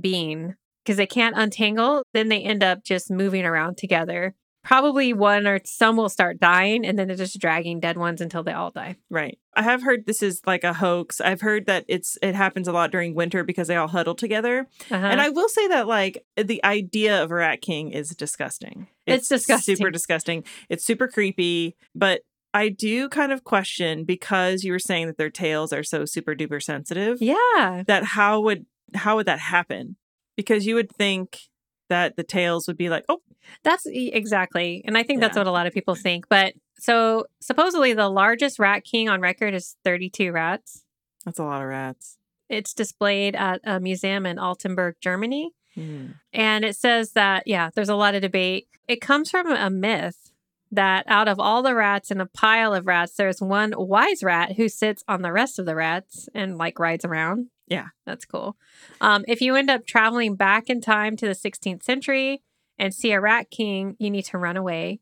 [SPEAKER 2] being because they can't untangle. Then they end up just moving around together. Probably one or some will start dying, and then they're just dragging dead ones until they all die.
[SPEAKER 1] Right. I have heard this is like a hoax. I've heard that it's it happens a lot during winter because they all huddle together.
[SPEAKER 2] Uh-huh.
[SPEAKER 1] And I will say that like the idea of a rat king is disgusting.
[SPEAKER 2] It's disgusting.
[SPEAKER 1] Super disgusting. It's super creepy, but I do kind of question because you were saying that their tails are so super duper sensitive.
[SPEAKER 2] yeah.
[SPEAKER 1] That how would how would that happen? Because you would think that the tails would be like, oh,
[SPEAKER 2] That's e- exactly. And I think that's
[SPEAKER 1] Yeah.
[SPEAKER 2] what a lot of people think. But so supposedly the largest rat king on record is 32 rats.
[SPEAKER 1] that's a lot of rats.
[SPEAKER 2] It's displayed at a museum in Altenburg, Germany.
[SPEAKER 1] Hmm.
[SPEAKER 2] And it says that, yeah, there's a lot of debate. It comes from a myth that out of all the rats in a pile of rats, there's one wise rat who sits on the rest of the rats and like rides around.
[SPEAKER 1] Yeah.
[SPEAKER 2] That's cool. Um, if you end up traveling back in time to the 16th century and see a rat king, you need to run away.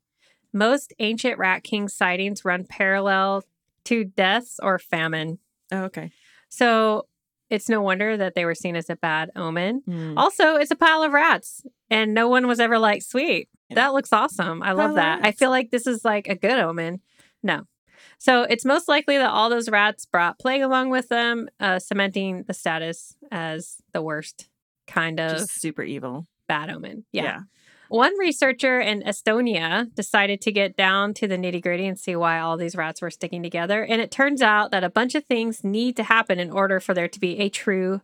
[SPEAKER 2] Most ancient rat king sightings run parallel to deaths or famine.
[SPEAKER 1] Oh, okay.
[SPEAKER 2] So it's no wonder that they were seen as a bad omen.
[SPEAKER 1] Hmm.
[SPEAKER 2] Also, it's a pile of rats, and no one was ever like, sweet,
[SPEAKER 1] Yeah.
[SPEAKER 2] that looks awesome. I love
[SPEAKER 1] of
[SPEAKER 2] that. I
[SPEAKER 1] rats.
[SPEAKER 2] feel like this is like a good omen. No. So it's most likely that all those rats brought plague along with them, uh, cementing the status as the worst kind of
[SPEAKER 1] Just super evil.
[SPEAKER 2] bad omen. Yeah. One researcher in Estonia decided to get down to the nitty gritty and see why all these rats were sticking together. And it turns out that a bunch of things need to happen in order for there to be a true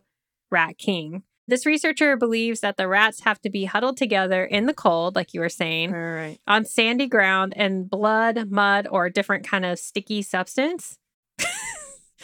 [SPEAKER 2] rat king. This researcher believes that the rats have to be huddled together in the cold, like you were saying,
[SPEAKER 1] All right.
[SPEAKER 2] on sandy ground and blood, mud, or a different kind of sticky substance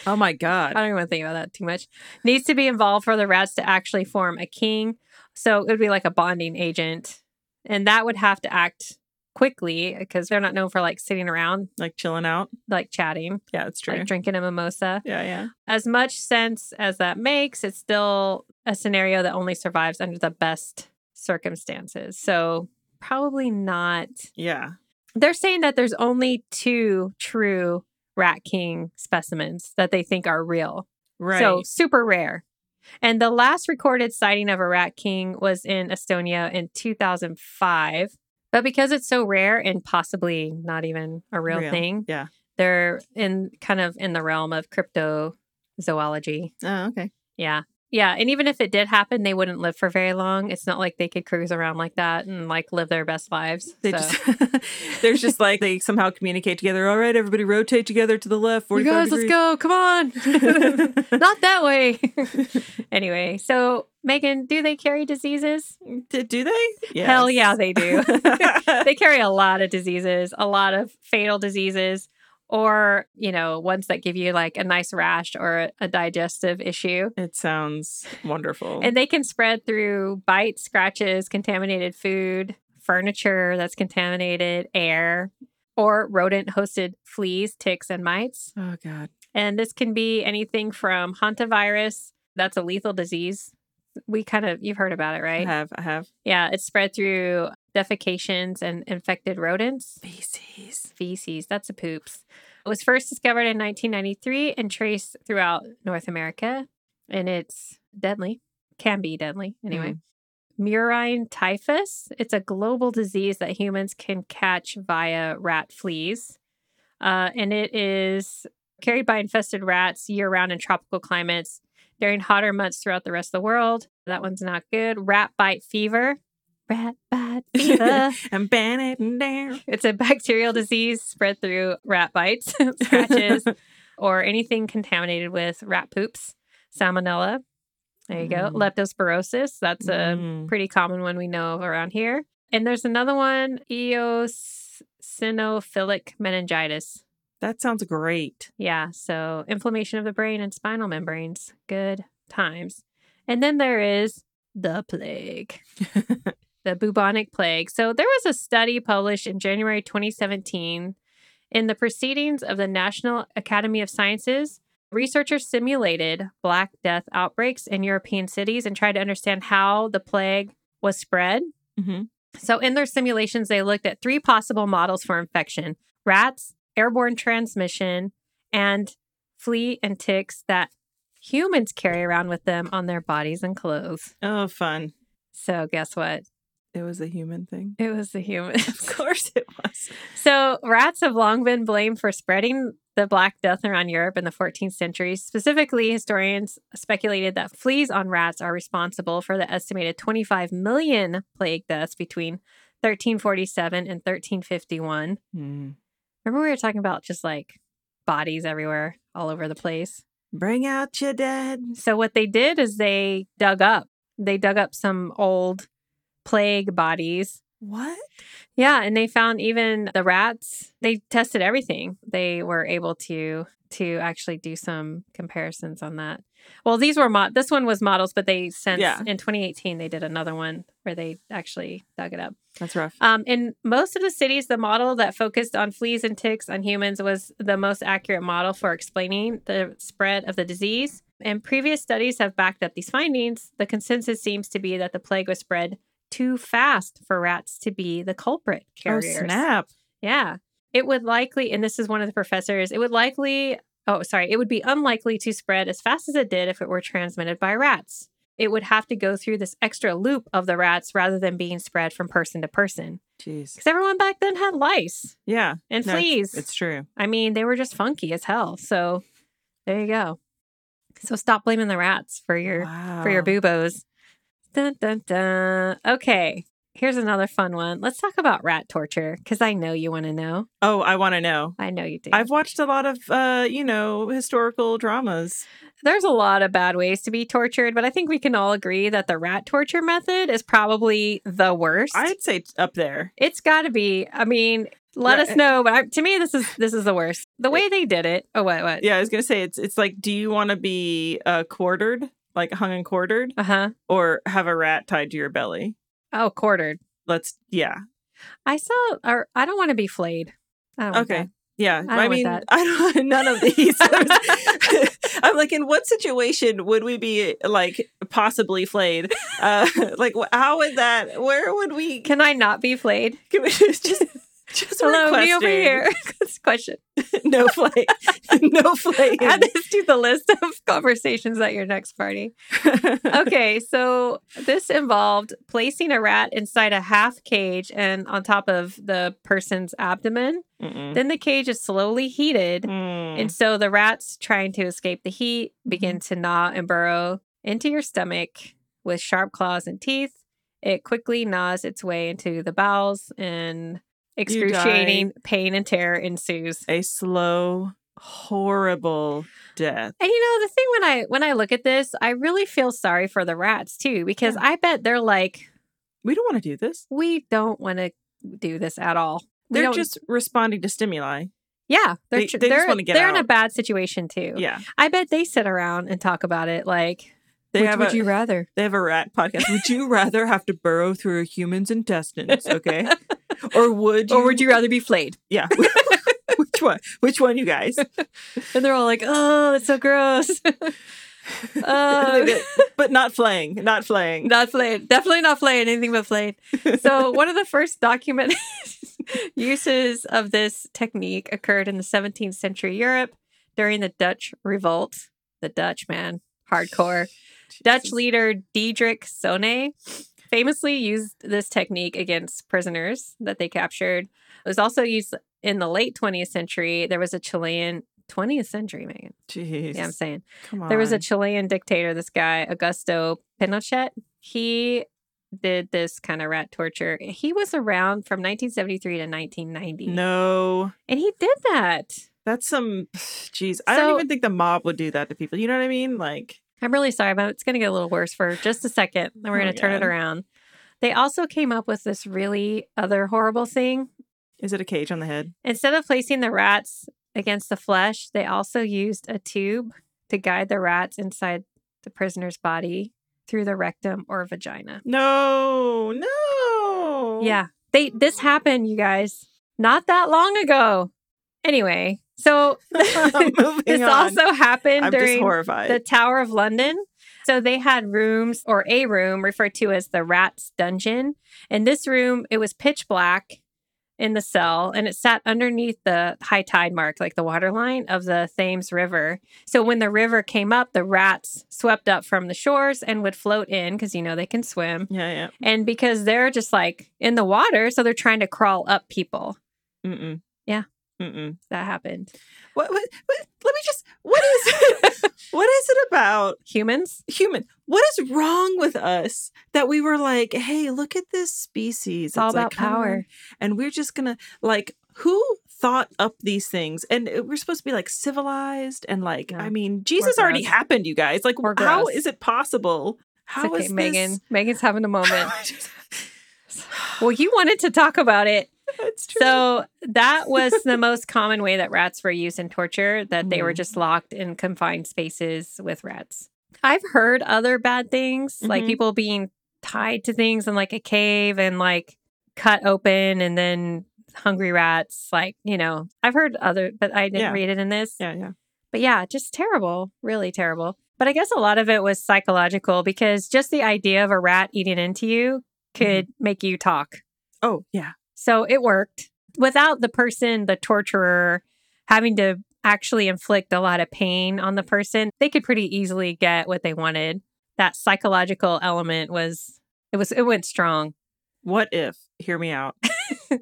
[SPEAKER 1] Oh my god.
[SPEAKER 2] I don't even want to think about that too much. Needs to be involved for the rats to actually form a king. So it would be like a bonding agent. And that would have to act quickly because they're not known for like sitting around,
[SPEAKER 1] Like chilling out.
[SPEAKER 2] like chatting,
[SPEAKER 1] Yeah, it's true.
[SPEAKER 2] like drinking a mimosa.
[SPEAKER 1] yeah, yeah.
[SPEAKER 2] As much sense as that makes, it's still a scenario that only survives under the best circumstances. So probably not.
[SPEAKER 1] Yeah.
[SPEAKER 2] They're saying that there's only two true rat king specimens that they think are real.
[SPEAKER 1] Right.
[SPEAKER 2] So super rare. And the last recorded sighting of a rat king was in Estonia in 2005. But because it's so rare and possibly not even a real,
[SPEAKER 1] Real,
[SPEAKER 2] thing,
[SPEAKER 1] yeah.
[SPEAKER 2] they're in kind of in the realm of cryptozoology.
[SPEAKER 1] oh, okay.
[SPEAKER 2] Yeah. Yeah. And even if it did happen, they wouldn't live for very long. It's not like they could cruise around like that and like live their best lives.
[SPEAKER 1] They
[SPEAKER 2] so.
[SPEAKER 1] just there's just like they somehow communicate together. All right, everybody rotate together to the left.
[SPEAKER 2] you
[SPEAKER 1] 45
[SPEAKER 2] guys, let's
[SPEAKER 1] degrees.
[SPEAKER 2] go. Come on. not that way. anyway, so Megan, do they carry diseases?
[SPEAKER 1] D- do they? Yes.
[SPEAKER 2] Hell yeah, they do. they carry a lot of diseases, a lot of fatal diseases, or, you know, ones that give you like a nice rash or a, a digestive issue.
[SPEAKER 1] it sounds wonderful.
[SPEAKER 2] And they can spread through bites, scratches, contaminated food, furniture that's contaminated, air, or rodent hosted fleas, ticks, and mites.
[SPEAKER 1] oh god.
[SPEAKER 2] And this can be anything from hantavirus, that's a lethal disease. We kind of, you've heard about it,
[SPEAKER 1] I
[SPEAKER 2] right?
[SPEAKER 1] have I have
[SPEAKER 2] Yeah, it's spread through defecations and infected rodents.
[SPEAKER 1] feces.
[SPEAKER 2] Feces, that's a poops. It was first discovered in 1993 and traced throughout North America. And it's deadly, can be deadly anyway. Murine typhus, it's a global disease that humans can catch via rat fleas. Uh, and it is carried by infested rats year round in tropical climates during hotter months throughout the rest of the world. That one's not good. Rat bite fever. Rat bite fever.
[SPEAKER 1] I'm banning down.
[SPEAKER 2] It's a bacterial disease spread through rat bites, scratches, or anything contaminated with rat poops, salmonella. There you go.
[SPEAKER 1] Mm.
[SPEAKER 2] Leptospirosis. That's a
[SPEAKER 1] Mm.
[SPEAKER 2] pretty common one we know of around here. And there's another one, eosinophilic meningitis.
[SPEAKER 1] That sounds great.
[SPEAKER 2] Yeah, so inflammation of the brain and spinal membranes. Good times. And then there is the plague, the bubonic plague. So there was a study published in January 2017 in the Proceedings of the National Academy of Sciences. Researchers simulated Black Death outbreaks in European cities and tried to understand how the plague was spread.
[SPEAKER 1] Mm-hmm.
[SPEAKER 2] So, in their simulations, they looked at three possible models for infection rats, airborne transmission, and flea and ticks that humans carry around with them on their bodies and clothes.
[SPEAKER 1] Oh, fun.
[SPEAKER 2] So, guess what?
[SPEAKER 1] It was a human thing.
[SPEAKER 2] It was the humans.
[SPEAKER 1] Of course it was.
[SPEAKER 2] So, rats have long been blamed for spreading the Black Death around Europe in the 14th century. Specifically, historians speculated that fleas on rats are responsible for the estimated 25 million plague deaths between 1347 and 1351.
[SPEAKER 1] Mm.
[SPEAKER 2] Remember, we were talking about just like bodies everywhere, all over the place.
[SPEAKER 1] Bring out your dead.
[SPEAKER 2] So, what they did is they dug up, they dug up some old plague bodies
[SPEAKER 1] What?
[SPEAKER 2] yeah, and they found even the rats. They tested everything. They were able to to actually do some comparisons on that. Well, these were mo- this one was models, but they since
[SPEAKER 1] Yeah.
[SPEAKER 2] in 2018 they did another one where they actually dug it up.
[SPEAKER 1] That's rough.
[SPEAKER 2] Um, in most of the cities, the model that focused on fleas and ticks on humans was the most accurate model for explaining the spread of the disease. And previous studies have backed up these findings. The consensus seems to be that the plague was spread too fast for rats to be the culprit carriers.
[SPEAKER 1] Oh, snap.
[SPEAKER 2] Yeah. It would likely, and this is one of the professors, it would likely, oh, sorry, it would be unlikely to spread as fast as it did if it were transmitted by rats. It would have to go through this extra loop of the rats rather than being spread from person to person.
[SPEAKER 1] Jeez.
[SPEAKER 2] Because everyone back then had lice
[SPEAKER 1] Yeah.
[SPEAKER 2] and
[SPEAKER 1] No, it's-
[SPEAKER 2] fleas.
[SPEAKER 1] It's, true.
[SPEAKER 2] I mean, they were just funky as hell. So there you go. So stop blaming the rats for your
[SPEAKER 1] Wow.
[SPEAKER 2] for your boobos. Dun dun dun. Okay. Here's another fun one. Let's talk about rat torture because I know you want to know.
[SPEAKER 1] Oh, I want to know.
[SPEAKER 2] I know you do.
[SPEAKER 1] I've watched a lot of, uh, you know, historical dramas.
[SPEAKER 2] There's a lot of bad ways to be tortured, but I think we can all agree that the rat torture method is probably the worst.
[SPEAKER 1] I'd say t- up there.
[SPEAKER 2] it's got to be. I mean, let
[SPEAKER 1] Right.
[SPEAKER 2] us know. But I, to me, this is this is the worst. The way they did it. Oh, what? What?
[SPEAKER 1] Yeah, I was gonna say it's it's like, do you want to be uh, quartered, like hung and quartered,
[SPEAKER 2] Uh huh.
[SPEAKER 1] or have a rat tied to your belly?
[SPEAKER 2] Oh, quartered.
[SPEAKER 1] Let's, yeah,
[SPEAKER 2] I saw. Or I don't want to be flayed. I don't
[SPEAKER 1] Okay.
[SPEAKER 2] okay.
[SPEAKER 1] yeah.
[SPEAKER 2] don't
[SPEAKER 1] I,
[SPEAKER 2] want
[SPEAKER 1] mean,
[SPEAKER 2] that.
[SPEAKER 1] I don't none of these. I'm like, in what situation would we be like possibly flayed? Uh, like, wh- how would that? Where would we?
[SPEAKER 2] Can I not be flayed?
[SPEAKER 1] Can we just Just
[SPEAKER 2] Hello, me over
[SPEAKER 1] requesting.
[SPEAKER 2] here. This question.
[SPEAKER 1] no flake. no flake.
[SPEAKER 2] Add this to the list of conversations at your next party. okay, so this involved placing a rat inside a half cage and on top of the person's abdomen.
[SPEAKER 1] Mm-mm.
[SPEAKER 2] Then the cage is slowly heated,
[SPEAKER 1] Mm.
[SPEAKER 2] and so the rats trying to escape the heat begin
[SPEAKER 1] Mm-hmm.
[SPEAKER 2] to gnaw and burrow into your stomach with sharp claws and teeth. It quickly gnaws its way into the bowels and excruciating pain and terror ensues.
[SPEAKER 1] a slow, horrible death.
[SPEAKER 2] And you know, the thing when I when I look at this, I really feel sorry for the rats too because I bet they're like
[SPEAKER 1] We don't want to do this.
[SPEAKER 2] we don't want to do this at all. We
[SPEAKER 1] They're
[SPEAKER 2] don't-
[SPEAKER 1] just responding to stimuli.
[SPEAKER 2] yeah, they're
[SPEAKER 1] they-
[SPEAKER 2] tr-
[SPEAKER 1] they just
[SPEAKER 2] they're,
[SPEAKER 1] wanna get
[SPEAKER 2] they're in a
[SPEAKER 1] out.
[SPEAKER 2] bad situation too.
[SPEAKER 1] Yeah,
[SPEAKER 2] I bet they sit around and talk about it like
[SPEAKER 1] they
[SPEAKER 2] which
[SPEAKER 1] have
[SPEAKER 2] would
[SPEAKER 1] a
[SPEAKER 2] you rather?
[SPEAKER 1] they have a rat podcast. Would you rather have to burrow through a human's intestines, okay, or would you,
[SPEAKER 2] Or would you rather be flayed?
[SPEAKER 1] Yeah, which one? Which one, you guys?
[SPEAKER 2] And they're all like, "Oh, that's so gross." uh,
[SPEAKER 1] but not flaying, not flaying.
[SPEAKER 2] not flayed. Definitely not flayed. Anything but flayed. So one of the first documented uses of this technique occurred in the 17th century Europe during the Dutch Revolt. The Dutch man, hardcore. Dutch
[SPEAKER 1] Jesus.
[SPEAKER 2] leader Diedrich Sonne famously used this technique against prisoners that they captured. It was also used in the late 20th century. There was a Chilean 20th century, Megan.
[SPEAKER 1] Jeez,
[SPEAKER 2] Yeah, I'm saying.
[SPEAKER 1] come on.
[SPEAKER 2] There was a Chilean dictator, this guy, Augusto Pinochet. He did this kind of rat torture. He was around from 1973 to 1990.
[SPEAKER 1] no.
[SPEAKER 2] And he did that.
[SPEAKER 1] That's some. Jeez, I don't
[SPEAKER 2] So- even
[SPEAKER 1] even think the mob would do that to people. You know what I mean? Like,
[SPEAKER 2] I'm really sorry, but it's going to get a little worse for just a second. Then we're
[SPEAKER 1] Oh my
[SPEAKER 2] going to turn it
[SPEAKER 1] God.
[SPEAKER 2] around. They also came up with this really other horrible thing.
[SPEAKER 1] is it a cage on the head?
[SPEAKER 2] Instead of placing the rats against the flesh, they also used a tube to guide the rats inside the prisoner's body through the rectum or vagina.
[SPEAKER 1] No, no.
[SPEAKER 2] Yeah. They this happened, you guys, not that long ago. Anyway, so
[SPEAKER 1] Moving
[SPEAKER 2] this
[SPEAKER 1] on.
[SPEAKER 2] also happened
[SPEAKER 1] I'm just
[SPEAKER 2] during
[SPEAKER 1] horrified.
[SPEAKER 2] the Tower of London. So they had rooms or a room referred to as the rat's dungeon. In this room, it was pitch black in the cell and it sat underneath the high tide mark, like the water line of the Thames River. So when the river came up, the rats swept up from the shores and would float in because you know they can swim.
[SPEAKER 1] yeah,
[SPEAKER 2] And because they're just like in the water, so they're trying to crawl up people.
[SPEAKER 1] yeah. Mm-mm.
[SPEAKER 2] Yeah.
[SPEAKER 1] Mm-mm.
[SPEAKER 2] That happened.
[SPEAKER 1] What, what, what? Let me just. What is? what is it about
[SPEAKER 2] Humans?
[SPEAKER 1] human? What is wrong with us that we were like, hey, look at this species.
[SPEAKER 2] It's all
[SPEAKER 1] like
[SPEAKER 2] about
[SPEAKER 1] coming
[SPEAKER 2] power.
[SPEAKER 1] and we're just gonna like who thought up these things and it- we're supposed to be like civilized and like
[SPEAKER 2] No.
[SPEAKER 1] i mean jesus already
[SPEAKER 2] gross.
[SPEAKER 1] happened you guys like
[SPEAKER 2] We're
[SPEAKER 1] how
[SPEAKER 2] gross.
[SPEAKER 1] is it possible
[SPEAKER 2] It's
[SPEAKER 1] How is
[SPEAKER 2] okay, Megan.
[SPEAKER 1] this-
[SPEAKER 2] Megan's having a moment. well, you wanted to talk about it.
[SPEAKER 1] that's true
[SPEAKER 2] So that was the most common way that rats were used in torture, that they were
[SPEAKER 1] Mhm.
[SPEAKER 2] just locked in confined spaces with rats. I've heard other bad things, like
[SPEAKER 1] Mhm.
[SPEAKER 2] people being tied to things in like a cave and like cut open and then hungry rats, like, you know, I've heard other, but I didn't
[SPEAKER 1] Yeah.
[SPEAKER 2] read it in this.
[SPEAKER 1] yeah yeah
[SPEAKER 2] But yeah, just terrible, really terrible. But I guess a lot of it was psychological because just the idea of a rat eating into you could
[SPEAKER 1] Mm-hmm.
[SPEAKER 2] make you talk.
[SPEAKER 1] oh yeah
[SPEAKER 2] So it worked without the person, the torturer, having to actually inflict a lot of pain on the person. They could pretty easily get what they wanted. That psychological element was it was it went strong.
[SPEAKER 1] what if hear me out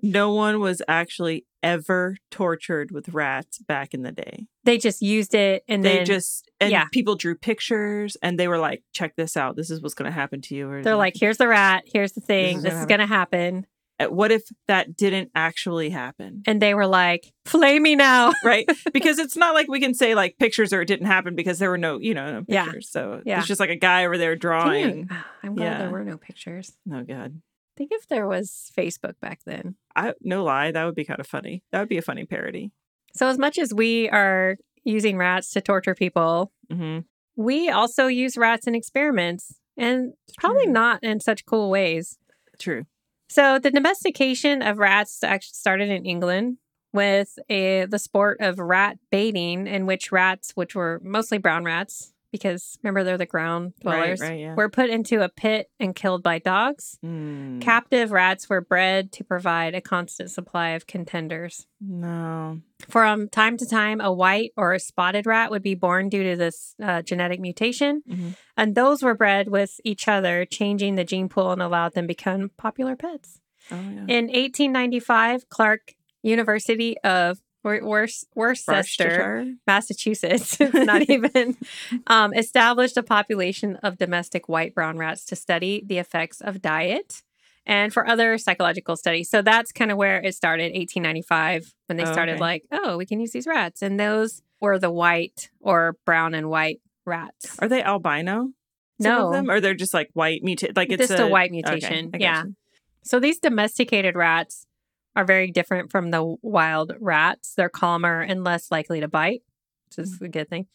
[SPEAKER 1] no one was actually ever tortured with rats back in the day
[SPEAKER 2] They just used it and
[SPEAKER 1] they
[SPEAKER 2] then
[SPEAKER 1] just and
[SPEAKER 2] yeah.
[SPEAKER 1] people drew pictures and they were like check this out this is what's going to happen to you or
[SPEAKER 2] they're like, here's the rat, here's the thing,
[SPEAKER 1] is
[SPEAKER 2] this
[SPEAKER 1] gonna
[SPEAKER 2] is gonna happen.
[SPEAKER 1] Eh, what if that didn't actually happen
[SPEAKER 2] And they were like, Flay me now.
[SPEAKER 1] right? Because it's not like we can say like pictures or it didn't happen because there were no, you know, no
[SPEAKER 2] Yeah.
[SPEAKER 1] pictures. So
[SPEAKER 2] Yeah.
[SPEAKER 1] it's just like a guy over there
[SPEAKER 2] Dang.
[SPEAKER 1] drawing.
[SPEAKER 2] Ah, I'm glad there
[SPEAKER 1] Yeah.
[SPEAKER 2] were no pictures.
[SPEAKER 1] Oh god.
[SPEAKER 2] Think if there was Facebook back then.
[SPEAKER 1] I no lie, that would be kind of funny. That would be a funny parody.
[SPEAKER 2] So as much as we are using rats to torture people,
[SPEAKER 1] hmm
[SPEAKER 2] we also use rats in experiments and probably
[SPEAKER 1] True.
[SPEAKER 2] not in such cool ways.
[SPEAKER 1] True.
[SPEAKER 2] So the domestication of rats actually started in England with a, the sport of rat baiting in which rats, which were mostly brown rats, because remember they're the ground dwellers,
[SPEAKER 1] Right, right, yeah.
[SPEAKER 2] were put into a pit and killed by dogs.
[SPEAKER 1] Hmm.
[SPEAKER 2] Captive rats were bred to provide a constant supply of contenders.
[SPEAKER 1] No.
[SPEAKER 2] From time to time, a white or a spotted rat would be born due to this uh, genetic mutation,
[SPEAKER 1] Mhm.
[SPEAKER 2] and those were bred with each other, changing the gene pool and allowed them become popular pets.
[SPEAKER 1] Oh yeah.
[SPEAKER 2] In 1895, Clark University of Wor- Wor- Worcester,
[SPEAKER 1] Worcestershire?
[SPEAKER 2] Massachusetts, it's not even, um, established a population of domestic white brown rats to study the effects of diet and for other psychological studies. So that's kind of where it started, 1895, when they
[SPEAKER 1] Oh,
[SPEAKER 2] started
[SPEAKER 1] okay.
[SPEAKER 2] like, oh, we can use these rats. And those were the white or brown and white rats.
[SPEAKER 1] Are they albino? Some
[SPEAKER 2] no,
[SPEAKER 1] of them, or they're just like white mutant. Like it's
[SPEAKER 2] just a, white mutation.
[SPEAKER 1] I
[SPEAKER 2] yeah.
[SPEAKER 1] gotcha.
[SPEAKER 2] So these domesticated rats are very different from the wild rats. They're calmer and less likely to bite, which
[SPEAKER 1] Mm.
[SPEAKER 2] is a good thing.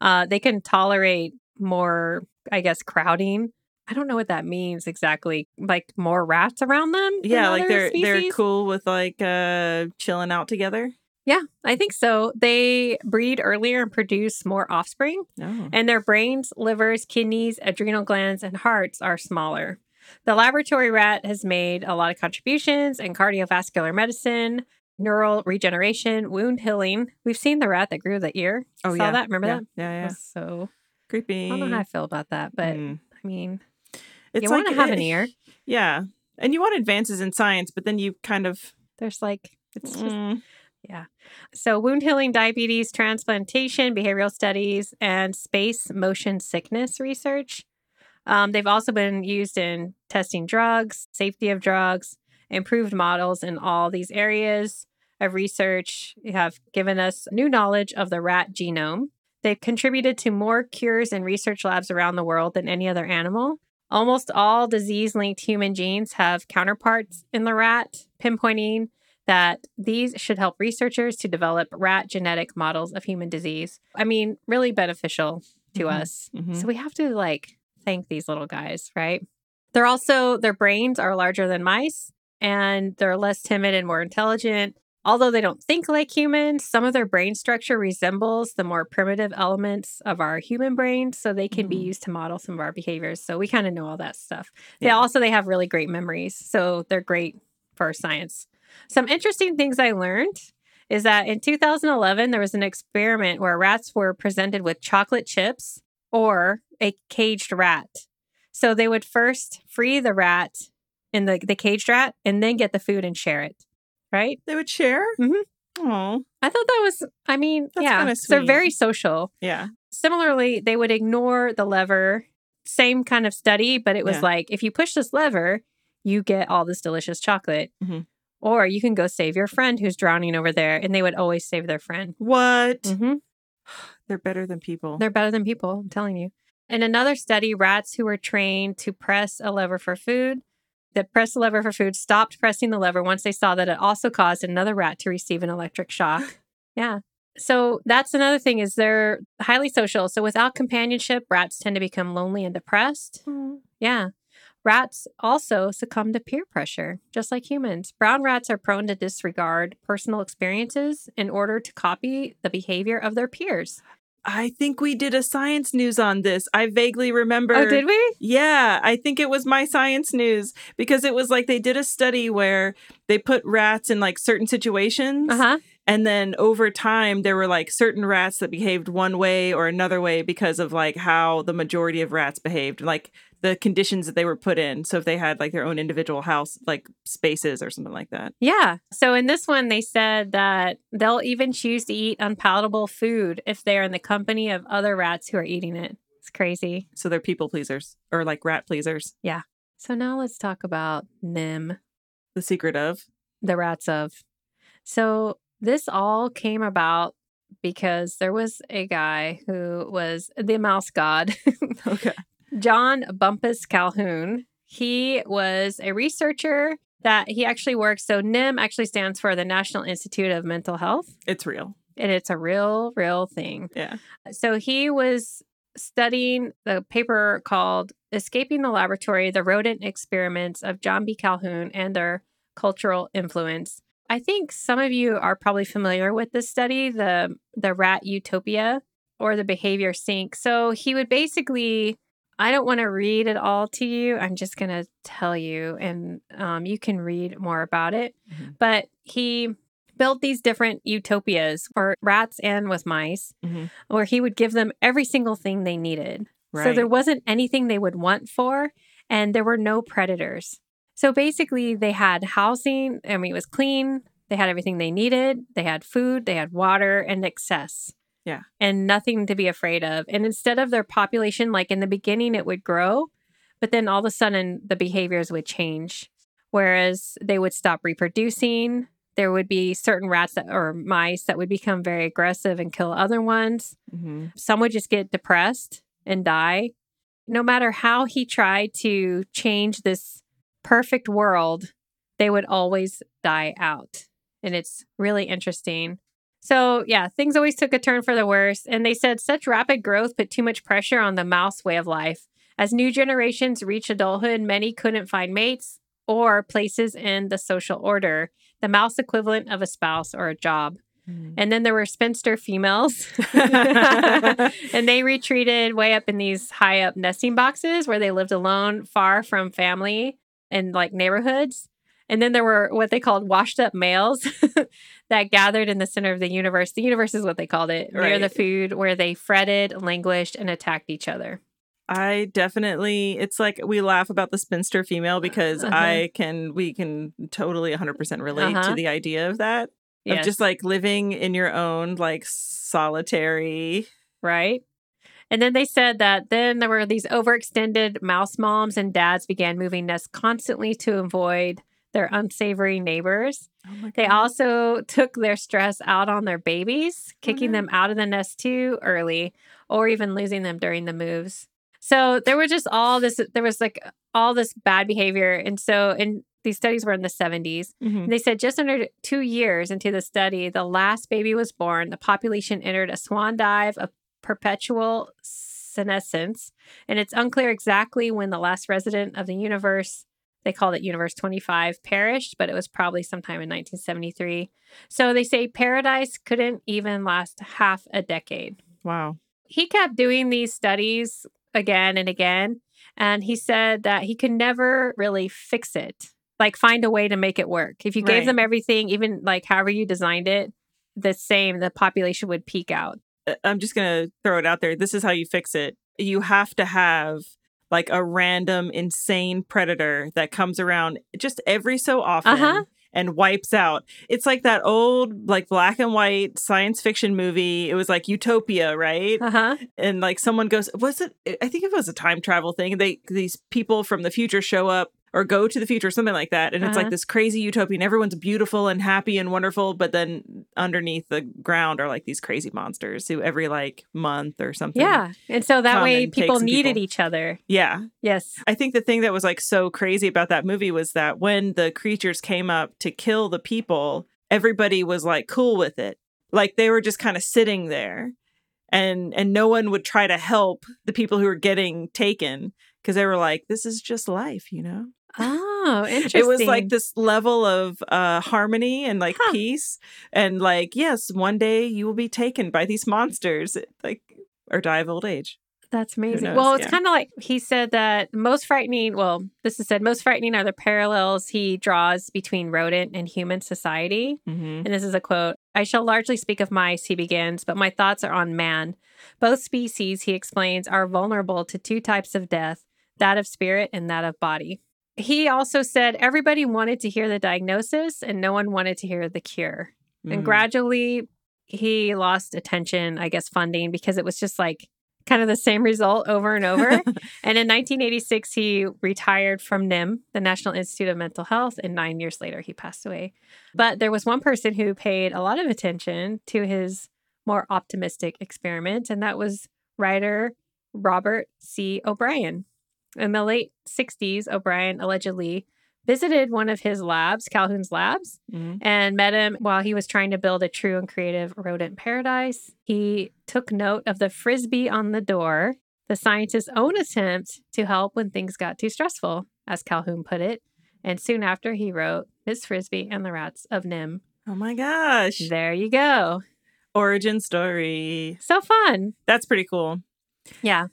[SPEAKER 2] Uh, they can tolerate more, I guess, crowding. I don't know what that means exactly. Like more rats around them. than
[SPEAKER 1] Yeah, like
[SPEAKER 2] other
[SPEAKER 1] they're they're
[SPEAKER 2] species?
[SPEAKER 1] cool with like uh chilling out together.
[SPEAKER 2] Yeah, I think so. They breed earlier and produce more offspring.
[SPEAKER 1] No.
[SPEAKER 2] and their brains, livers, kidneys, adrenal glands, and hearts are smaller. The laboratory rat has made a lot of contributions in cardiovascular medicine, neural regeneration, wound healing. We've seen the rat that grew the ear.
[SPEAKER 1] Oh
[SPEAKER 2] Saw
[SPEAKER 1] yeah.
[SPEAKER 2] that? Remember
[SPEAKER 1] yeah.
[SPEAKER 2] that?
[SPEAKER 1] Yeah, yeah.
[SPEAKER 2] That was So I
[SPEAKER 1] Creepy.
[SPEAKER 2] don't know how I feel about that, but
[SPEAKER 1] Mm.
[SPEAKER 2] I mean,
[SPEAKER 1] It's
[SPEAKER 2] you
[SPEAKER 1] like
[SPEAKER 2] want to have
[SPEAKER 1] it-
[SPEAKER 2] an ear.
[SPEAKER 1] Yeah. And you want advances in science, but then you kind of
[SPEAKER 2] There's like it's just
[SPEAKER 1] Mm.
[SPEAKER 2] So, wound healing, diabetes, transplantation, behavioral studies, and space motion sickness research. Um, they've also been used in testing drugs, safety of drugs, improved models in all these areas of research have given us new knowledge of the rat genome. They've contributed to more cures in research labs around the world than any other animal. Almost all disease linked human genes have counterparts in the rat, pinpointing that these should help researchers to develop rat genetic models of human disease. I mean, really beneficial to
[SPEAKER 1] Mhm,
[SPEAKER 2] us.
[SPEAKER 1] mhm.
[SPEAKER 2] So we have to like thank these little guys, right? They're also, their brains are larger than mice and they're less timid and more intelligent. Although they don't think like humans, some of their brain structure resembles the more primitive elements of our human brains, so they can be
[SPEAKER 1] Mhm.
[SPEAKER 2] used to model some of our behaviors. So we kind of know all that stuff. They
[SPEAKER 1] Yeah.
[SPEAKER 2] also they have really great memories, so they're great for science. Some interesting things I learned is that in 2011 there was an experiment where rats were presented with chocolate chips or a caged rat. So they would first free the rat in the, the caged rat and then get the food and share it. Right?
[SPEAKER 1] they would share.
[SPEAKER 2] Mhm.
[SPEAKER 1] Oh,
[SPEAKER 2] I thought that was I mean,
[SPEAKER 1] That's
[SPEAKER 2] yeah.
[SPEAKER 1] kinda
[SPEAKER 2] So they're
[SPEAKER 1] sweet.
[SPEAKER 2] very social.
[SPEAKER 1] yeah.
[SPEAKER 2] Similarly, they would ignore the lever. Same kind of study, but it was
[SPEAKER 1] Yeah.
[SPEAKER 2] like if you push this lever, you get all this delicious chocolate.
[SPEAKER 1] Mhm.
[SPEAKER 2] Or you can go save your friend who's drowning over there, and they would always save their friend.
[SPEAKER 1] What?
[SPEAKER 2] Mhm.
[SPEAKER 1] They're better than people.
[SPEAKER 2] They're better than people, I'm telling you. In another study, rats who were trained to press a lever for food, that pressed the lever for food, stopped pressing the lever once they saw that it also caused another rat to receive an electric shock. yeah. So that's another thing is they're highly social. So without companionship, rats tend to become lonely and depressed.
[SPEAKER 1] Mm.
[SPEAKER 2] Yeah. Rats also succumb to peer pressure, just like humans. Brown rats are prone to disregard personal experiences in order to copy the behavior of their peers.
[SPEAKER 1] I think we did a science news on this. I vaguely remember.
[SPEAKER 2] Oh, did we?
[SPEAKER 1] Yeah, I think it was my science news because it was like they did a study where they put rats in like certain situations.
[SPEAKER 2] Uh huh.
[SPEAKER 1] And then over time, there were like certain rats that behaved one way or another way because of like how the majority of rats behaved, like the conditions that they were put in. So if they had like their own individual house, like spaces or something like that.
[SPEAKER 2] Yeah. So in this one, they said that they'll even choose to eat unpalatable food if they're in the company of other rats who are eating it. It's crazy.
[SPEAKER 1] So they're people pleasers or like rat pleasers.
[SPEAKER 2] So now let's talk about Nim,
[SPEAKER 1] The secret of.
[SPEAKER 2] the rats of. So this all came about because there was a guy who was the mouse god.
[SPEAKER 1] Okay.
[SPEAKER 2] John Bumpus Calhoun. He was a researcher that he actually works. So NIM actually stands for the National Institute of Mental Health.
[SPEAKER 1] It's real.
[SPEAKER 2] and it's a real, real thing.
[SPEAKER 1] Yeah.
[SPEAKER 2] So he was studying the paper called Escaping the Laboratory The Rodent Experiments of John B. Calhoun and Their Cultural Influence. I think some of you are probably familiar with this study, the, the Rat Utopia or the behavior sync. So he would basically, I don't want to read it all to you. I'm just going to tell you, and um, you can read more about it.
[SPEAKER 1] Mhm.
[SPEAKER 2] But he built these different utopias for rats and with mice,
[SPEAKER 1] Mhm.
[SPEAKER 2] where he would give them every single thing they needed. So
[SPEAKER 1] Right.
[SPEAKER 2] there wasn't anything they would want for, and there were no predators. So basically, they had housing, I mean, it was clean. They had everything they needed. They had food, they had water and excess.
[SPEAKER 1] Yeah.
[SPEAKER 2] And nothing to be afraid of. And instead of their population, like in the beginning, it would grow, but then all of a sudden the behaviors would change. Whereas they would stop reproducing. There would be certain rats that, or mice that would become very aggressive and kill other ones
[SPEAKER 1] hmm
[SPEAKER 2] some would just get depressed and die. No matter how he tried to change this perfect world, they would always die out. And it's really interesting. So, yeah, things always took a turn for the worse. And they said such rapid growth put too much pressure on the mouse way of life. As new generations reach adulthood, many couldn't find mates or places in the social order, the mouse equivalent of a spouse or a job. And then there were spinster females. and they retreated way up in these high up nesting boxes where they lived alone, far from family and like neighborhoods. And then there were what they called washed up males that gathered in the center of the universe. The universe is what they called it, near the
[SPEAKER 1] Right.
[SPEAKER 2] food, where they fretted, languished, and attacked each other.
[SPEAKER 1] I definitely it's like we laugh about the spinster female because
[SPEAKER 2] Uh-huh.
[SPEAKER 1] I can we can totally 100% relate
[SPEAKER 2] Uh-huh.
[SPEAKER 1] to the idea of that
[SPEAKER 2] Yes.
[SPEAKER 1] of just like living in your own like solitary
[SPEAKER 2] right? And then they said that then there were these overextended mouse moms and dads began moving nests constantly to avoid their unsavory neighbors.
[SPEAKER 1] Oh my
[SPEAKER 2] They
[SPEAKER 1] God.
[SPEAKER 2] also took their stress out on their babies, kicking
[SPEAKER 1] no.
[SPEAKER 2] them out of the nest too early or even losing them during the moves. So there were just all this, there was like all this bad behavior. And so, and these studies were in the 70s.
[SPEAKER 1] Mhm.
[SPEAKER 2] They said just under two years into the study, the last baby was born. The population entered a swan dive of perpetual senescence, and it's unclear exactly when the last resident of the universe. They called it Universe 25 perished, but it was probably sometime in 1973. So they say paradise couldn't even last half a decade
[SPEAKER 1] Wow.
[SPEAKER 2] he kept doing these studies again and again and he said that he could never really fix it like find a way to make it work if you gave
[SPEAKER 1] Right.
[SPEAKER 2] them everything even like however you designed it the same the population would peak out
[SPEAKER 1] I- I'm just going to throw it out there. This is how you fix it. You have to have like a random insane predator that comes around just every so often.
[SPEAKER 2] Uh-huh.
[SPEAKER 1] And wipes out. It's like that old, like black and white science fiction movie. It was like Utopia, right?
[SPEAKER 2] uh-huh
[SPEAKER 1] and like someone goes was it i think it was a time travel thing they these people from the future show up or go to the future something like that and it's
[SPEAKER 2] Uh-huh.
[SPEAKER 1] like this crazy utopia and everyone's beautiful and happy and wonderful but then underneath the ground are like these crazy monsters who every like month or something
[SPEAKER 2] yeah and so that
[SPEAKER 1] Come
[SPEAKER 2] way
[SPEAKER 1] and take
[SPEAKER 2] people
[SPEAKER 1] some
[SPEAKER 2] needed
[SPEAKER 1] people.
[SPEAKER 2] each other
[SPEAKER 1] yeah
[SPEAKER 2] yes
[SPEAKER 1] i think the thing that was like so crazy about that movie was that when the creatures came up to kill the people everybody was like cool with it like they were just kind of sitting there and and no one would try to help the people who were getting taken because they were like this is just life you know
[SPEAKER 2] oh interesting
[SPEAKER 1] it was like this level of uh harmony and like
[SPEAKER 2] Huh.
[SPEAKER 1] peace and like yes one day you will be taken by these monsters like or die of old age
[SPEAKER 2] That's amazing.
[SPEAKER 1] knows?
[SPEAKER 2] Well, it's
[SPEAKER 1] Yeah.
[SPEAKER 2] kind of like he said that most frightening, well, this is said, most frightening are the parallels he draws between rodent and human society.
[SPEAKER 1] mm-hmm.
[SPEAKER 2] And this is a quote I shall largely speak of mice, he begins, but my thoughts are on man. Both species, he explains, are vulnerable to two types of death that of spirit and that of body. He also said everybody wanted to hear the diagnosis and no one wanted to hear the cure
[SPEAKER 1] Mm.
[SPEAKER 2] and gradually he lost attention i guess funding because it was just like kind of the same result over and over and in 1986 he retired from nim the national institute of mental health and nine years later he passed away but there was one person who paid a lot of attention to his more optimistic experiments and that was writer robert c o'brien in the late 60s o'brien allegedly visited one of his labs calhoun's labs
[SPEAKER 1] Mhm.
[SPEAKER 2] and met him while he was trying to build a true and creative rodent paradise. He took note of the frisbee on the door, the scientist's own attempt to help when things got too stressful, as Calhoun put it. And soon after, he wrote Miss Frisbee and the Rats of Nim.
[SPEAKER 1] oh my gosh
[SPEAKER 2] There you go.
[SPEAKER 1] origin story.
[SPEAKER 2] So fun.
[SPEAKER 1] That's pretty cool.
[SPEAKER 2] Yeah.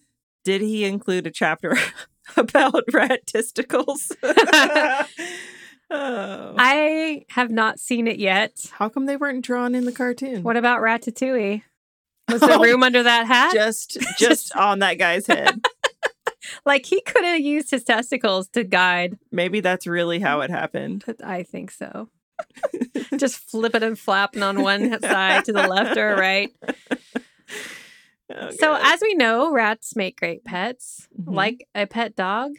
[SPEAKER 1] Did he include a chapter about rat testicles? oh.
[SPEAKER 2] I have not seen it yet.
[SPEAKER 1] How come they weren't drawn in the cartoon?
[SPEAKER 2] What about Ratatouille? Was there
[SPEAKER 1] Oh,
[SPEAKER 2] room under that hat?
[SPEAKER 1] Just just on that guy's head.
[SPEAKER 2] like he could have used his testicles to guide.
[SPEAKER 1] Maybe that's really how it happened.
[SPEAKER 2] But I think so. Just flipping and flapping on one side to the left or right.
[SPEAKER 1] Oh,
[SPEAKER 2] So,
[SPEAKER 1] God.
[SPEAKER 2] as we know, rats make great pets.
[SPEAKER 1] Mhm.
[SPEAKER 2] Like a pet dog,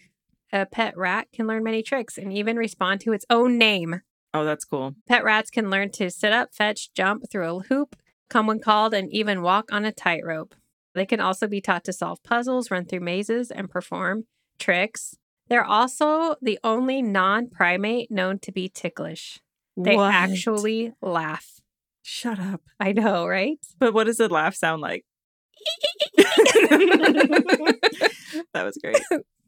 [SPEAKER 2] a pet rat can learn many tricks and even respond to its own name.
[SPEAKER 1] oh, that's cool.
[SPEAKER 2] Pet rats can learn to sit up, fetch, jump through a hoop, come when called, and even walk on a tightrope. They can also be taught to solve puzzles, run through mazes, and perform tricks. They're also the only non primate known to be ticklish. They
[SPEAKER 1] What?
[SPEAKER 2] actually laugh.
[SPEAKER 1] shut up.
[SPEAKER 2] I know, right?
[SPEAKER 1] But what does the laugh sound like? that was great.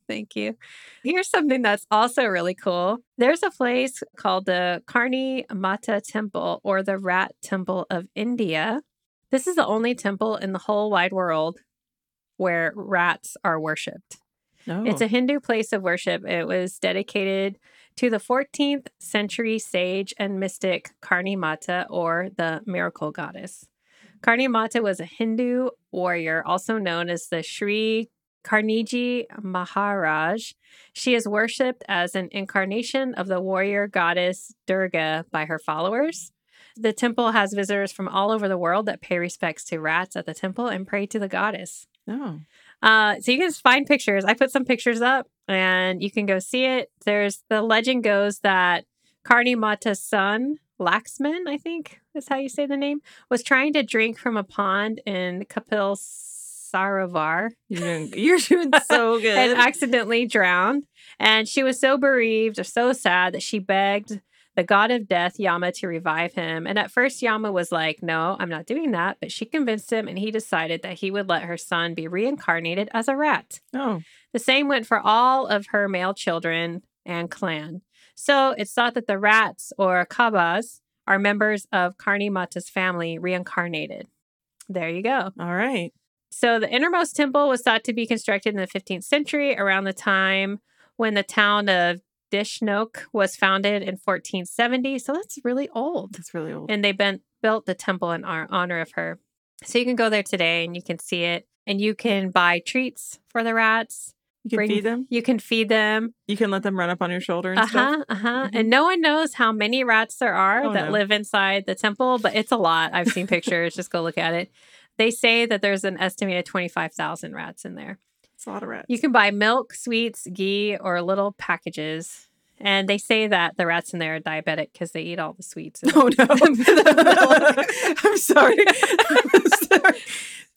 [SPEAKER 2] Thank you. Here's something that's also really cool. There's a place called the Karni Mata Temple or the Rat Temple of India. This is the only temple in the whole wide world where rats are worshipped.
[SPEAKER 1] No.
[SPEAKER 2] It's a Hindu place of worship. It was dedicated to the 14th century sage and mystic Karni Mata or the miracle goddess. Karni Mata was a Hindu warrior, also known as the Sri Karniji Maharaj. She is worshipped as an incarnation of the warrior goddess Durga by her followers. The temple has visitors from all over the world that pay respects to rats at the temple and pray to the goddess.
[SPEAKER 1] no.
[SPEAKER 2] Uh, so you can just find pictures. I put some pictures up and you can go see it. There's the legend goes that Karni Mata's son, Laxman, I think is how you say the name, was trying to drink from a pond in Kapil Saravar
[SPEAKER 1] You're doing, you're doing so good.
[SPEAKER 2] and accidentally drowned. And she was so bereaved or so sad that she begged the god of death, Yama, to revive him. And at first, Yama was like, No, I'm not doing that. But she convinced him, and he decided that he would let her son be reincarnated as a rat.
[SPEAKER 1] oh,
[SPEAKER 2] The same went for all of her male children and clan. So it's thought that the rats or kabas are members of Karni Mata's family reincarnated. There you go.
[SPEAKER 1] all right.
[SPEAKER 2] So the innermost temple was thought to be constructed in the 15th century, around the time when the town of Dishnok was founded in 1470. So that's really old.
[SPEAKER 1] That's really old.
[SPEAKER 2] And they bent, built the temple in our, honor of her. So you can go there today and you can see it. And you can buy treats for the rats.
[SPEAKER 1] you can
[SPEAKER 2] bring-
[SPEAKER 1] feed them.
[SPEAKER 2] You can feed them.
[SPEAKER 1] You can let them run up on your shoulder and
[SPEAKER 2] Uh
[SPEAKER 1] stuff.
[SPEAKER 2] huh. Uh huh.
[SPEAKER 1] Mhm.
[SPEAKER 2] And no one knows how many rats there are
[SPEAKER 1] Oh,
[SPEAKER 2] that
[SPEAKER 1] no.
[SPEAKER 2] live inside the temple, but it's a lot. I've seen pictures. Just go look at it. They say that there's an estimated 25,000 rats in there.
[SPEAKER 1] It's a lot of rats.
[SPEAKER 2] You can buy milk, sweets, ghee, or little packages. And they say that the rats in there are diabetic because they eat all the sweets. and
[SPEAKER 1] Oh no! Oh,
[SPEAKER 2] milk.
[SPEAKER 1] I'm sorry. I'm sorry.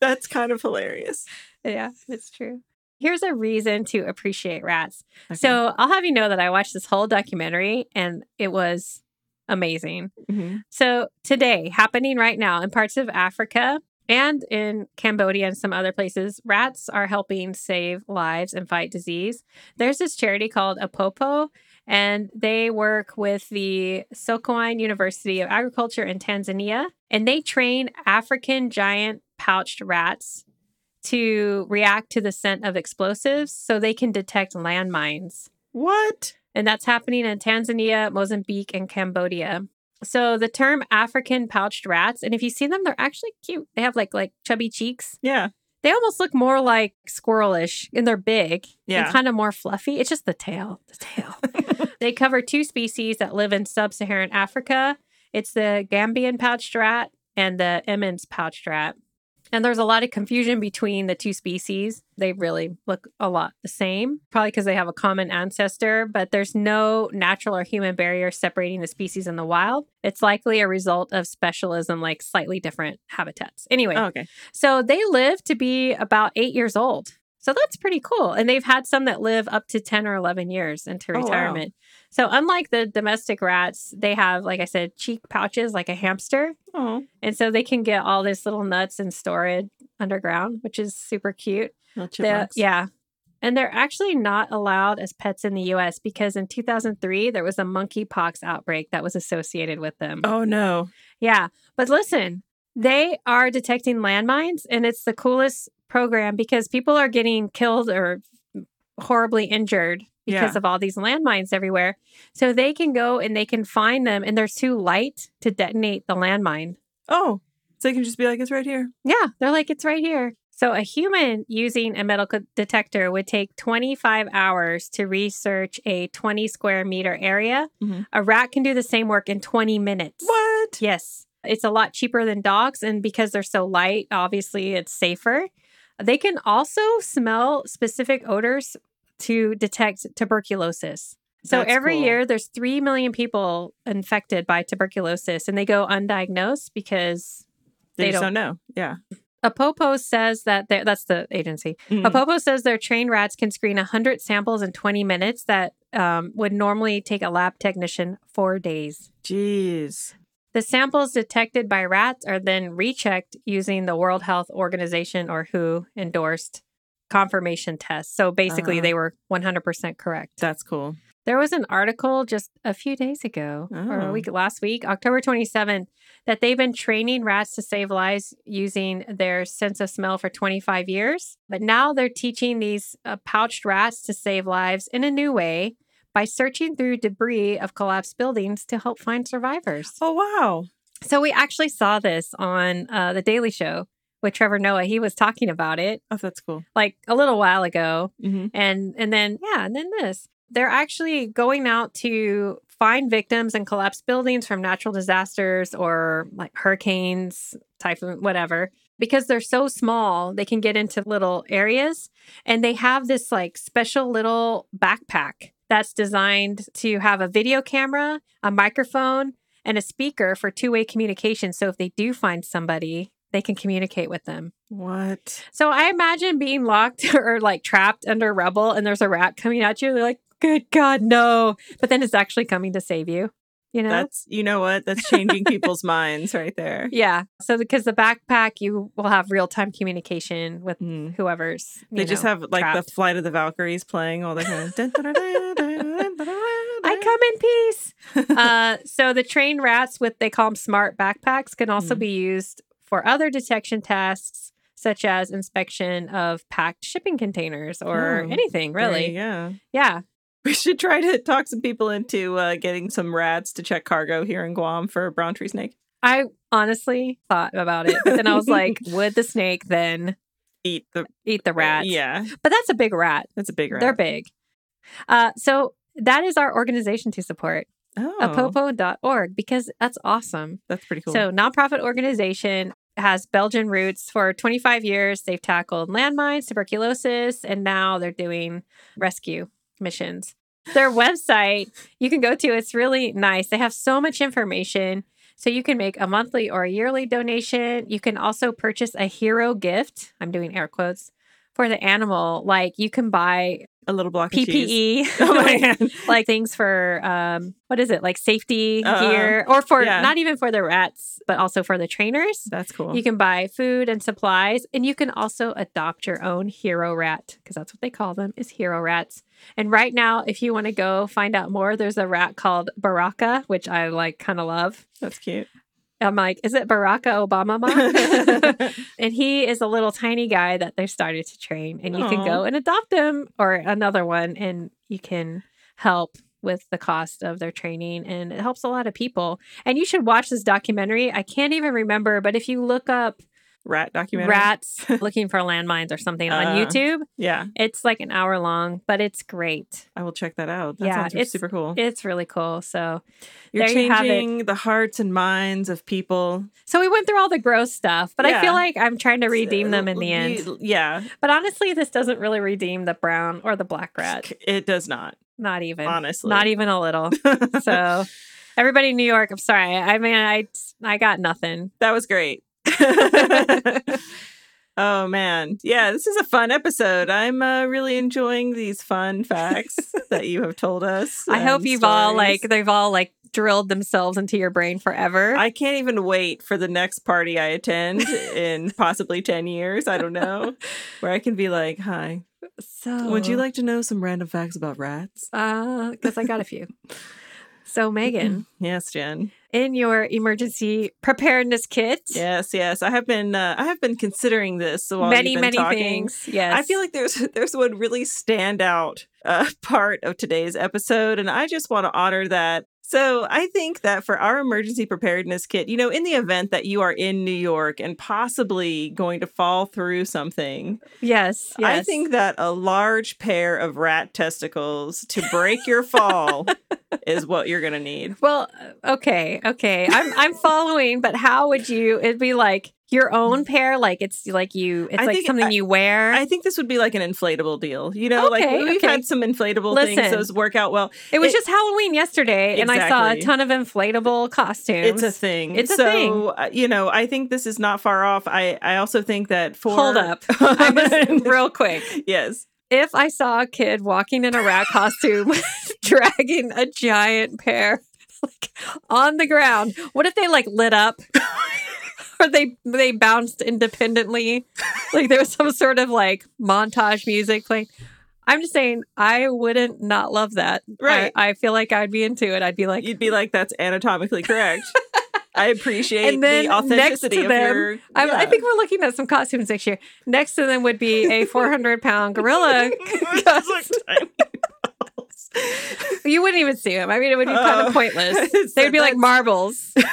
[SPEAKER 1] That's kind of hilarious.
[SPEAKER 2] yeah, it's true. Here's a reason to appreciate rats.
[SPEAKER 1] Okay.
[SPEAKER 2] So I'll have you know that I watched this whole documentary and it was amazing.
[SPEAKER 1] Mhm.
[SPEAKER 2] So, today, happening right now in parts of Africa and in Cambodia and some other places, rats are helping save lives and fight disease. There's this charity called Apopo, and they work with the Sokoine University of Agriculture in Tanzania, and they train African giant pouched rats to react to the scent of explosives so they can detect landmines.
[SPEAKER 1] what?
[SPEAKER 2] And that's happening in Tanzania, Mozambique, and Cambodia. So the term African pouched rats, and if you see them, they're actually cute. They have like like chubby cheeks.
[SPEAKER 1] Yeah.
[SPEAKER 2] They almost look more like squirrelish, and they're big
[SPEAKER 1] Yeah.
[SPEAKER 2] and kind of more fluffy. It's just the tail, the tail. they cover two species that live in sub-Saharan Africa. It's the Gambian pouched rat and the Emmons pouched rat. And there's a lot of confusion between the two species. They really look a lot the same, probably because they have a common ancestor, but there's no natural or human barrier separating the species in the wild. It's likely a result of specialism, like slightly different habitats. Anyway,
[SPEAKER 1] Oh, okay.
[SPEAKER 2] so they live to be about eight years old. So that's pretty cool. And they've had some that live up to 10 or 11 years into
[SPEAKER 1] Oh, wow.
[SPEAKER 2] retirement. So, unlike the domestic rats, they have, like I said, cheek pouches like a hamster.
[SPEAKER 1] Oh,
[SPEAKER 2] And so they can get all this little nuts and store it underground, which is super cute.
[SPEAKER 1] little
[SPEAKER 2] The-
[SPEAKER 1] chipmunks.
[SPEAKER 2] yeah. And they're actually not allowed as pets in the US because in 2003, there was a monkeypox outbreak that was associated with them.
[SPEAKER 1] Oh no.
[SPEAKER 2] Yeah. But listen, They are detecting landmines, and it's the coolest program because people are getting killed or horribly injured because
[SPEAKER 1] Yeah.
[SPEAKER 2] of all these landmines everywhere. So they can go and they can find them, and they're too light to detonate the landmine.
[SPEAKER 1] Oh, so you can just be like, it's right here.
[SPEAKER 2] Yeah, they're like, it's right here. So a human using a metal co- detector would take 25 hours to research a 20 square meter area.
[SPEAKER 1] Mhm.
[SPEAKER 2] A rat can do the same work in 20 minutes.
[SPEAKER 1] What?
[SPEAKER 2] Yes. It's a lot cheaper than dogs. And because they're so light, obviously it's safer. They can also smell specific odors to detect tuberculosis. So
[SPEAKER 1] That's
[SPEAKER 2] every
[SPEAKER 1] cool.
[SPEAKER 2] year, there's 3 million people infected by tuberculosis and they go undiagnosed because
[SPEAKER 1] They,
[SPEAKER 2] They
[SPEAKER 1] just
[SPEAKER 2] don't-
[SPEAKER 1] don't know. Yeah.
[SPEAKER 2] Apopo says that they're- that's the agency.
[SPEAKER 1] Mm.
[SPEAKER 2] Apopo says their trained rats can screen 100 samples in 20 minutes that um, would normally take a lab technician four days.
[SPEAKER 1] Jeez.
[SPEAKER 2] The samples detected by rats are then rechecked using the World Health Organization or WHO endorsed confirmation test. So basically,
[SPEAKER 1] Uh-huh.
[SPEAKER 2] they were 100% correct.
[SPEAKER 1] That's cool.
[SPEAKER 2] There was an article just a few days ago or
[SPEAKER 1] Oh.
[SPEAKER 2] a week last week, October 27th, that they've been training rats to save lives using their sense of smell for 25 years. But now they're teaching these uh, pouched rats to save lives in a new way by searching through debris of collapsed buildings to help find survivors.
[SPEAKER 1] Oh, wow.
[SPEAKER 2] So we actually saw this on uh, the Daily Show with Trevor Noah. He was talking about it
[SPEAKER 1] Oh, that's cool.
[SPEAKER 2] like a little while ago,
[SPEAKER 1] Mm-hmm.
[SPEAKER 2] and and then yeah, and then this. They're actually going out to find victims in collapsed buildings from natural disasters or like hurricanes, typhoon, whatever. Because they're so small, they can get into little areas, and they have this like special little backpack that's designed to have a video camera, a microphone, and a speaker for two way communication. So if they do find somebody, they can communicate with them.
[SPEAKER 1] What?
[SPEAKER 2] So I imagine being locked or like trapped under rubble and there's a rat coming at you. They're like, good God, no. But then it's actually coming to save you, you know?
[SPEAKER 1] That's, you know what? That's changing people's minds right there.
[SPEAKER 2] yeah. So because the backpack, you will have real time communication with
[SPEAKER 1] Mm.
[SPEAKER 2] whoever's.
[SPEAKER 1] They just have like
[SPEAKER 2] trapped.
[SPEAKER 1] the Flight of the Valkyries playing all the time.
[SPEAKER 2] I
[SPEAKER 1] I
[SPEAKER 2] come in peace. uh, so the trained rats with they call them smart backpacks can also
[SPEAKER 1] Mhm.
[SPEAKER 2] be used for other detection tasks such as inspection of packed shipping containers or
[SPEAKER 1] Oh,
[SPEAKER 2] anything really.
[SPEAKER 1] Yeah.
[SPEAKER 2] Yeah.
[SPEAKER 1] We should try to talk some people into uh, getting some rats to check cargo here in Guam for brown tree snake.
[SPEAKER 2] I honestly thought about it, but then I was like, would the snake then
[SPEAKER 1] Eat the
[SPEAKER 2] eat the rat?
[SPEAKER 1] Yeah,
[SPEAKER 2] But that's a big rat.
[SPEAKER 1] that's a big rat.
[SPEAKER 2] They're big. Uh, so that is our organization to support,
[SPEAKER 1] Oh,
[SPEAKER 2] apopo.org, because that's awesome.
[SPEAKER 1] that's pretty cool.
[SPEAKER 2] So, nonprofit organization has Belgian roots for 25 years. They've tackled landmines, tuberculosis, and now they're doing rescue missions. Their website you can go to, it's really nice. They have so much information. So, you can make a monthly or a yearly donation. You can also purchase a hero gift. I'm doing air quotes for the animal. Like, you can buy
[SPEAKER 1] a little block of cheese.
[SPEAKER 2] PPE.
[SPEAKER 1] Oh man,
[SPEAKER 2] like things for um what is it like safety
[SPEAKER 1] Uh-uh.
[SPEAKER 2] gear or for
[SPEAKER 1] Yeah.
[SPEAKER 2] not even for the rats but also for the trainers
[SPEAKER 1] that's cool.
[SPEAKER 2] you can buy food and supplies and you can also adopt your own hero rat because that's what they call them is hero rats and right now if you want to go find out more there's a rat called baraka which i like kind of love
[SPEAKER 1] That's cute.
[SPEAKER 2] i'm like is it baraka obama mom and he is a little tiny guy that they started to train and you can
[SPEAKER 1] Aw.
[SPEAKER 2] go and adopt him or another one and you can help with the cost of their training and it helps a lot of people and you should watch this documentary i can't even remember but if you look up
[SPEAKER 1] Rat documentary.
[SPEAKER 2] rats looking for landmines or something on
[SPEAKER 1] Uh.
[SPEAKER 2] youtube
[SPEAKER 1] Yeah,
[SPEAKER 2] it's like an hour long but it's great
[SPEAKER 1] I will check that out. That
[SPEAKER 2] Yeah,
[SPEAKER 1] sounds
[SPEAKER 2] it's-
[SPEAKER 1] super cool.
[SPEAKER 2] it's really cool so
[SPEAKER 1] You're
[SPEAKER 2] there you have it.
[SPEAKER 1] changing the hearts and minds of people.
[SPEAKER 2] so we went through all the gross stuff but i
[SPEAKER 1] Yeah. uh,
[SPEAKER 2] feel like i'm trying to redeem them in the end
[SPEAKER 1] You- Yeah,
[SPEAKER 2] but honestly this doesn't really redeem the brown or the black rat
[SPEAKER 1] it does not.
[SPEAKER 2] not even
[SPEAKER 1] Honestly,
[SPEAKER 2] Not even a little. So everybody in New York, I'm sorry. I mean, I I got nothing.
[SPEAKER 1] That was great. oh man. Yeah, this is a fun episode. I'm uh, really enjoying these fun facts that you have told us.
[SPEAKER 2] I hope
[SPEAKER 1] and
[SPEAKER 2] you've all like
[SPEAKER 1] stories.
[SPEAKER 2] they've all like drilled themselves into your brain forever.
[SPEAKER 1] I can't even wait for the next party I attend in possibly 10 years, I don't know, where I can be like, "Hi,
[SPEAKER 2] so
[SPEAKER 1] would you like to know some random facts about rats?"
[SPEAKER 2] uh cuz I got a few. So Megan,
[SPEAKER 1] Yes, Jen.
[SPEAKER 2] in your emergency preparedness kit.
[SPEAKER 1] Yes, yes. I have been uh, I have been considering this so while
[SPEAKER 2] many,
[SPEAKER 1] you've been
[SPEAKER 2] many
[SPEAKER 1] talking.
[SPEAKER 2] things. Yes.
[SPEAKER 1] I feel like there's there's one really standout uh, part of today's episode, and I just want to honor that. So I think that for our emergency preparedness kit, you know, in the event that you are in New York and possibly going to fall through something,
[SPEAKER 2] yes, yes.
[SPEAKER 1] I think that a large pair of rat testicles to break your fall is what you're going to need.
[SPEAKER 2] Well, uh, okay, okay. I'm I'm following, but how would you? It'd be like your own pair, like it's like you.
[SPEAKER 1] Mm.
[SPEAKER 2] It's
[SPEAKER 1] I
[SPEAKER 2] like
[SPEAKER 1] think
[SPEAKER 2] something
[SPEAKER 1] I-
[SPEAKER 2] you wear.
[SPEAKER 1] I think this would be like an inflatable deal. You know,
[SPEAKER 2] Okay,
[SPEAKER 1] like we've
[SPEAKER 2] okay.
[SPEAKER 1] had some inflatable things,
[SPEAKER 2] Listen.
[SPEAKER 1] those work out well.
[SPEAKER 2] it was
[SPEAKER 1] it-
[SPEAKER 2] just Halloween yesterday, and I saw a
[SPEAKER 1] Exactly.
[SPEAKER 2] ton of inflatable costumes.
[SPEAKER 1] It's a thing.
[SPEAKER 2] It's a
[SPEAKER 1] so,
[SPEAKER 2] thing.
[SPEAKER 1] uh, you know, I think this is not far off. I, I also think that for.
[SPEAKER 2] Hold up, I just, real quick.
[SPEAKER 1] yes.
[SPEAKER 2] If I saw a kid walking in a rat costume, dragging a giant pair like on the ground, what if they like lit up? Or they they bounced independently, like there was some sort of like montage music playing. I'm just saying, I wouldn't not love that.
[SPEAKER 1] Right.
[SPEAKER 2] I, I feel like I'd be into it. I'd be like,
[SPEAKER 1] You'd be like, that's anatomically correct. I appreciate
[SPEAKER 2] And then
[SPEAKER 1] the
[SPEAKER 2] next to
[SPEAKER 1] authenticity of
[SPEAKER 2] them,
[SPEAKER 1] your.
[SPEAKER 2] I, I
[SPEAKER 1] yeah.
[SPEAKER 2] think we're looking at some costumes next year. Next to them would be a 400 pound gorilla.
[SPEAKER 1] Those look tiny balls.
[SPEAKER 2] You wouldn't even see them. I mean, it would be kind
[SPEAKER 1] Oh.
[SPEAKER 2] of pointless.
[SPEAKER 1] So
[SPEAKER 2] They'd be like
[SPEAKER 1] that's-
[SPEAKER 2] marbles.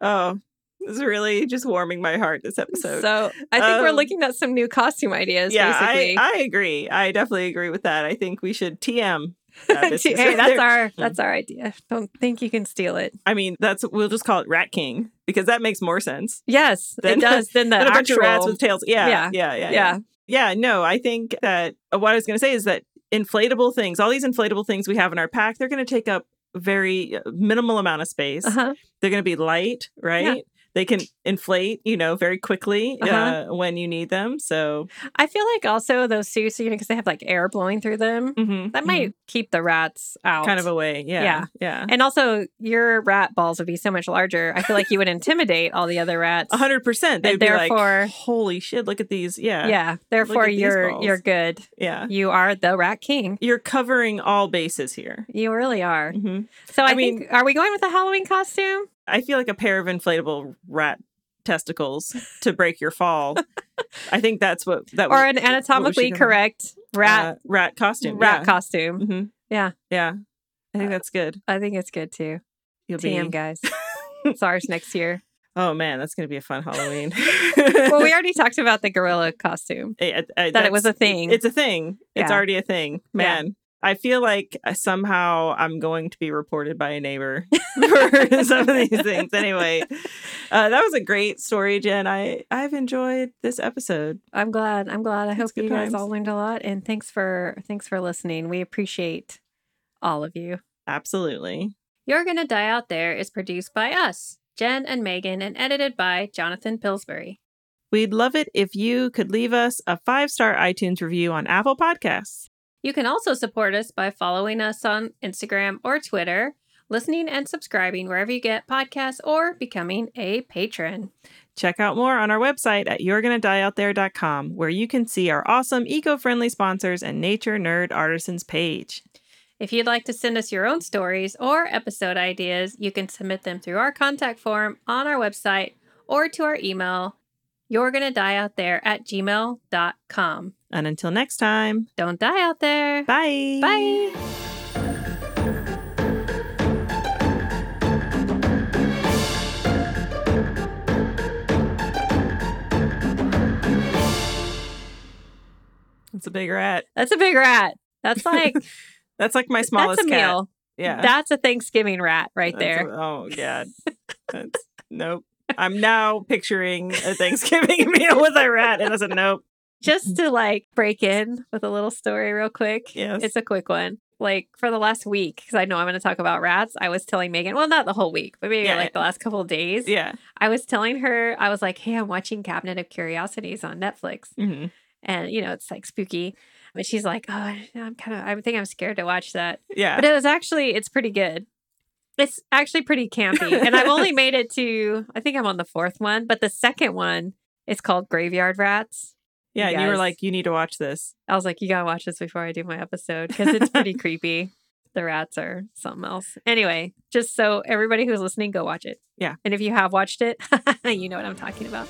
[SPEAKER 1] Oh, this is really just warming my heart this episode.
[SPEAKER 2] So I think we're
[SPEAKER 1] um,
[SPEAKER 2] looking at some new costume ideas,
[SPEAKER 1] yeah, I,
[SPEAKER 2] basically.
[SPEAKER 1] I agree. I definitely agree with that. I think we should TM. that
[SPEAKER 2] Gee,
[SPEAKER 1] business.
[SPEAKER 2] hey, that's
[SPEAKER 1] There-
[SPEAKER 2] our that's our idea. Don't think you can steal it.
[SPEAKER 1] I mean, that's we'll just call it Rat King because that makes more sense.
[SPEAKER 2] Yes,
[SPEAKER 1] Then-
[SPEAKER 2] it does. Then the
[SPEAKER 1] than a bunch
[SPEAKER 2] actual,
[SPEAKER 1] of rats with tails. Yeah,
[SPEAKER 2] Yeah.
[SPEAKER 1] yeah, yeah, yeah.
[SPEAKER 2] yeah,
[SPEAKER 1] Yeah, no, I think that uh, what I was going to say is that inflatable things, all these inflatable things we have in our pack, they're going to take up very uh, minimal amount of space.
[SPEAKER 2] uh-huh.
[SPEAKER 1] They're going to be light, right? They can inflate, you know, very quickly uh
[SPEAKER 2] Uh-huh.
[SPEAKER 1] when you need them. So
[SPEAKER 2] I feel like also those suits, you know, because they have like air blowing through them,
[SPEAKER 1] mhm,
[SPEAKER 2] that
[SPEAKER 1] mhm.
[SPEAKER 2] might keep the rats out.
[SPEAKER 1] kind of a way. Yeah,
[SPEAKER 2] Yeah.
[SPEAKER 1] yeah, yeah.
[SPEAKER 2] And also, your rat balls would be so much larger. I feel like you would intimidate all the other rats.
[SPEAKER 1] A hundred percent. They'd be
[SPEAKER 2] therefore-
[SPEAKER 1] like, "Holy shit! Look at these." Yeah, yeah,
[SPEAKER 2] Yeah. Therefore,
[SPEAKER 1] at these
[SPEAKER 2] you're
[SPEAKER 1] balls.
[SPEAKER 2] you're good.
[SPEAKER 1] yeah.
[SPEAKER 2] You are the rat king.
[SPEAKER 1] You're covering all bases here.
[SPEAKER 2] You really are.
[SPEAKER 1] hmm
[SPEAKER 2] So I,
[SPEAKER 1] I mean-
[SPEAKER 2] think, are we going with the Halloween costume?
[SPEAKER 1] I feel like a pair of inflatable rat testicles to break your fall. I think that's what that
[SPEAKER 2] Or
[SPEAKER 1] what
[SPEAKER 2] an
[SPEAKER 1] we should
[SPEAKER 2] anatomically
[SPEAKER 1] go with.
[SPEAKER 2] correct rat
[SPEAKER 1] Uh, rat costume
[SPEAKER 2] rat
[SPEAKER 1] yeah.
[SPEAKER 2] costume?
[SPEAKER 1] hmm
[SPEAKER 2] Yeah. Uh,
[SPEAKER 1] yeah. I think that's good.
[SPEAKER 2] I think it's good too.
[SPEAKER 1] You'll
[SPEAKER 2] TM
[SPEAKER 1] be
[SPEAKER 2] guys. it's ours next year.
[SPEAKER 1] oh man, that's gonna be a fun Halloween.
[SPEAKER 2] Well, we already talked about the gorilla costume.
[SPEAKER 1] I- I- I-
[SPEAKER 2] That it
[SPEAKER 1] that's-
[SPEAKER 2] was a thing.
[SPEAKER 1] It's a thing. It's
[SPEAKER 2] Yeah.
[SPEAKER 1] already a thing, man. I feel like uh, somehow I'm going to be reported by a neighbor for some of these things. Anyway, uh, that was a great story, Jen. I I've enjoyed this episode.
[SPEAKER 2] I'm glad. I'm glad. I hope
[SPEAKER 1] good
[SPEAKER 2] you guys
[SPEAKER 1] times.
[SPEAKER 2] all learned a lot. And thanks for thanks for listening. We appreciate all of you.
[SPEAKER 1] Absolutely.
[SPEAKER 2] You're Gonna Die Out There is produced by us, Jen and Megan, and edited by Jonathan Pillsbury.
[SPEAKER 1] We'd love it if you could leave us a five star iTunes review on Apple Podcasts.
[SPEAKER 2] You can also support us by following us on Instagram or Twitter, listening and subscribing wherever you get podcasts, or becoming a patron.
[SPEAKER 1] Check out more on our website at you'regonnadieoutthere.com, where you can see our awesome eco friendly sponsors and nature nerd artisans page.
[SPEAKER 2] If you'd like to send us your own stories or episode ideas, you can submit them through our contact form on our website or to our email, you're gonna die out there at gmail.com.
[SPEAKER 1] And until next time,
[SPEAKER 2] Don't die out there.
[SPEAKER 1] bye.
[SPEAKER 2] Bye.
[SPEAKER 1] That's a big rat.
[SPEAKER 2] That's a big rat. That's like
[SPEAKER 1] That's like my smallest
[SPEAKER 2] that's a
[SPEAKER 1] cat.
[SPEAKER 2] meal.
[SPEAKER 1] Yeah.
[SPEAKER 2] That's a Thanksgiving rat right
[SPEAKER 1] That's
[SPEAKER 2] there.
[SPEAKER 1] a- oh, God. That's, nope. I'm now picturing a Thanksgiving meal with a rat. And I said, nope.
[SPEAKER 2] Just to like break in with a little story real quick.
[SPEAKER 1] Yes.
[SPEAKER 2] It's a quick one. Like for the last week, because I know I'm going to talk about rats. I was telling Megan, well, not the whole week, but maybe
[SPEAKER 1] Yeah.
[SPEAKER 2] like the last couple of days.
[SPEAKER 1] yeah.
[SPEAKER 2] I was telling her, I was like, hey, I'm watching Cabinet of Curiosities on Netflix.
[SPEAKER 1] hmm
[SPEAKER 2] And, you know, it's like spooky. And she's like, oh, I- I'm kind of, I think I'm scared to watch that.
[SPEAKER 1] Yeah.
[SPEAKER 2] But it was actually, it's pretty good. It's actually pretty campy. and I've only made it to, I think I'm on the fourth one, but the second one is called Graveyard Rats.
[SPEAKER 1] Yeah, and you were
[SPEAKER 2] Yes.
[SPEAKER 1] like, you need to watch this.
[SPEAKER 2] I was like, you got to watch this before I do my episode because it's pretty creepy. the rats are something else. Anyway, just so everybody who's listening, go watch it.
[SPEAKER 1] Yeah.
[SPEAKER 2] And if you have watched it, you know what I'm talking about.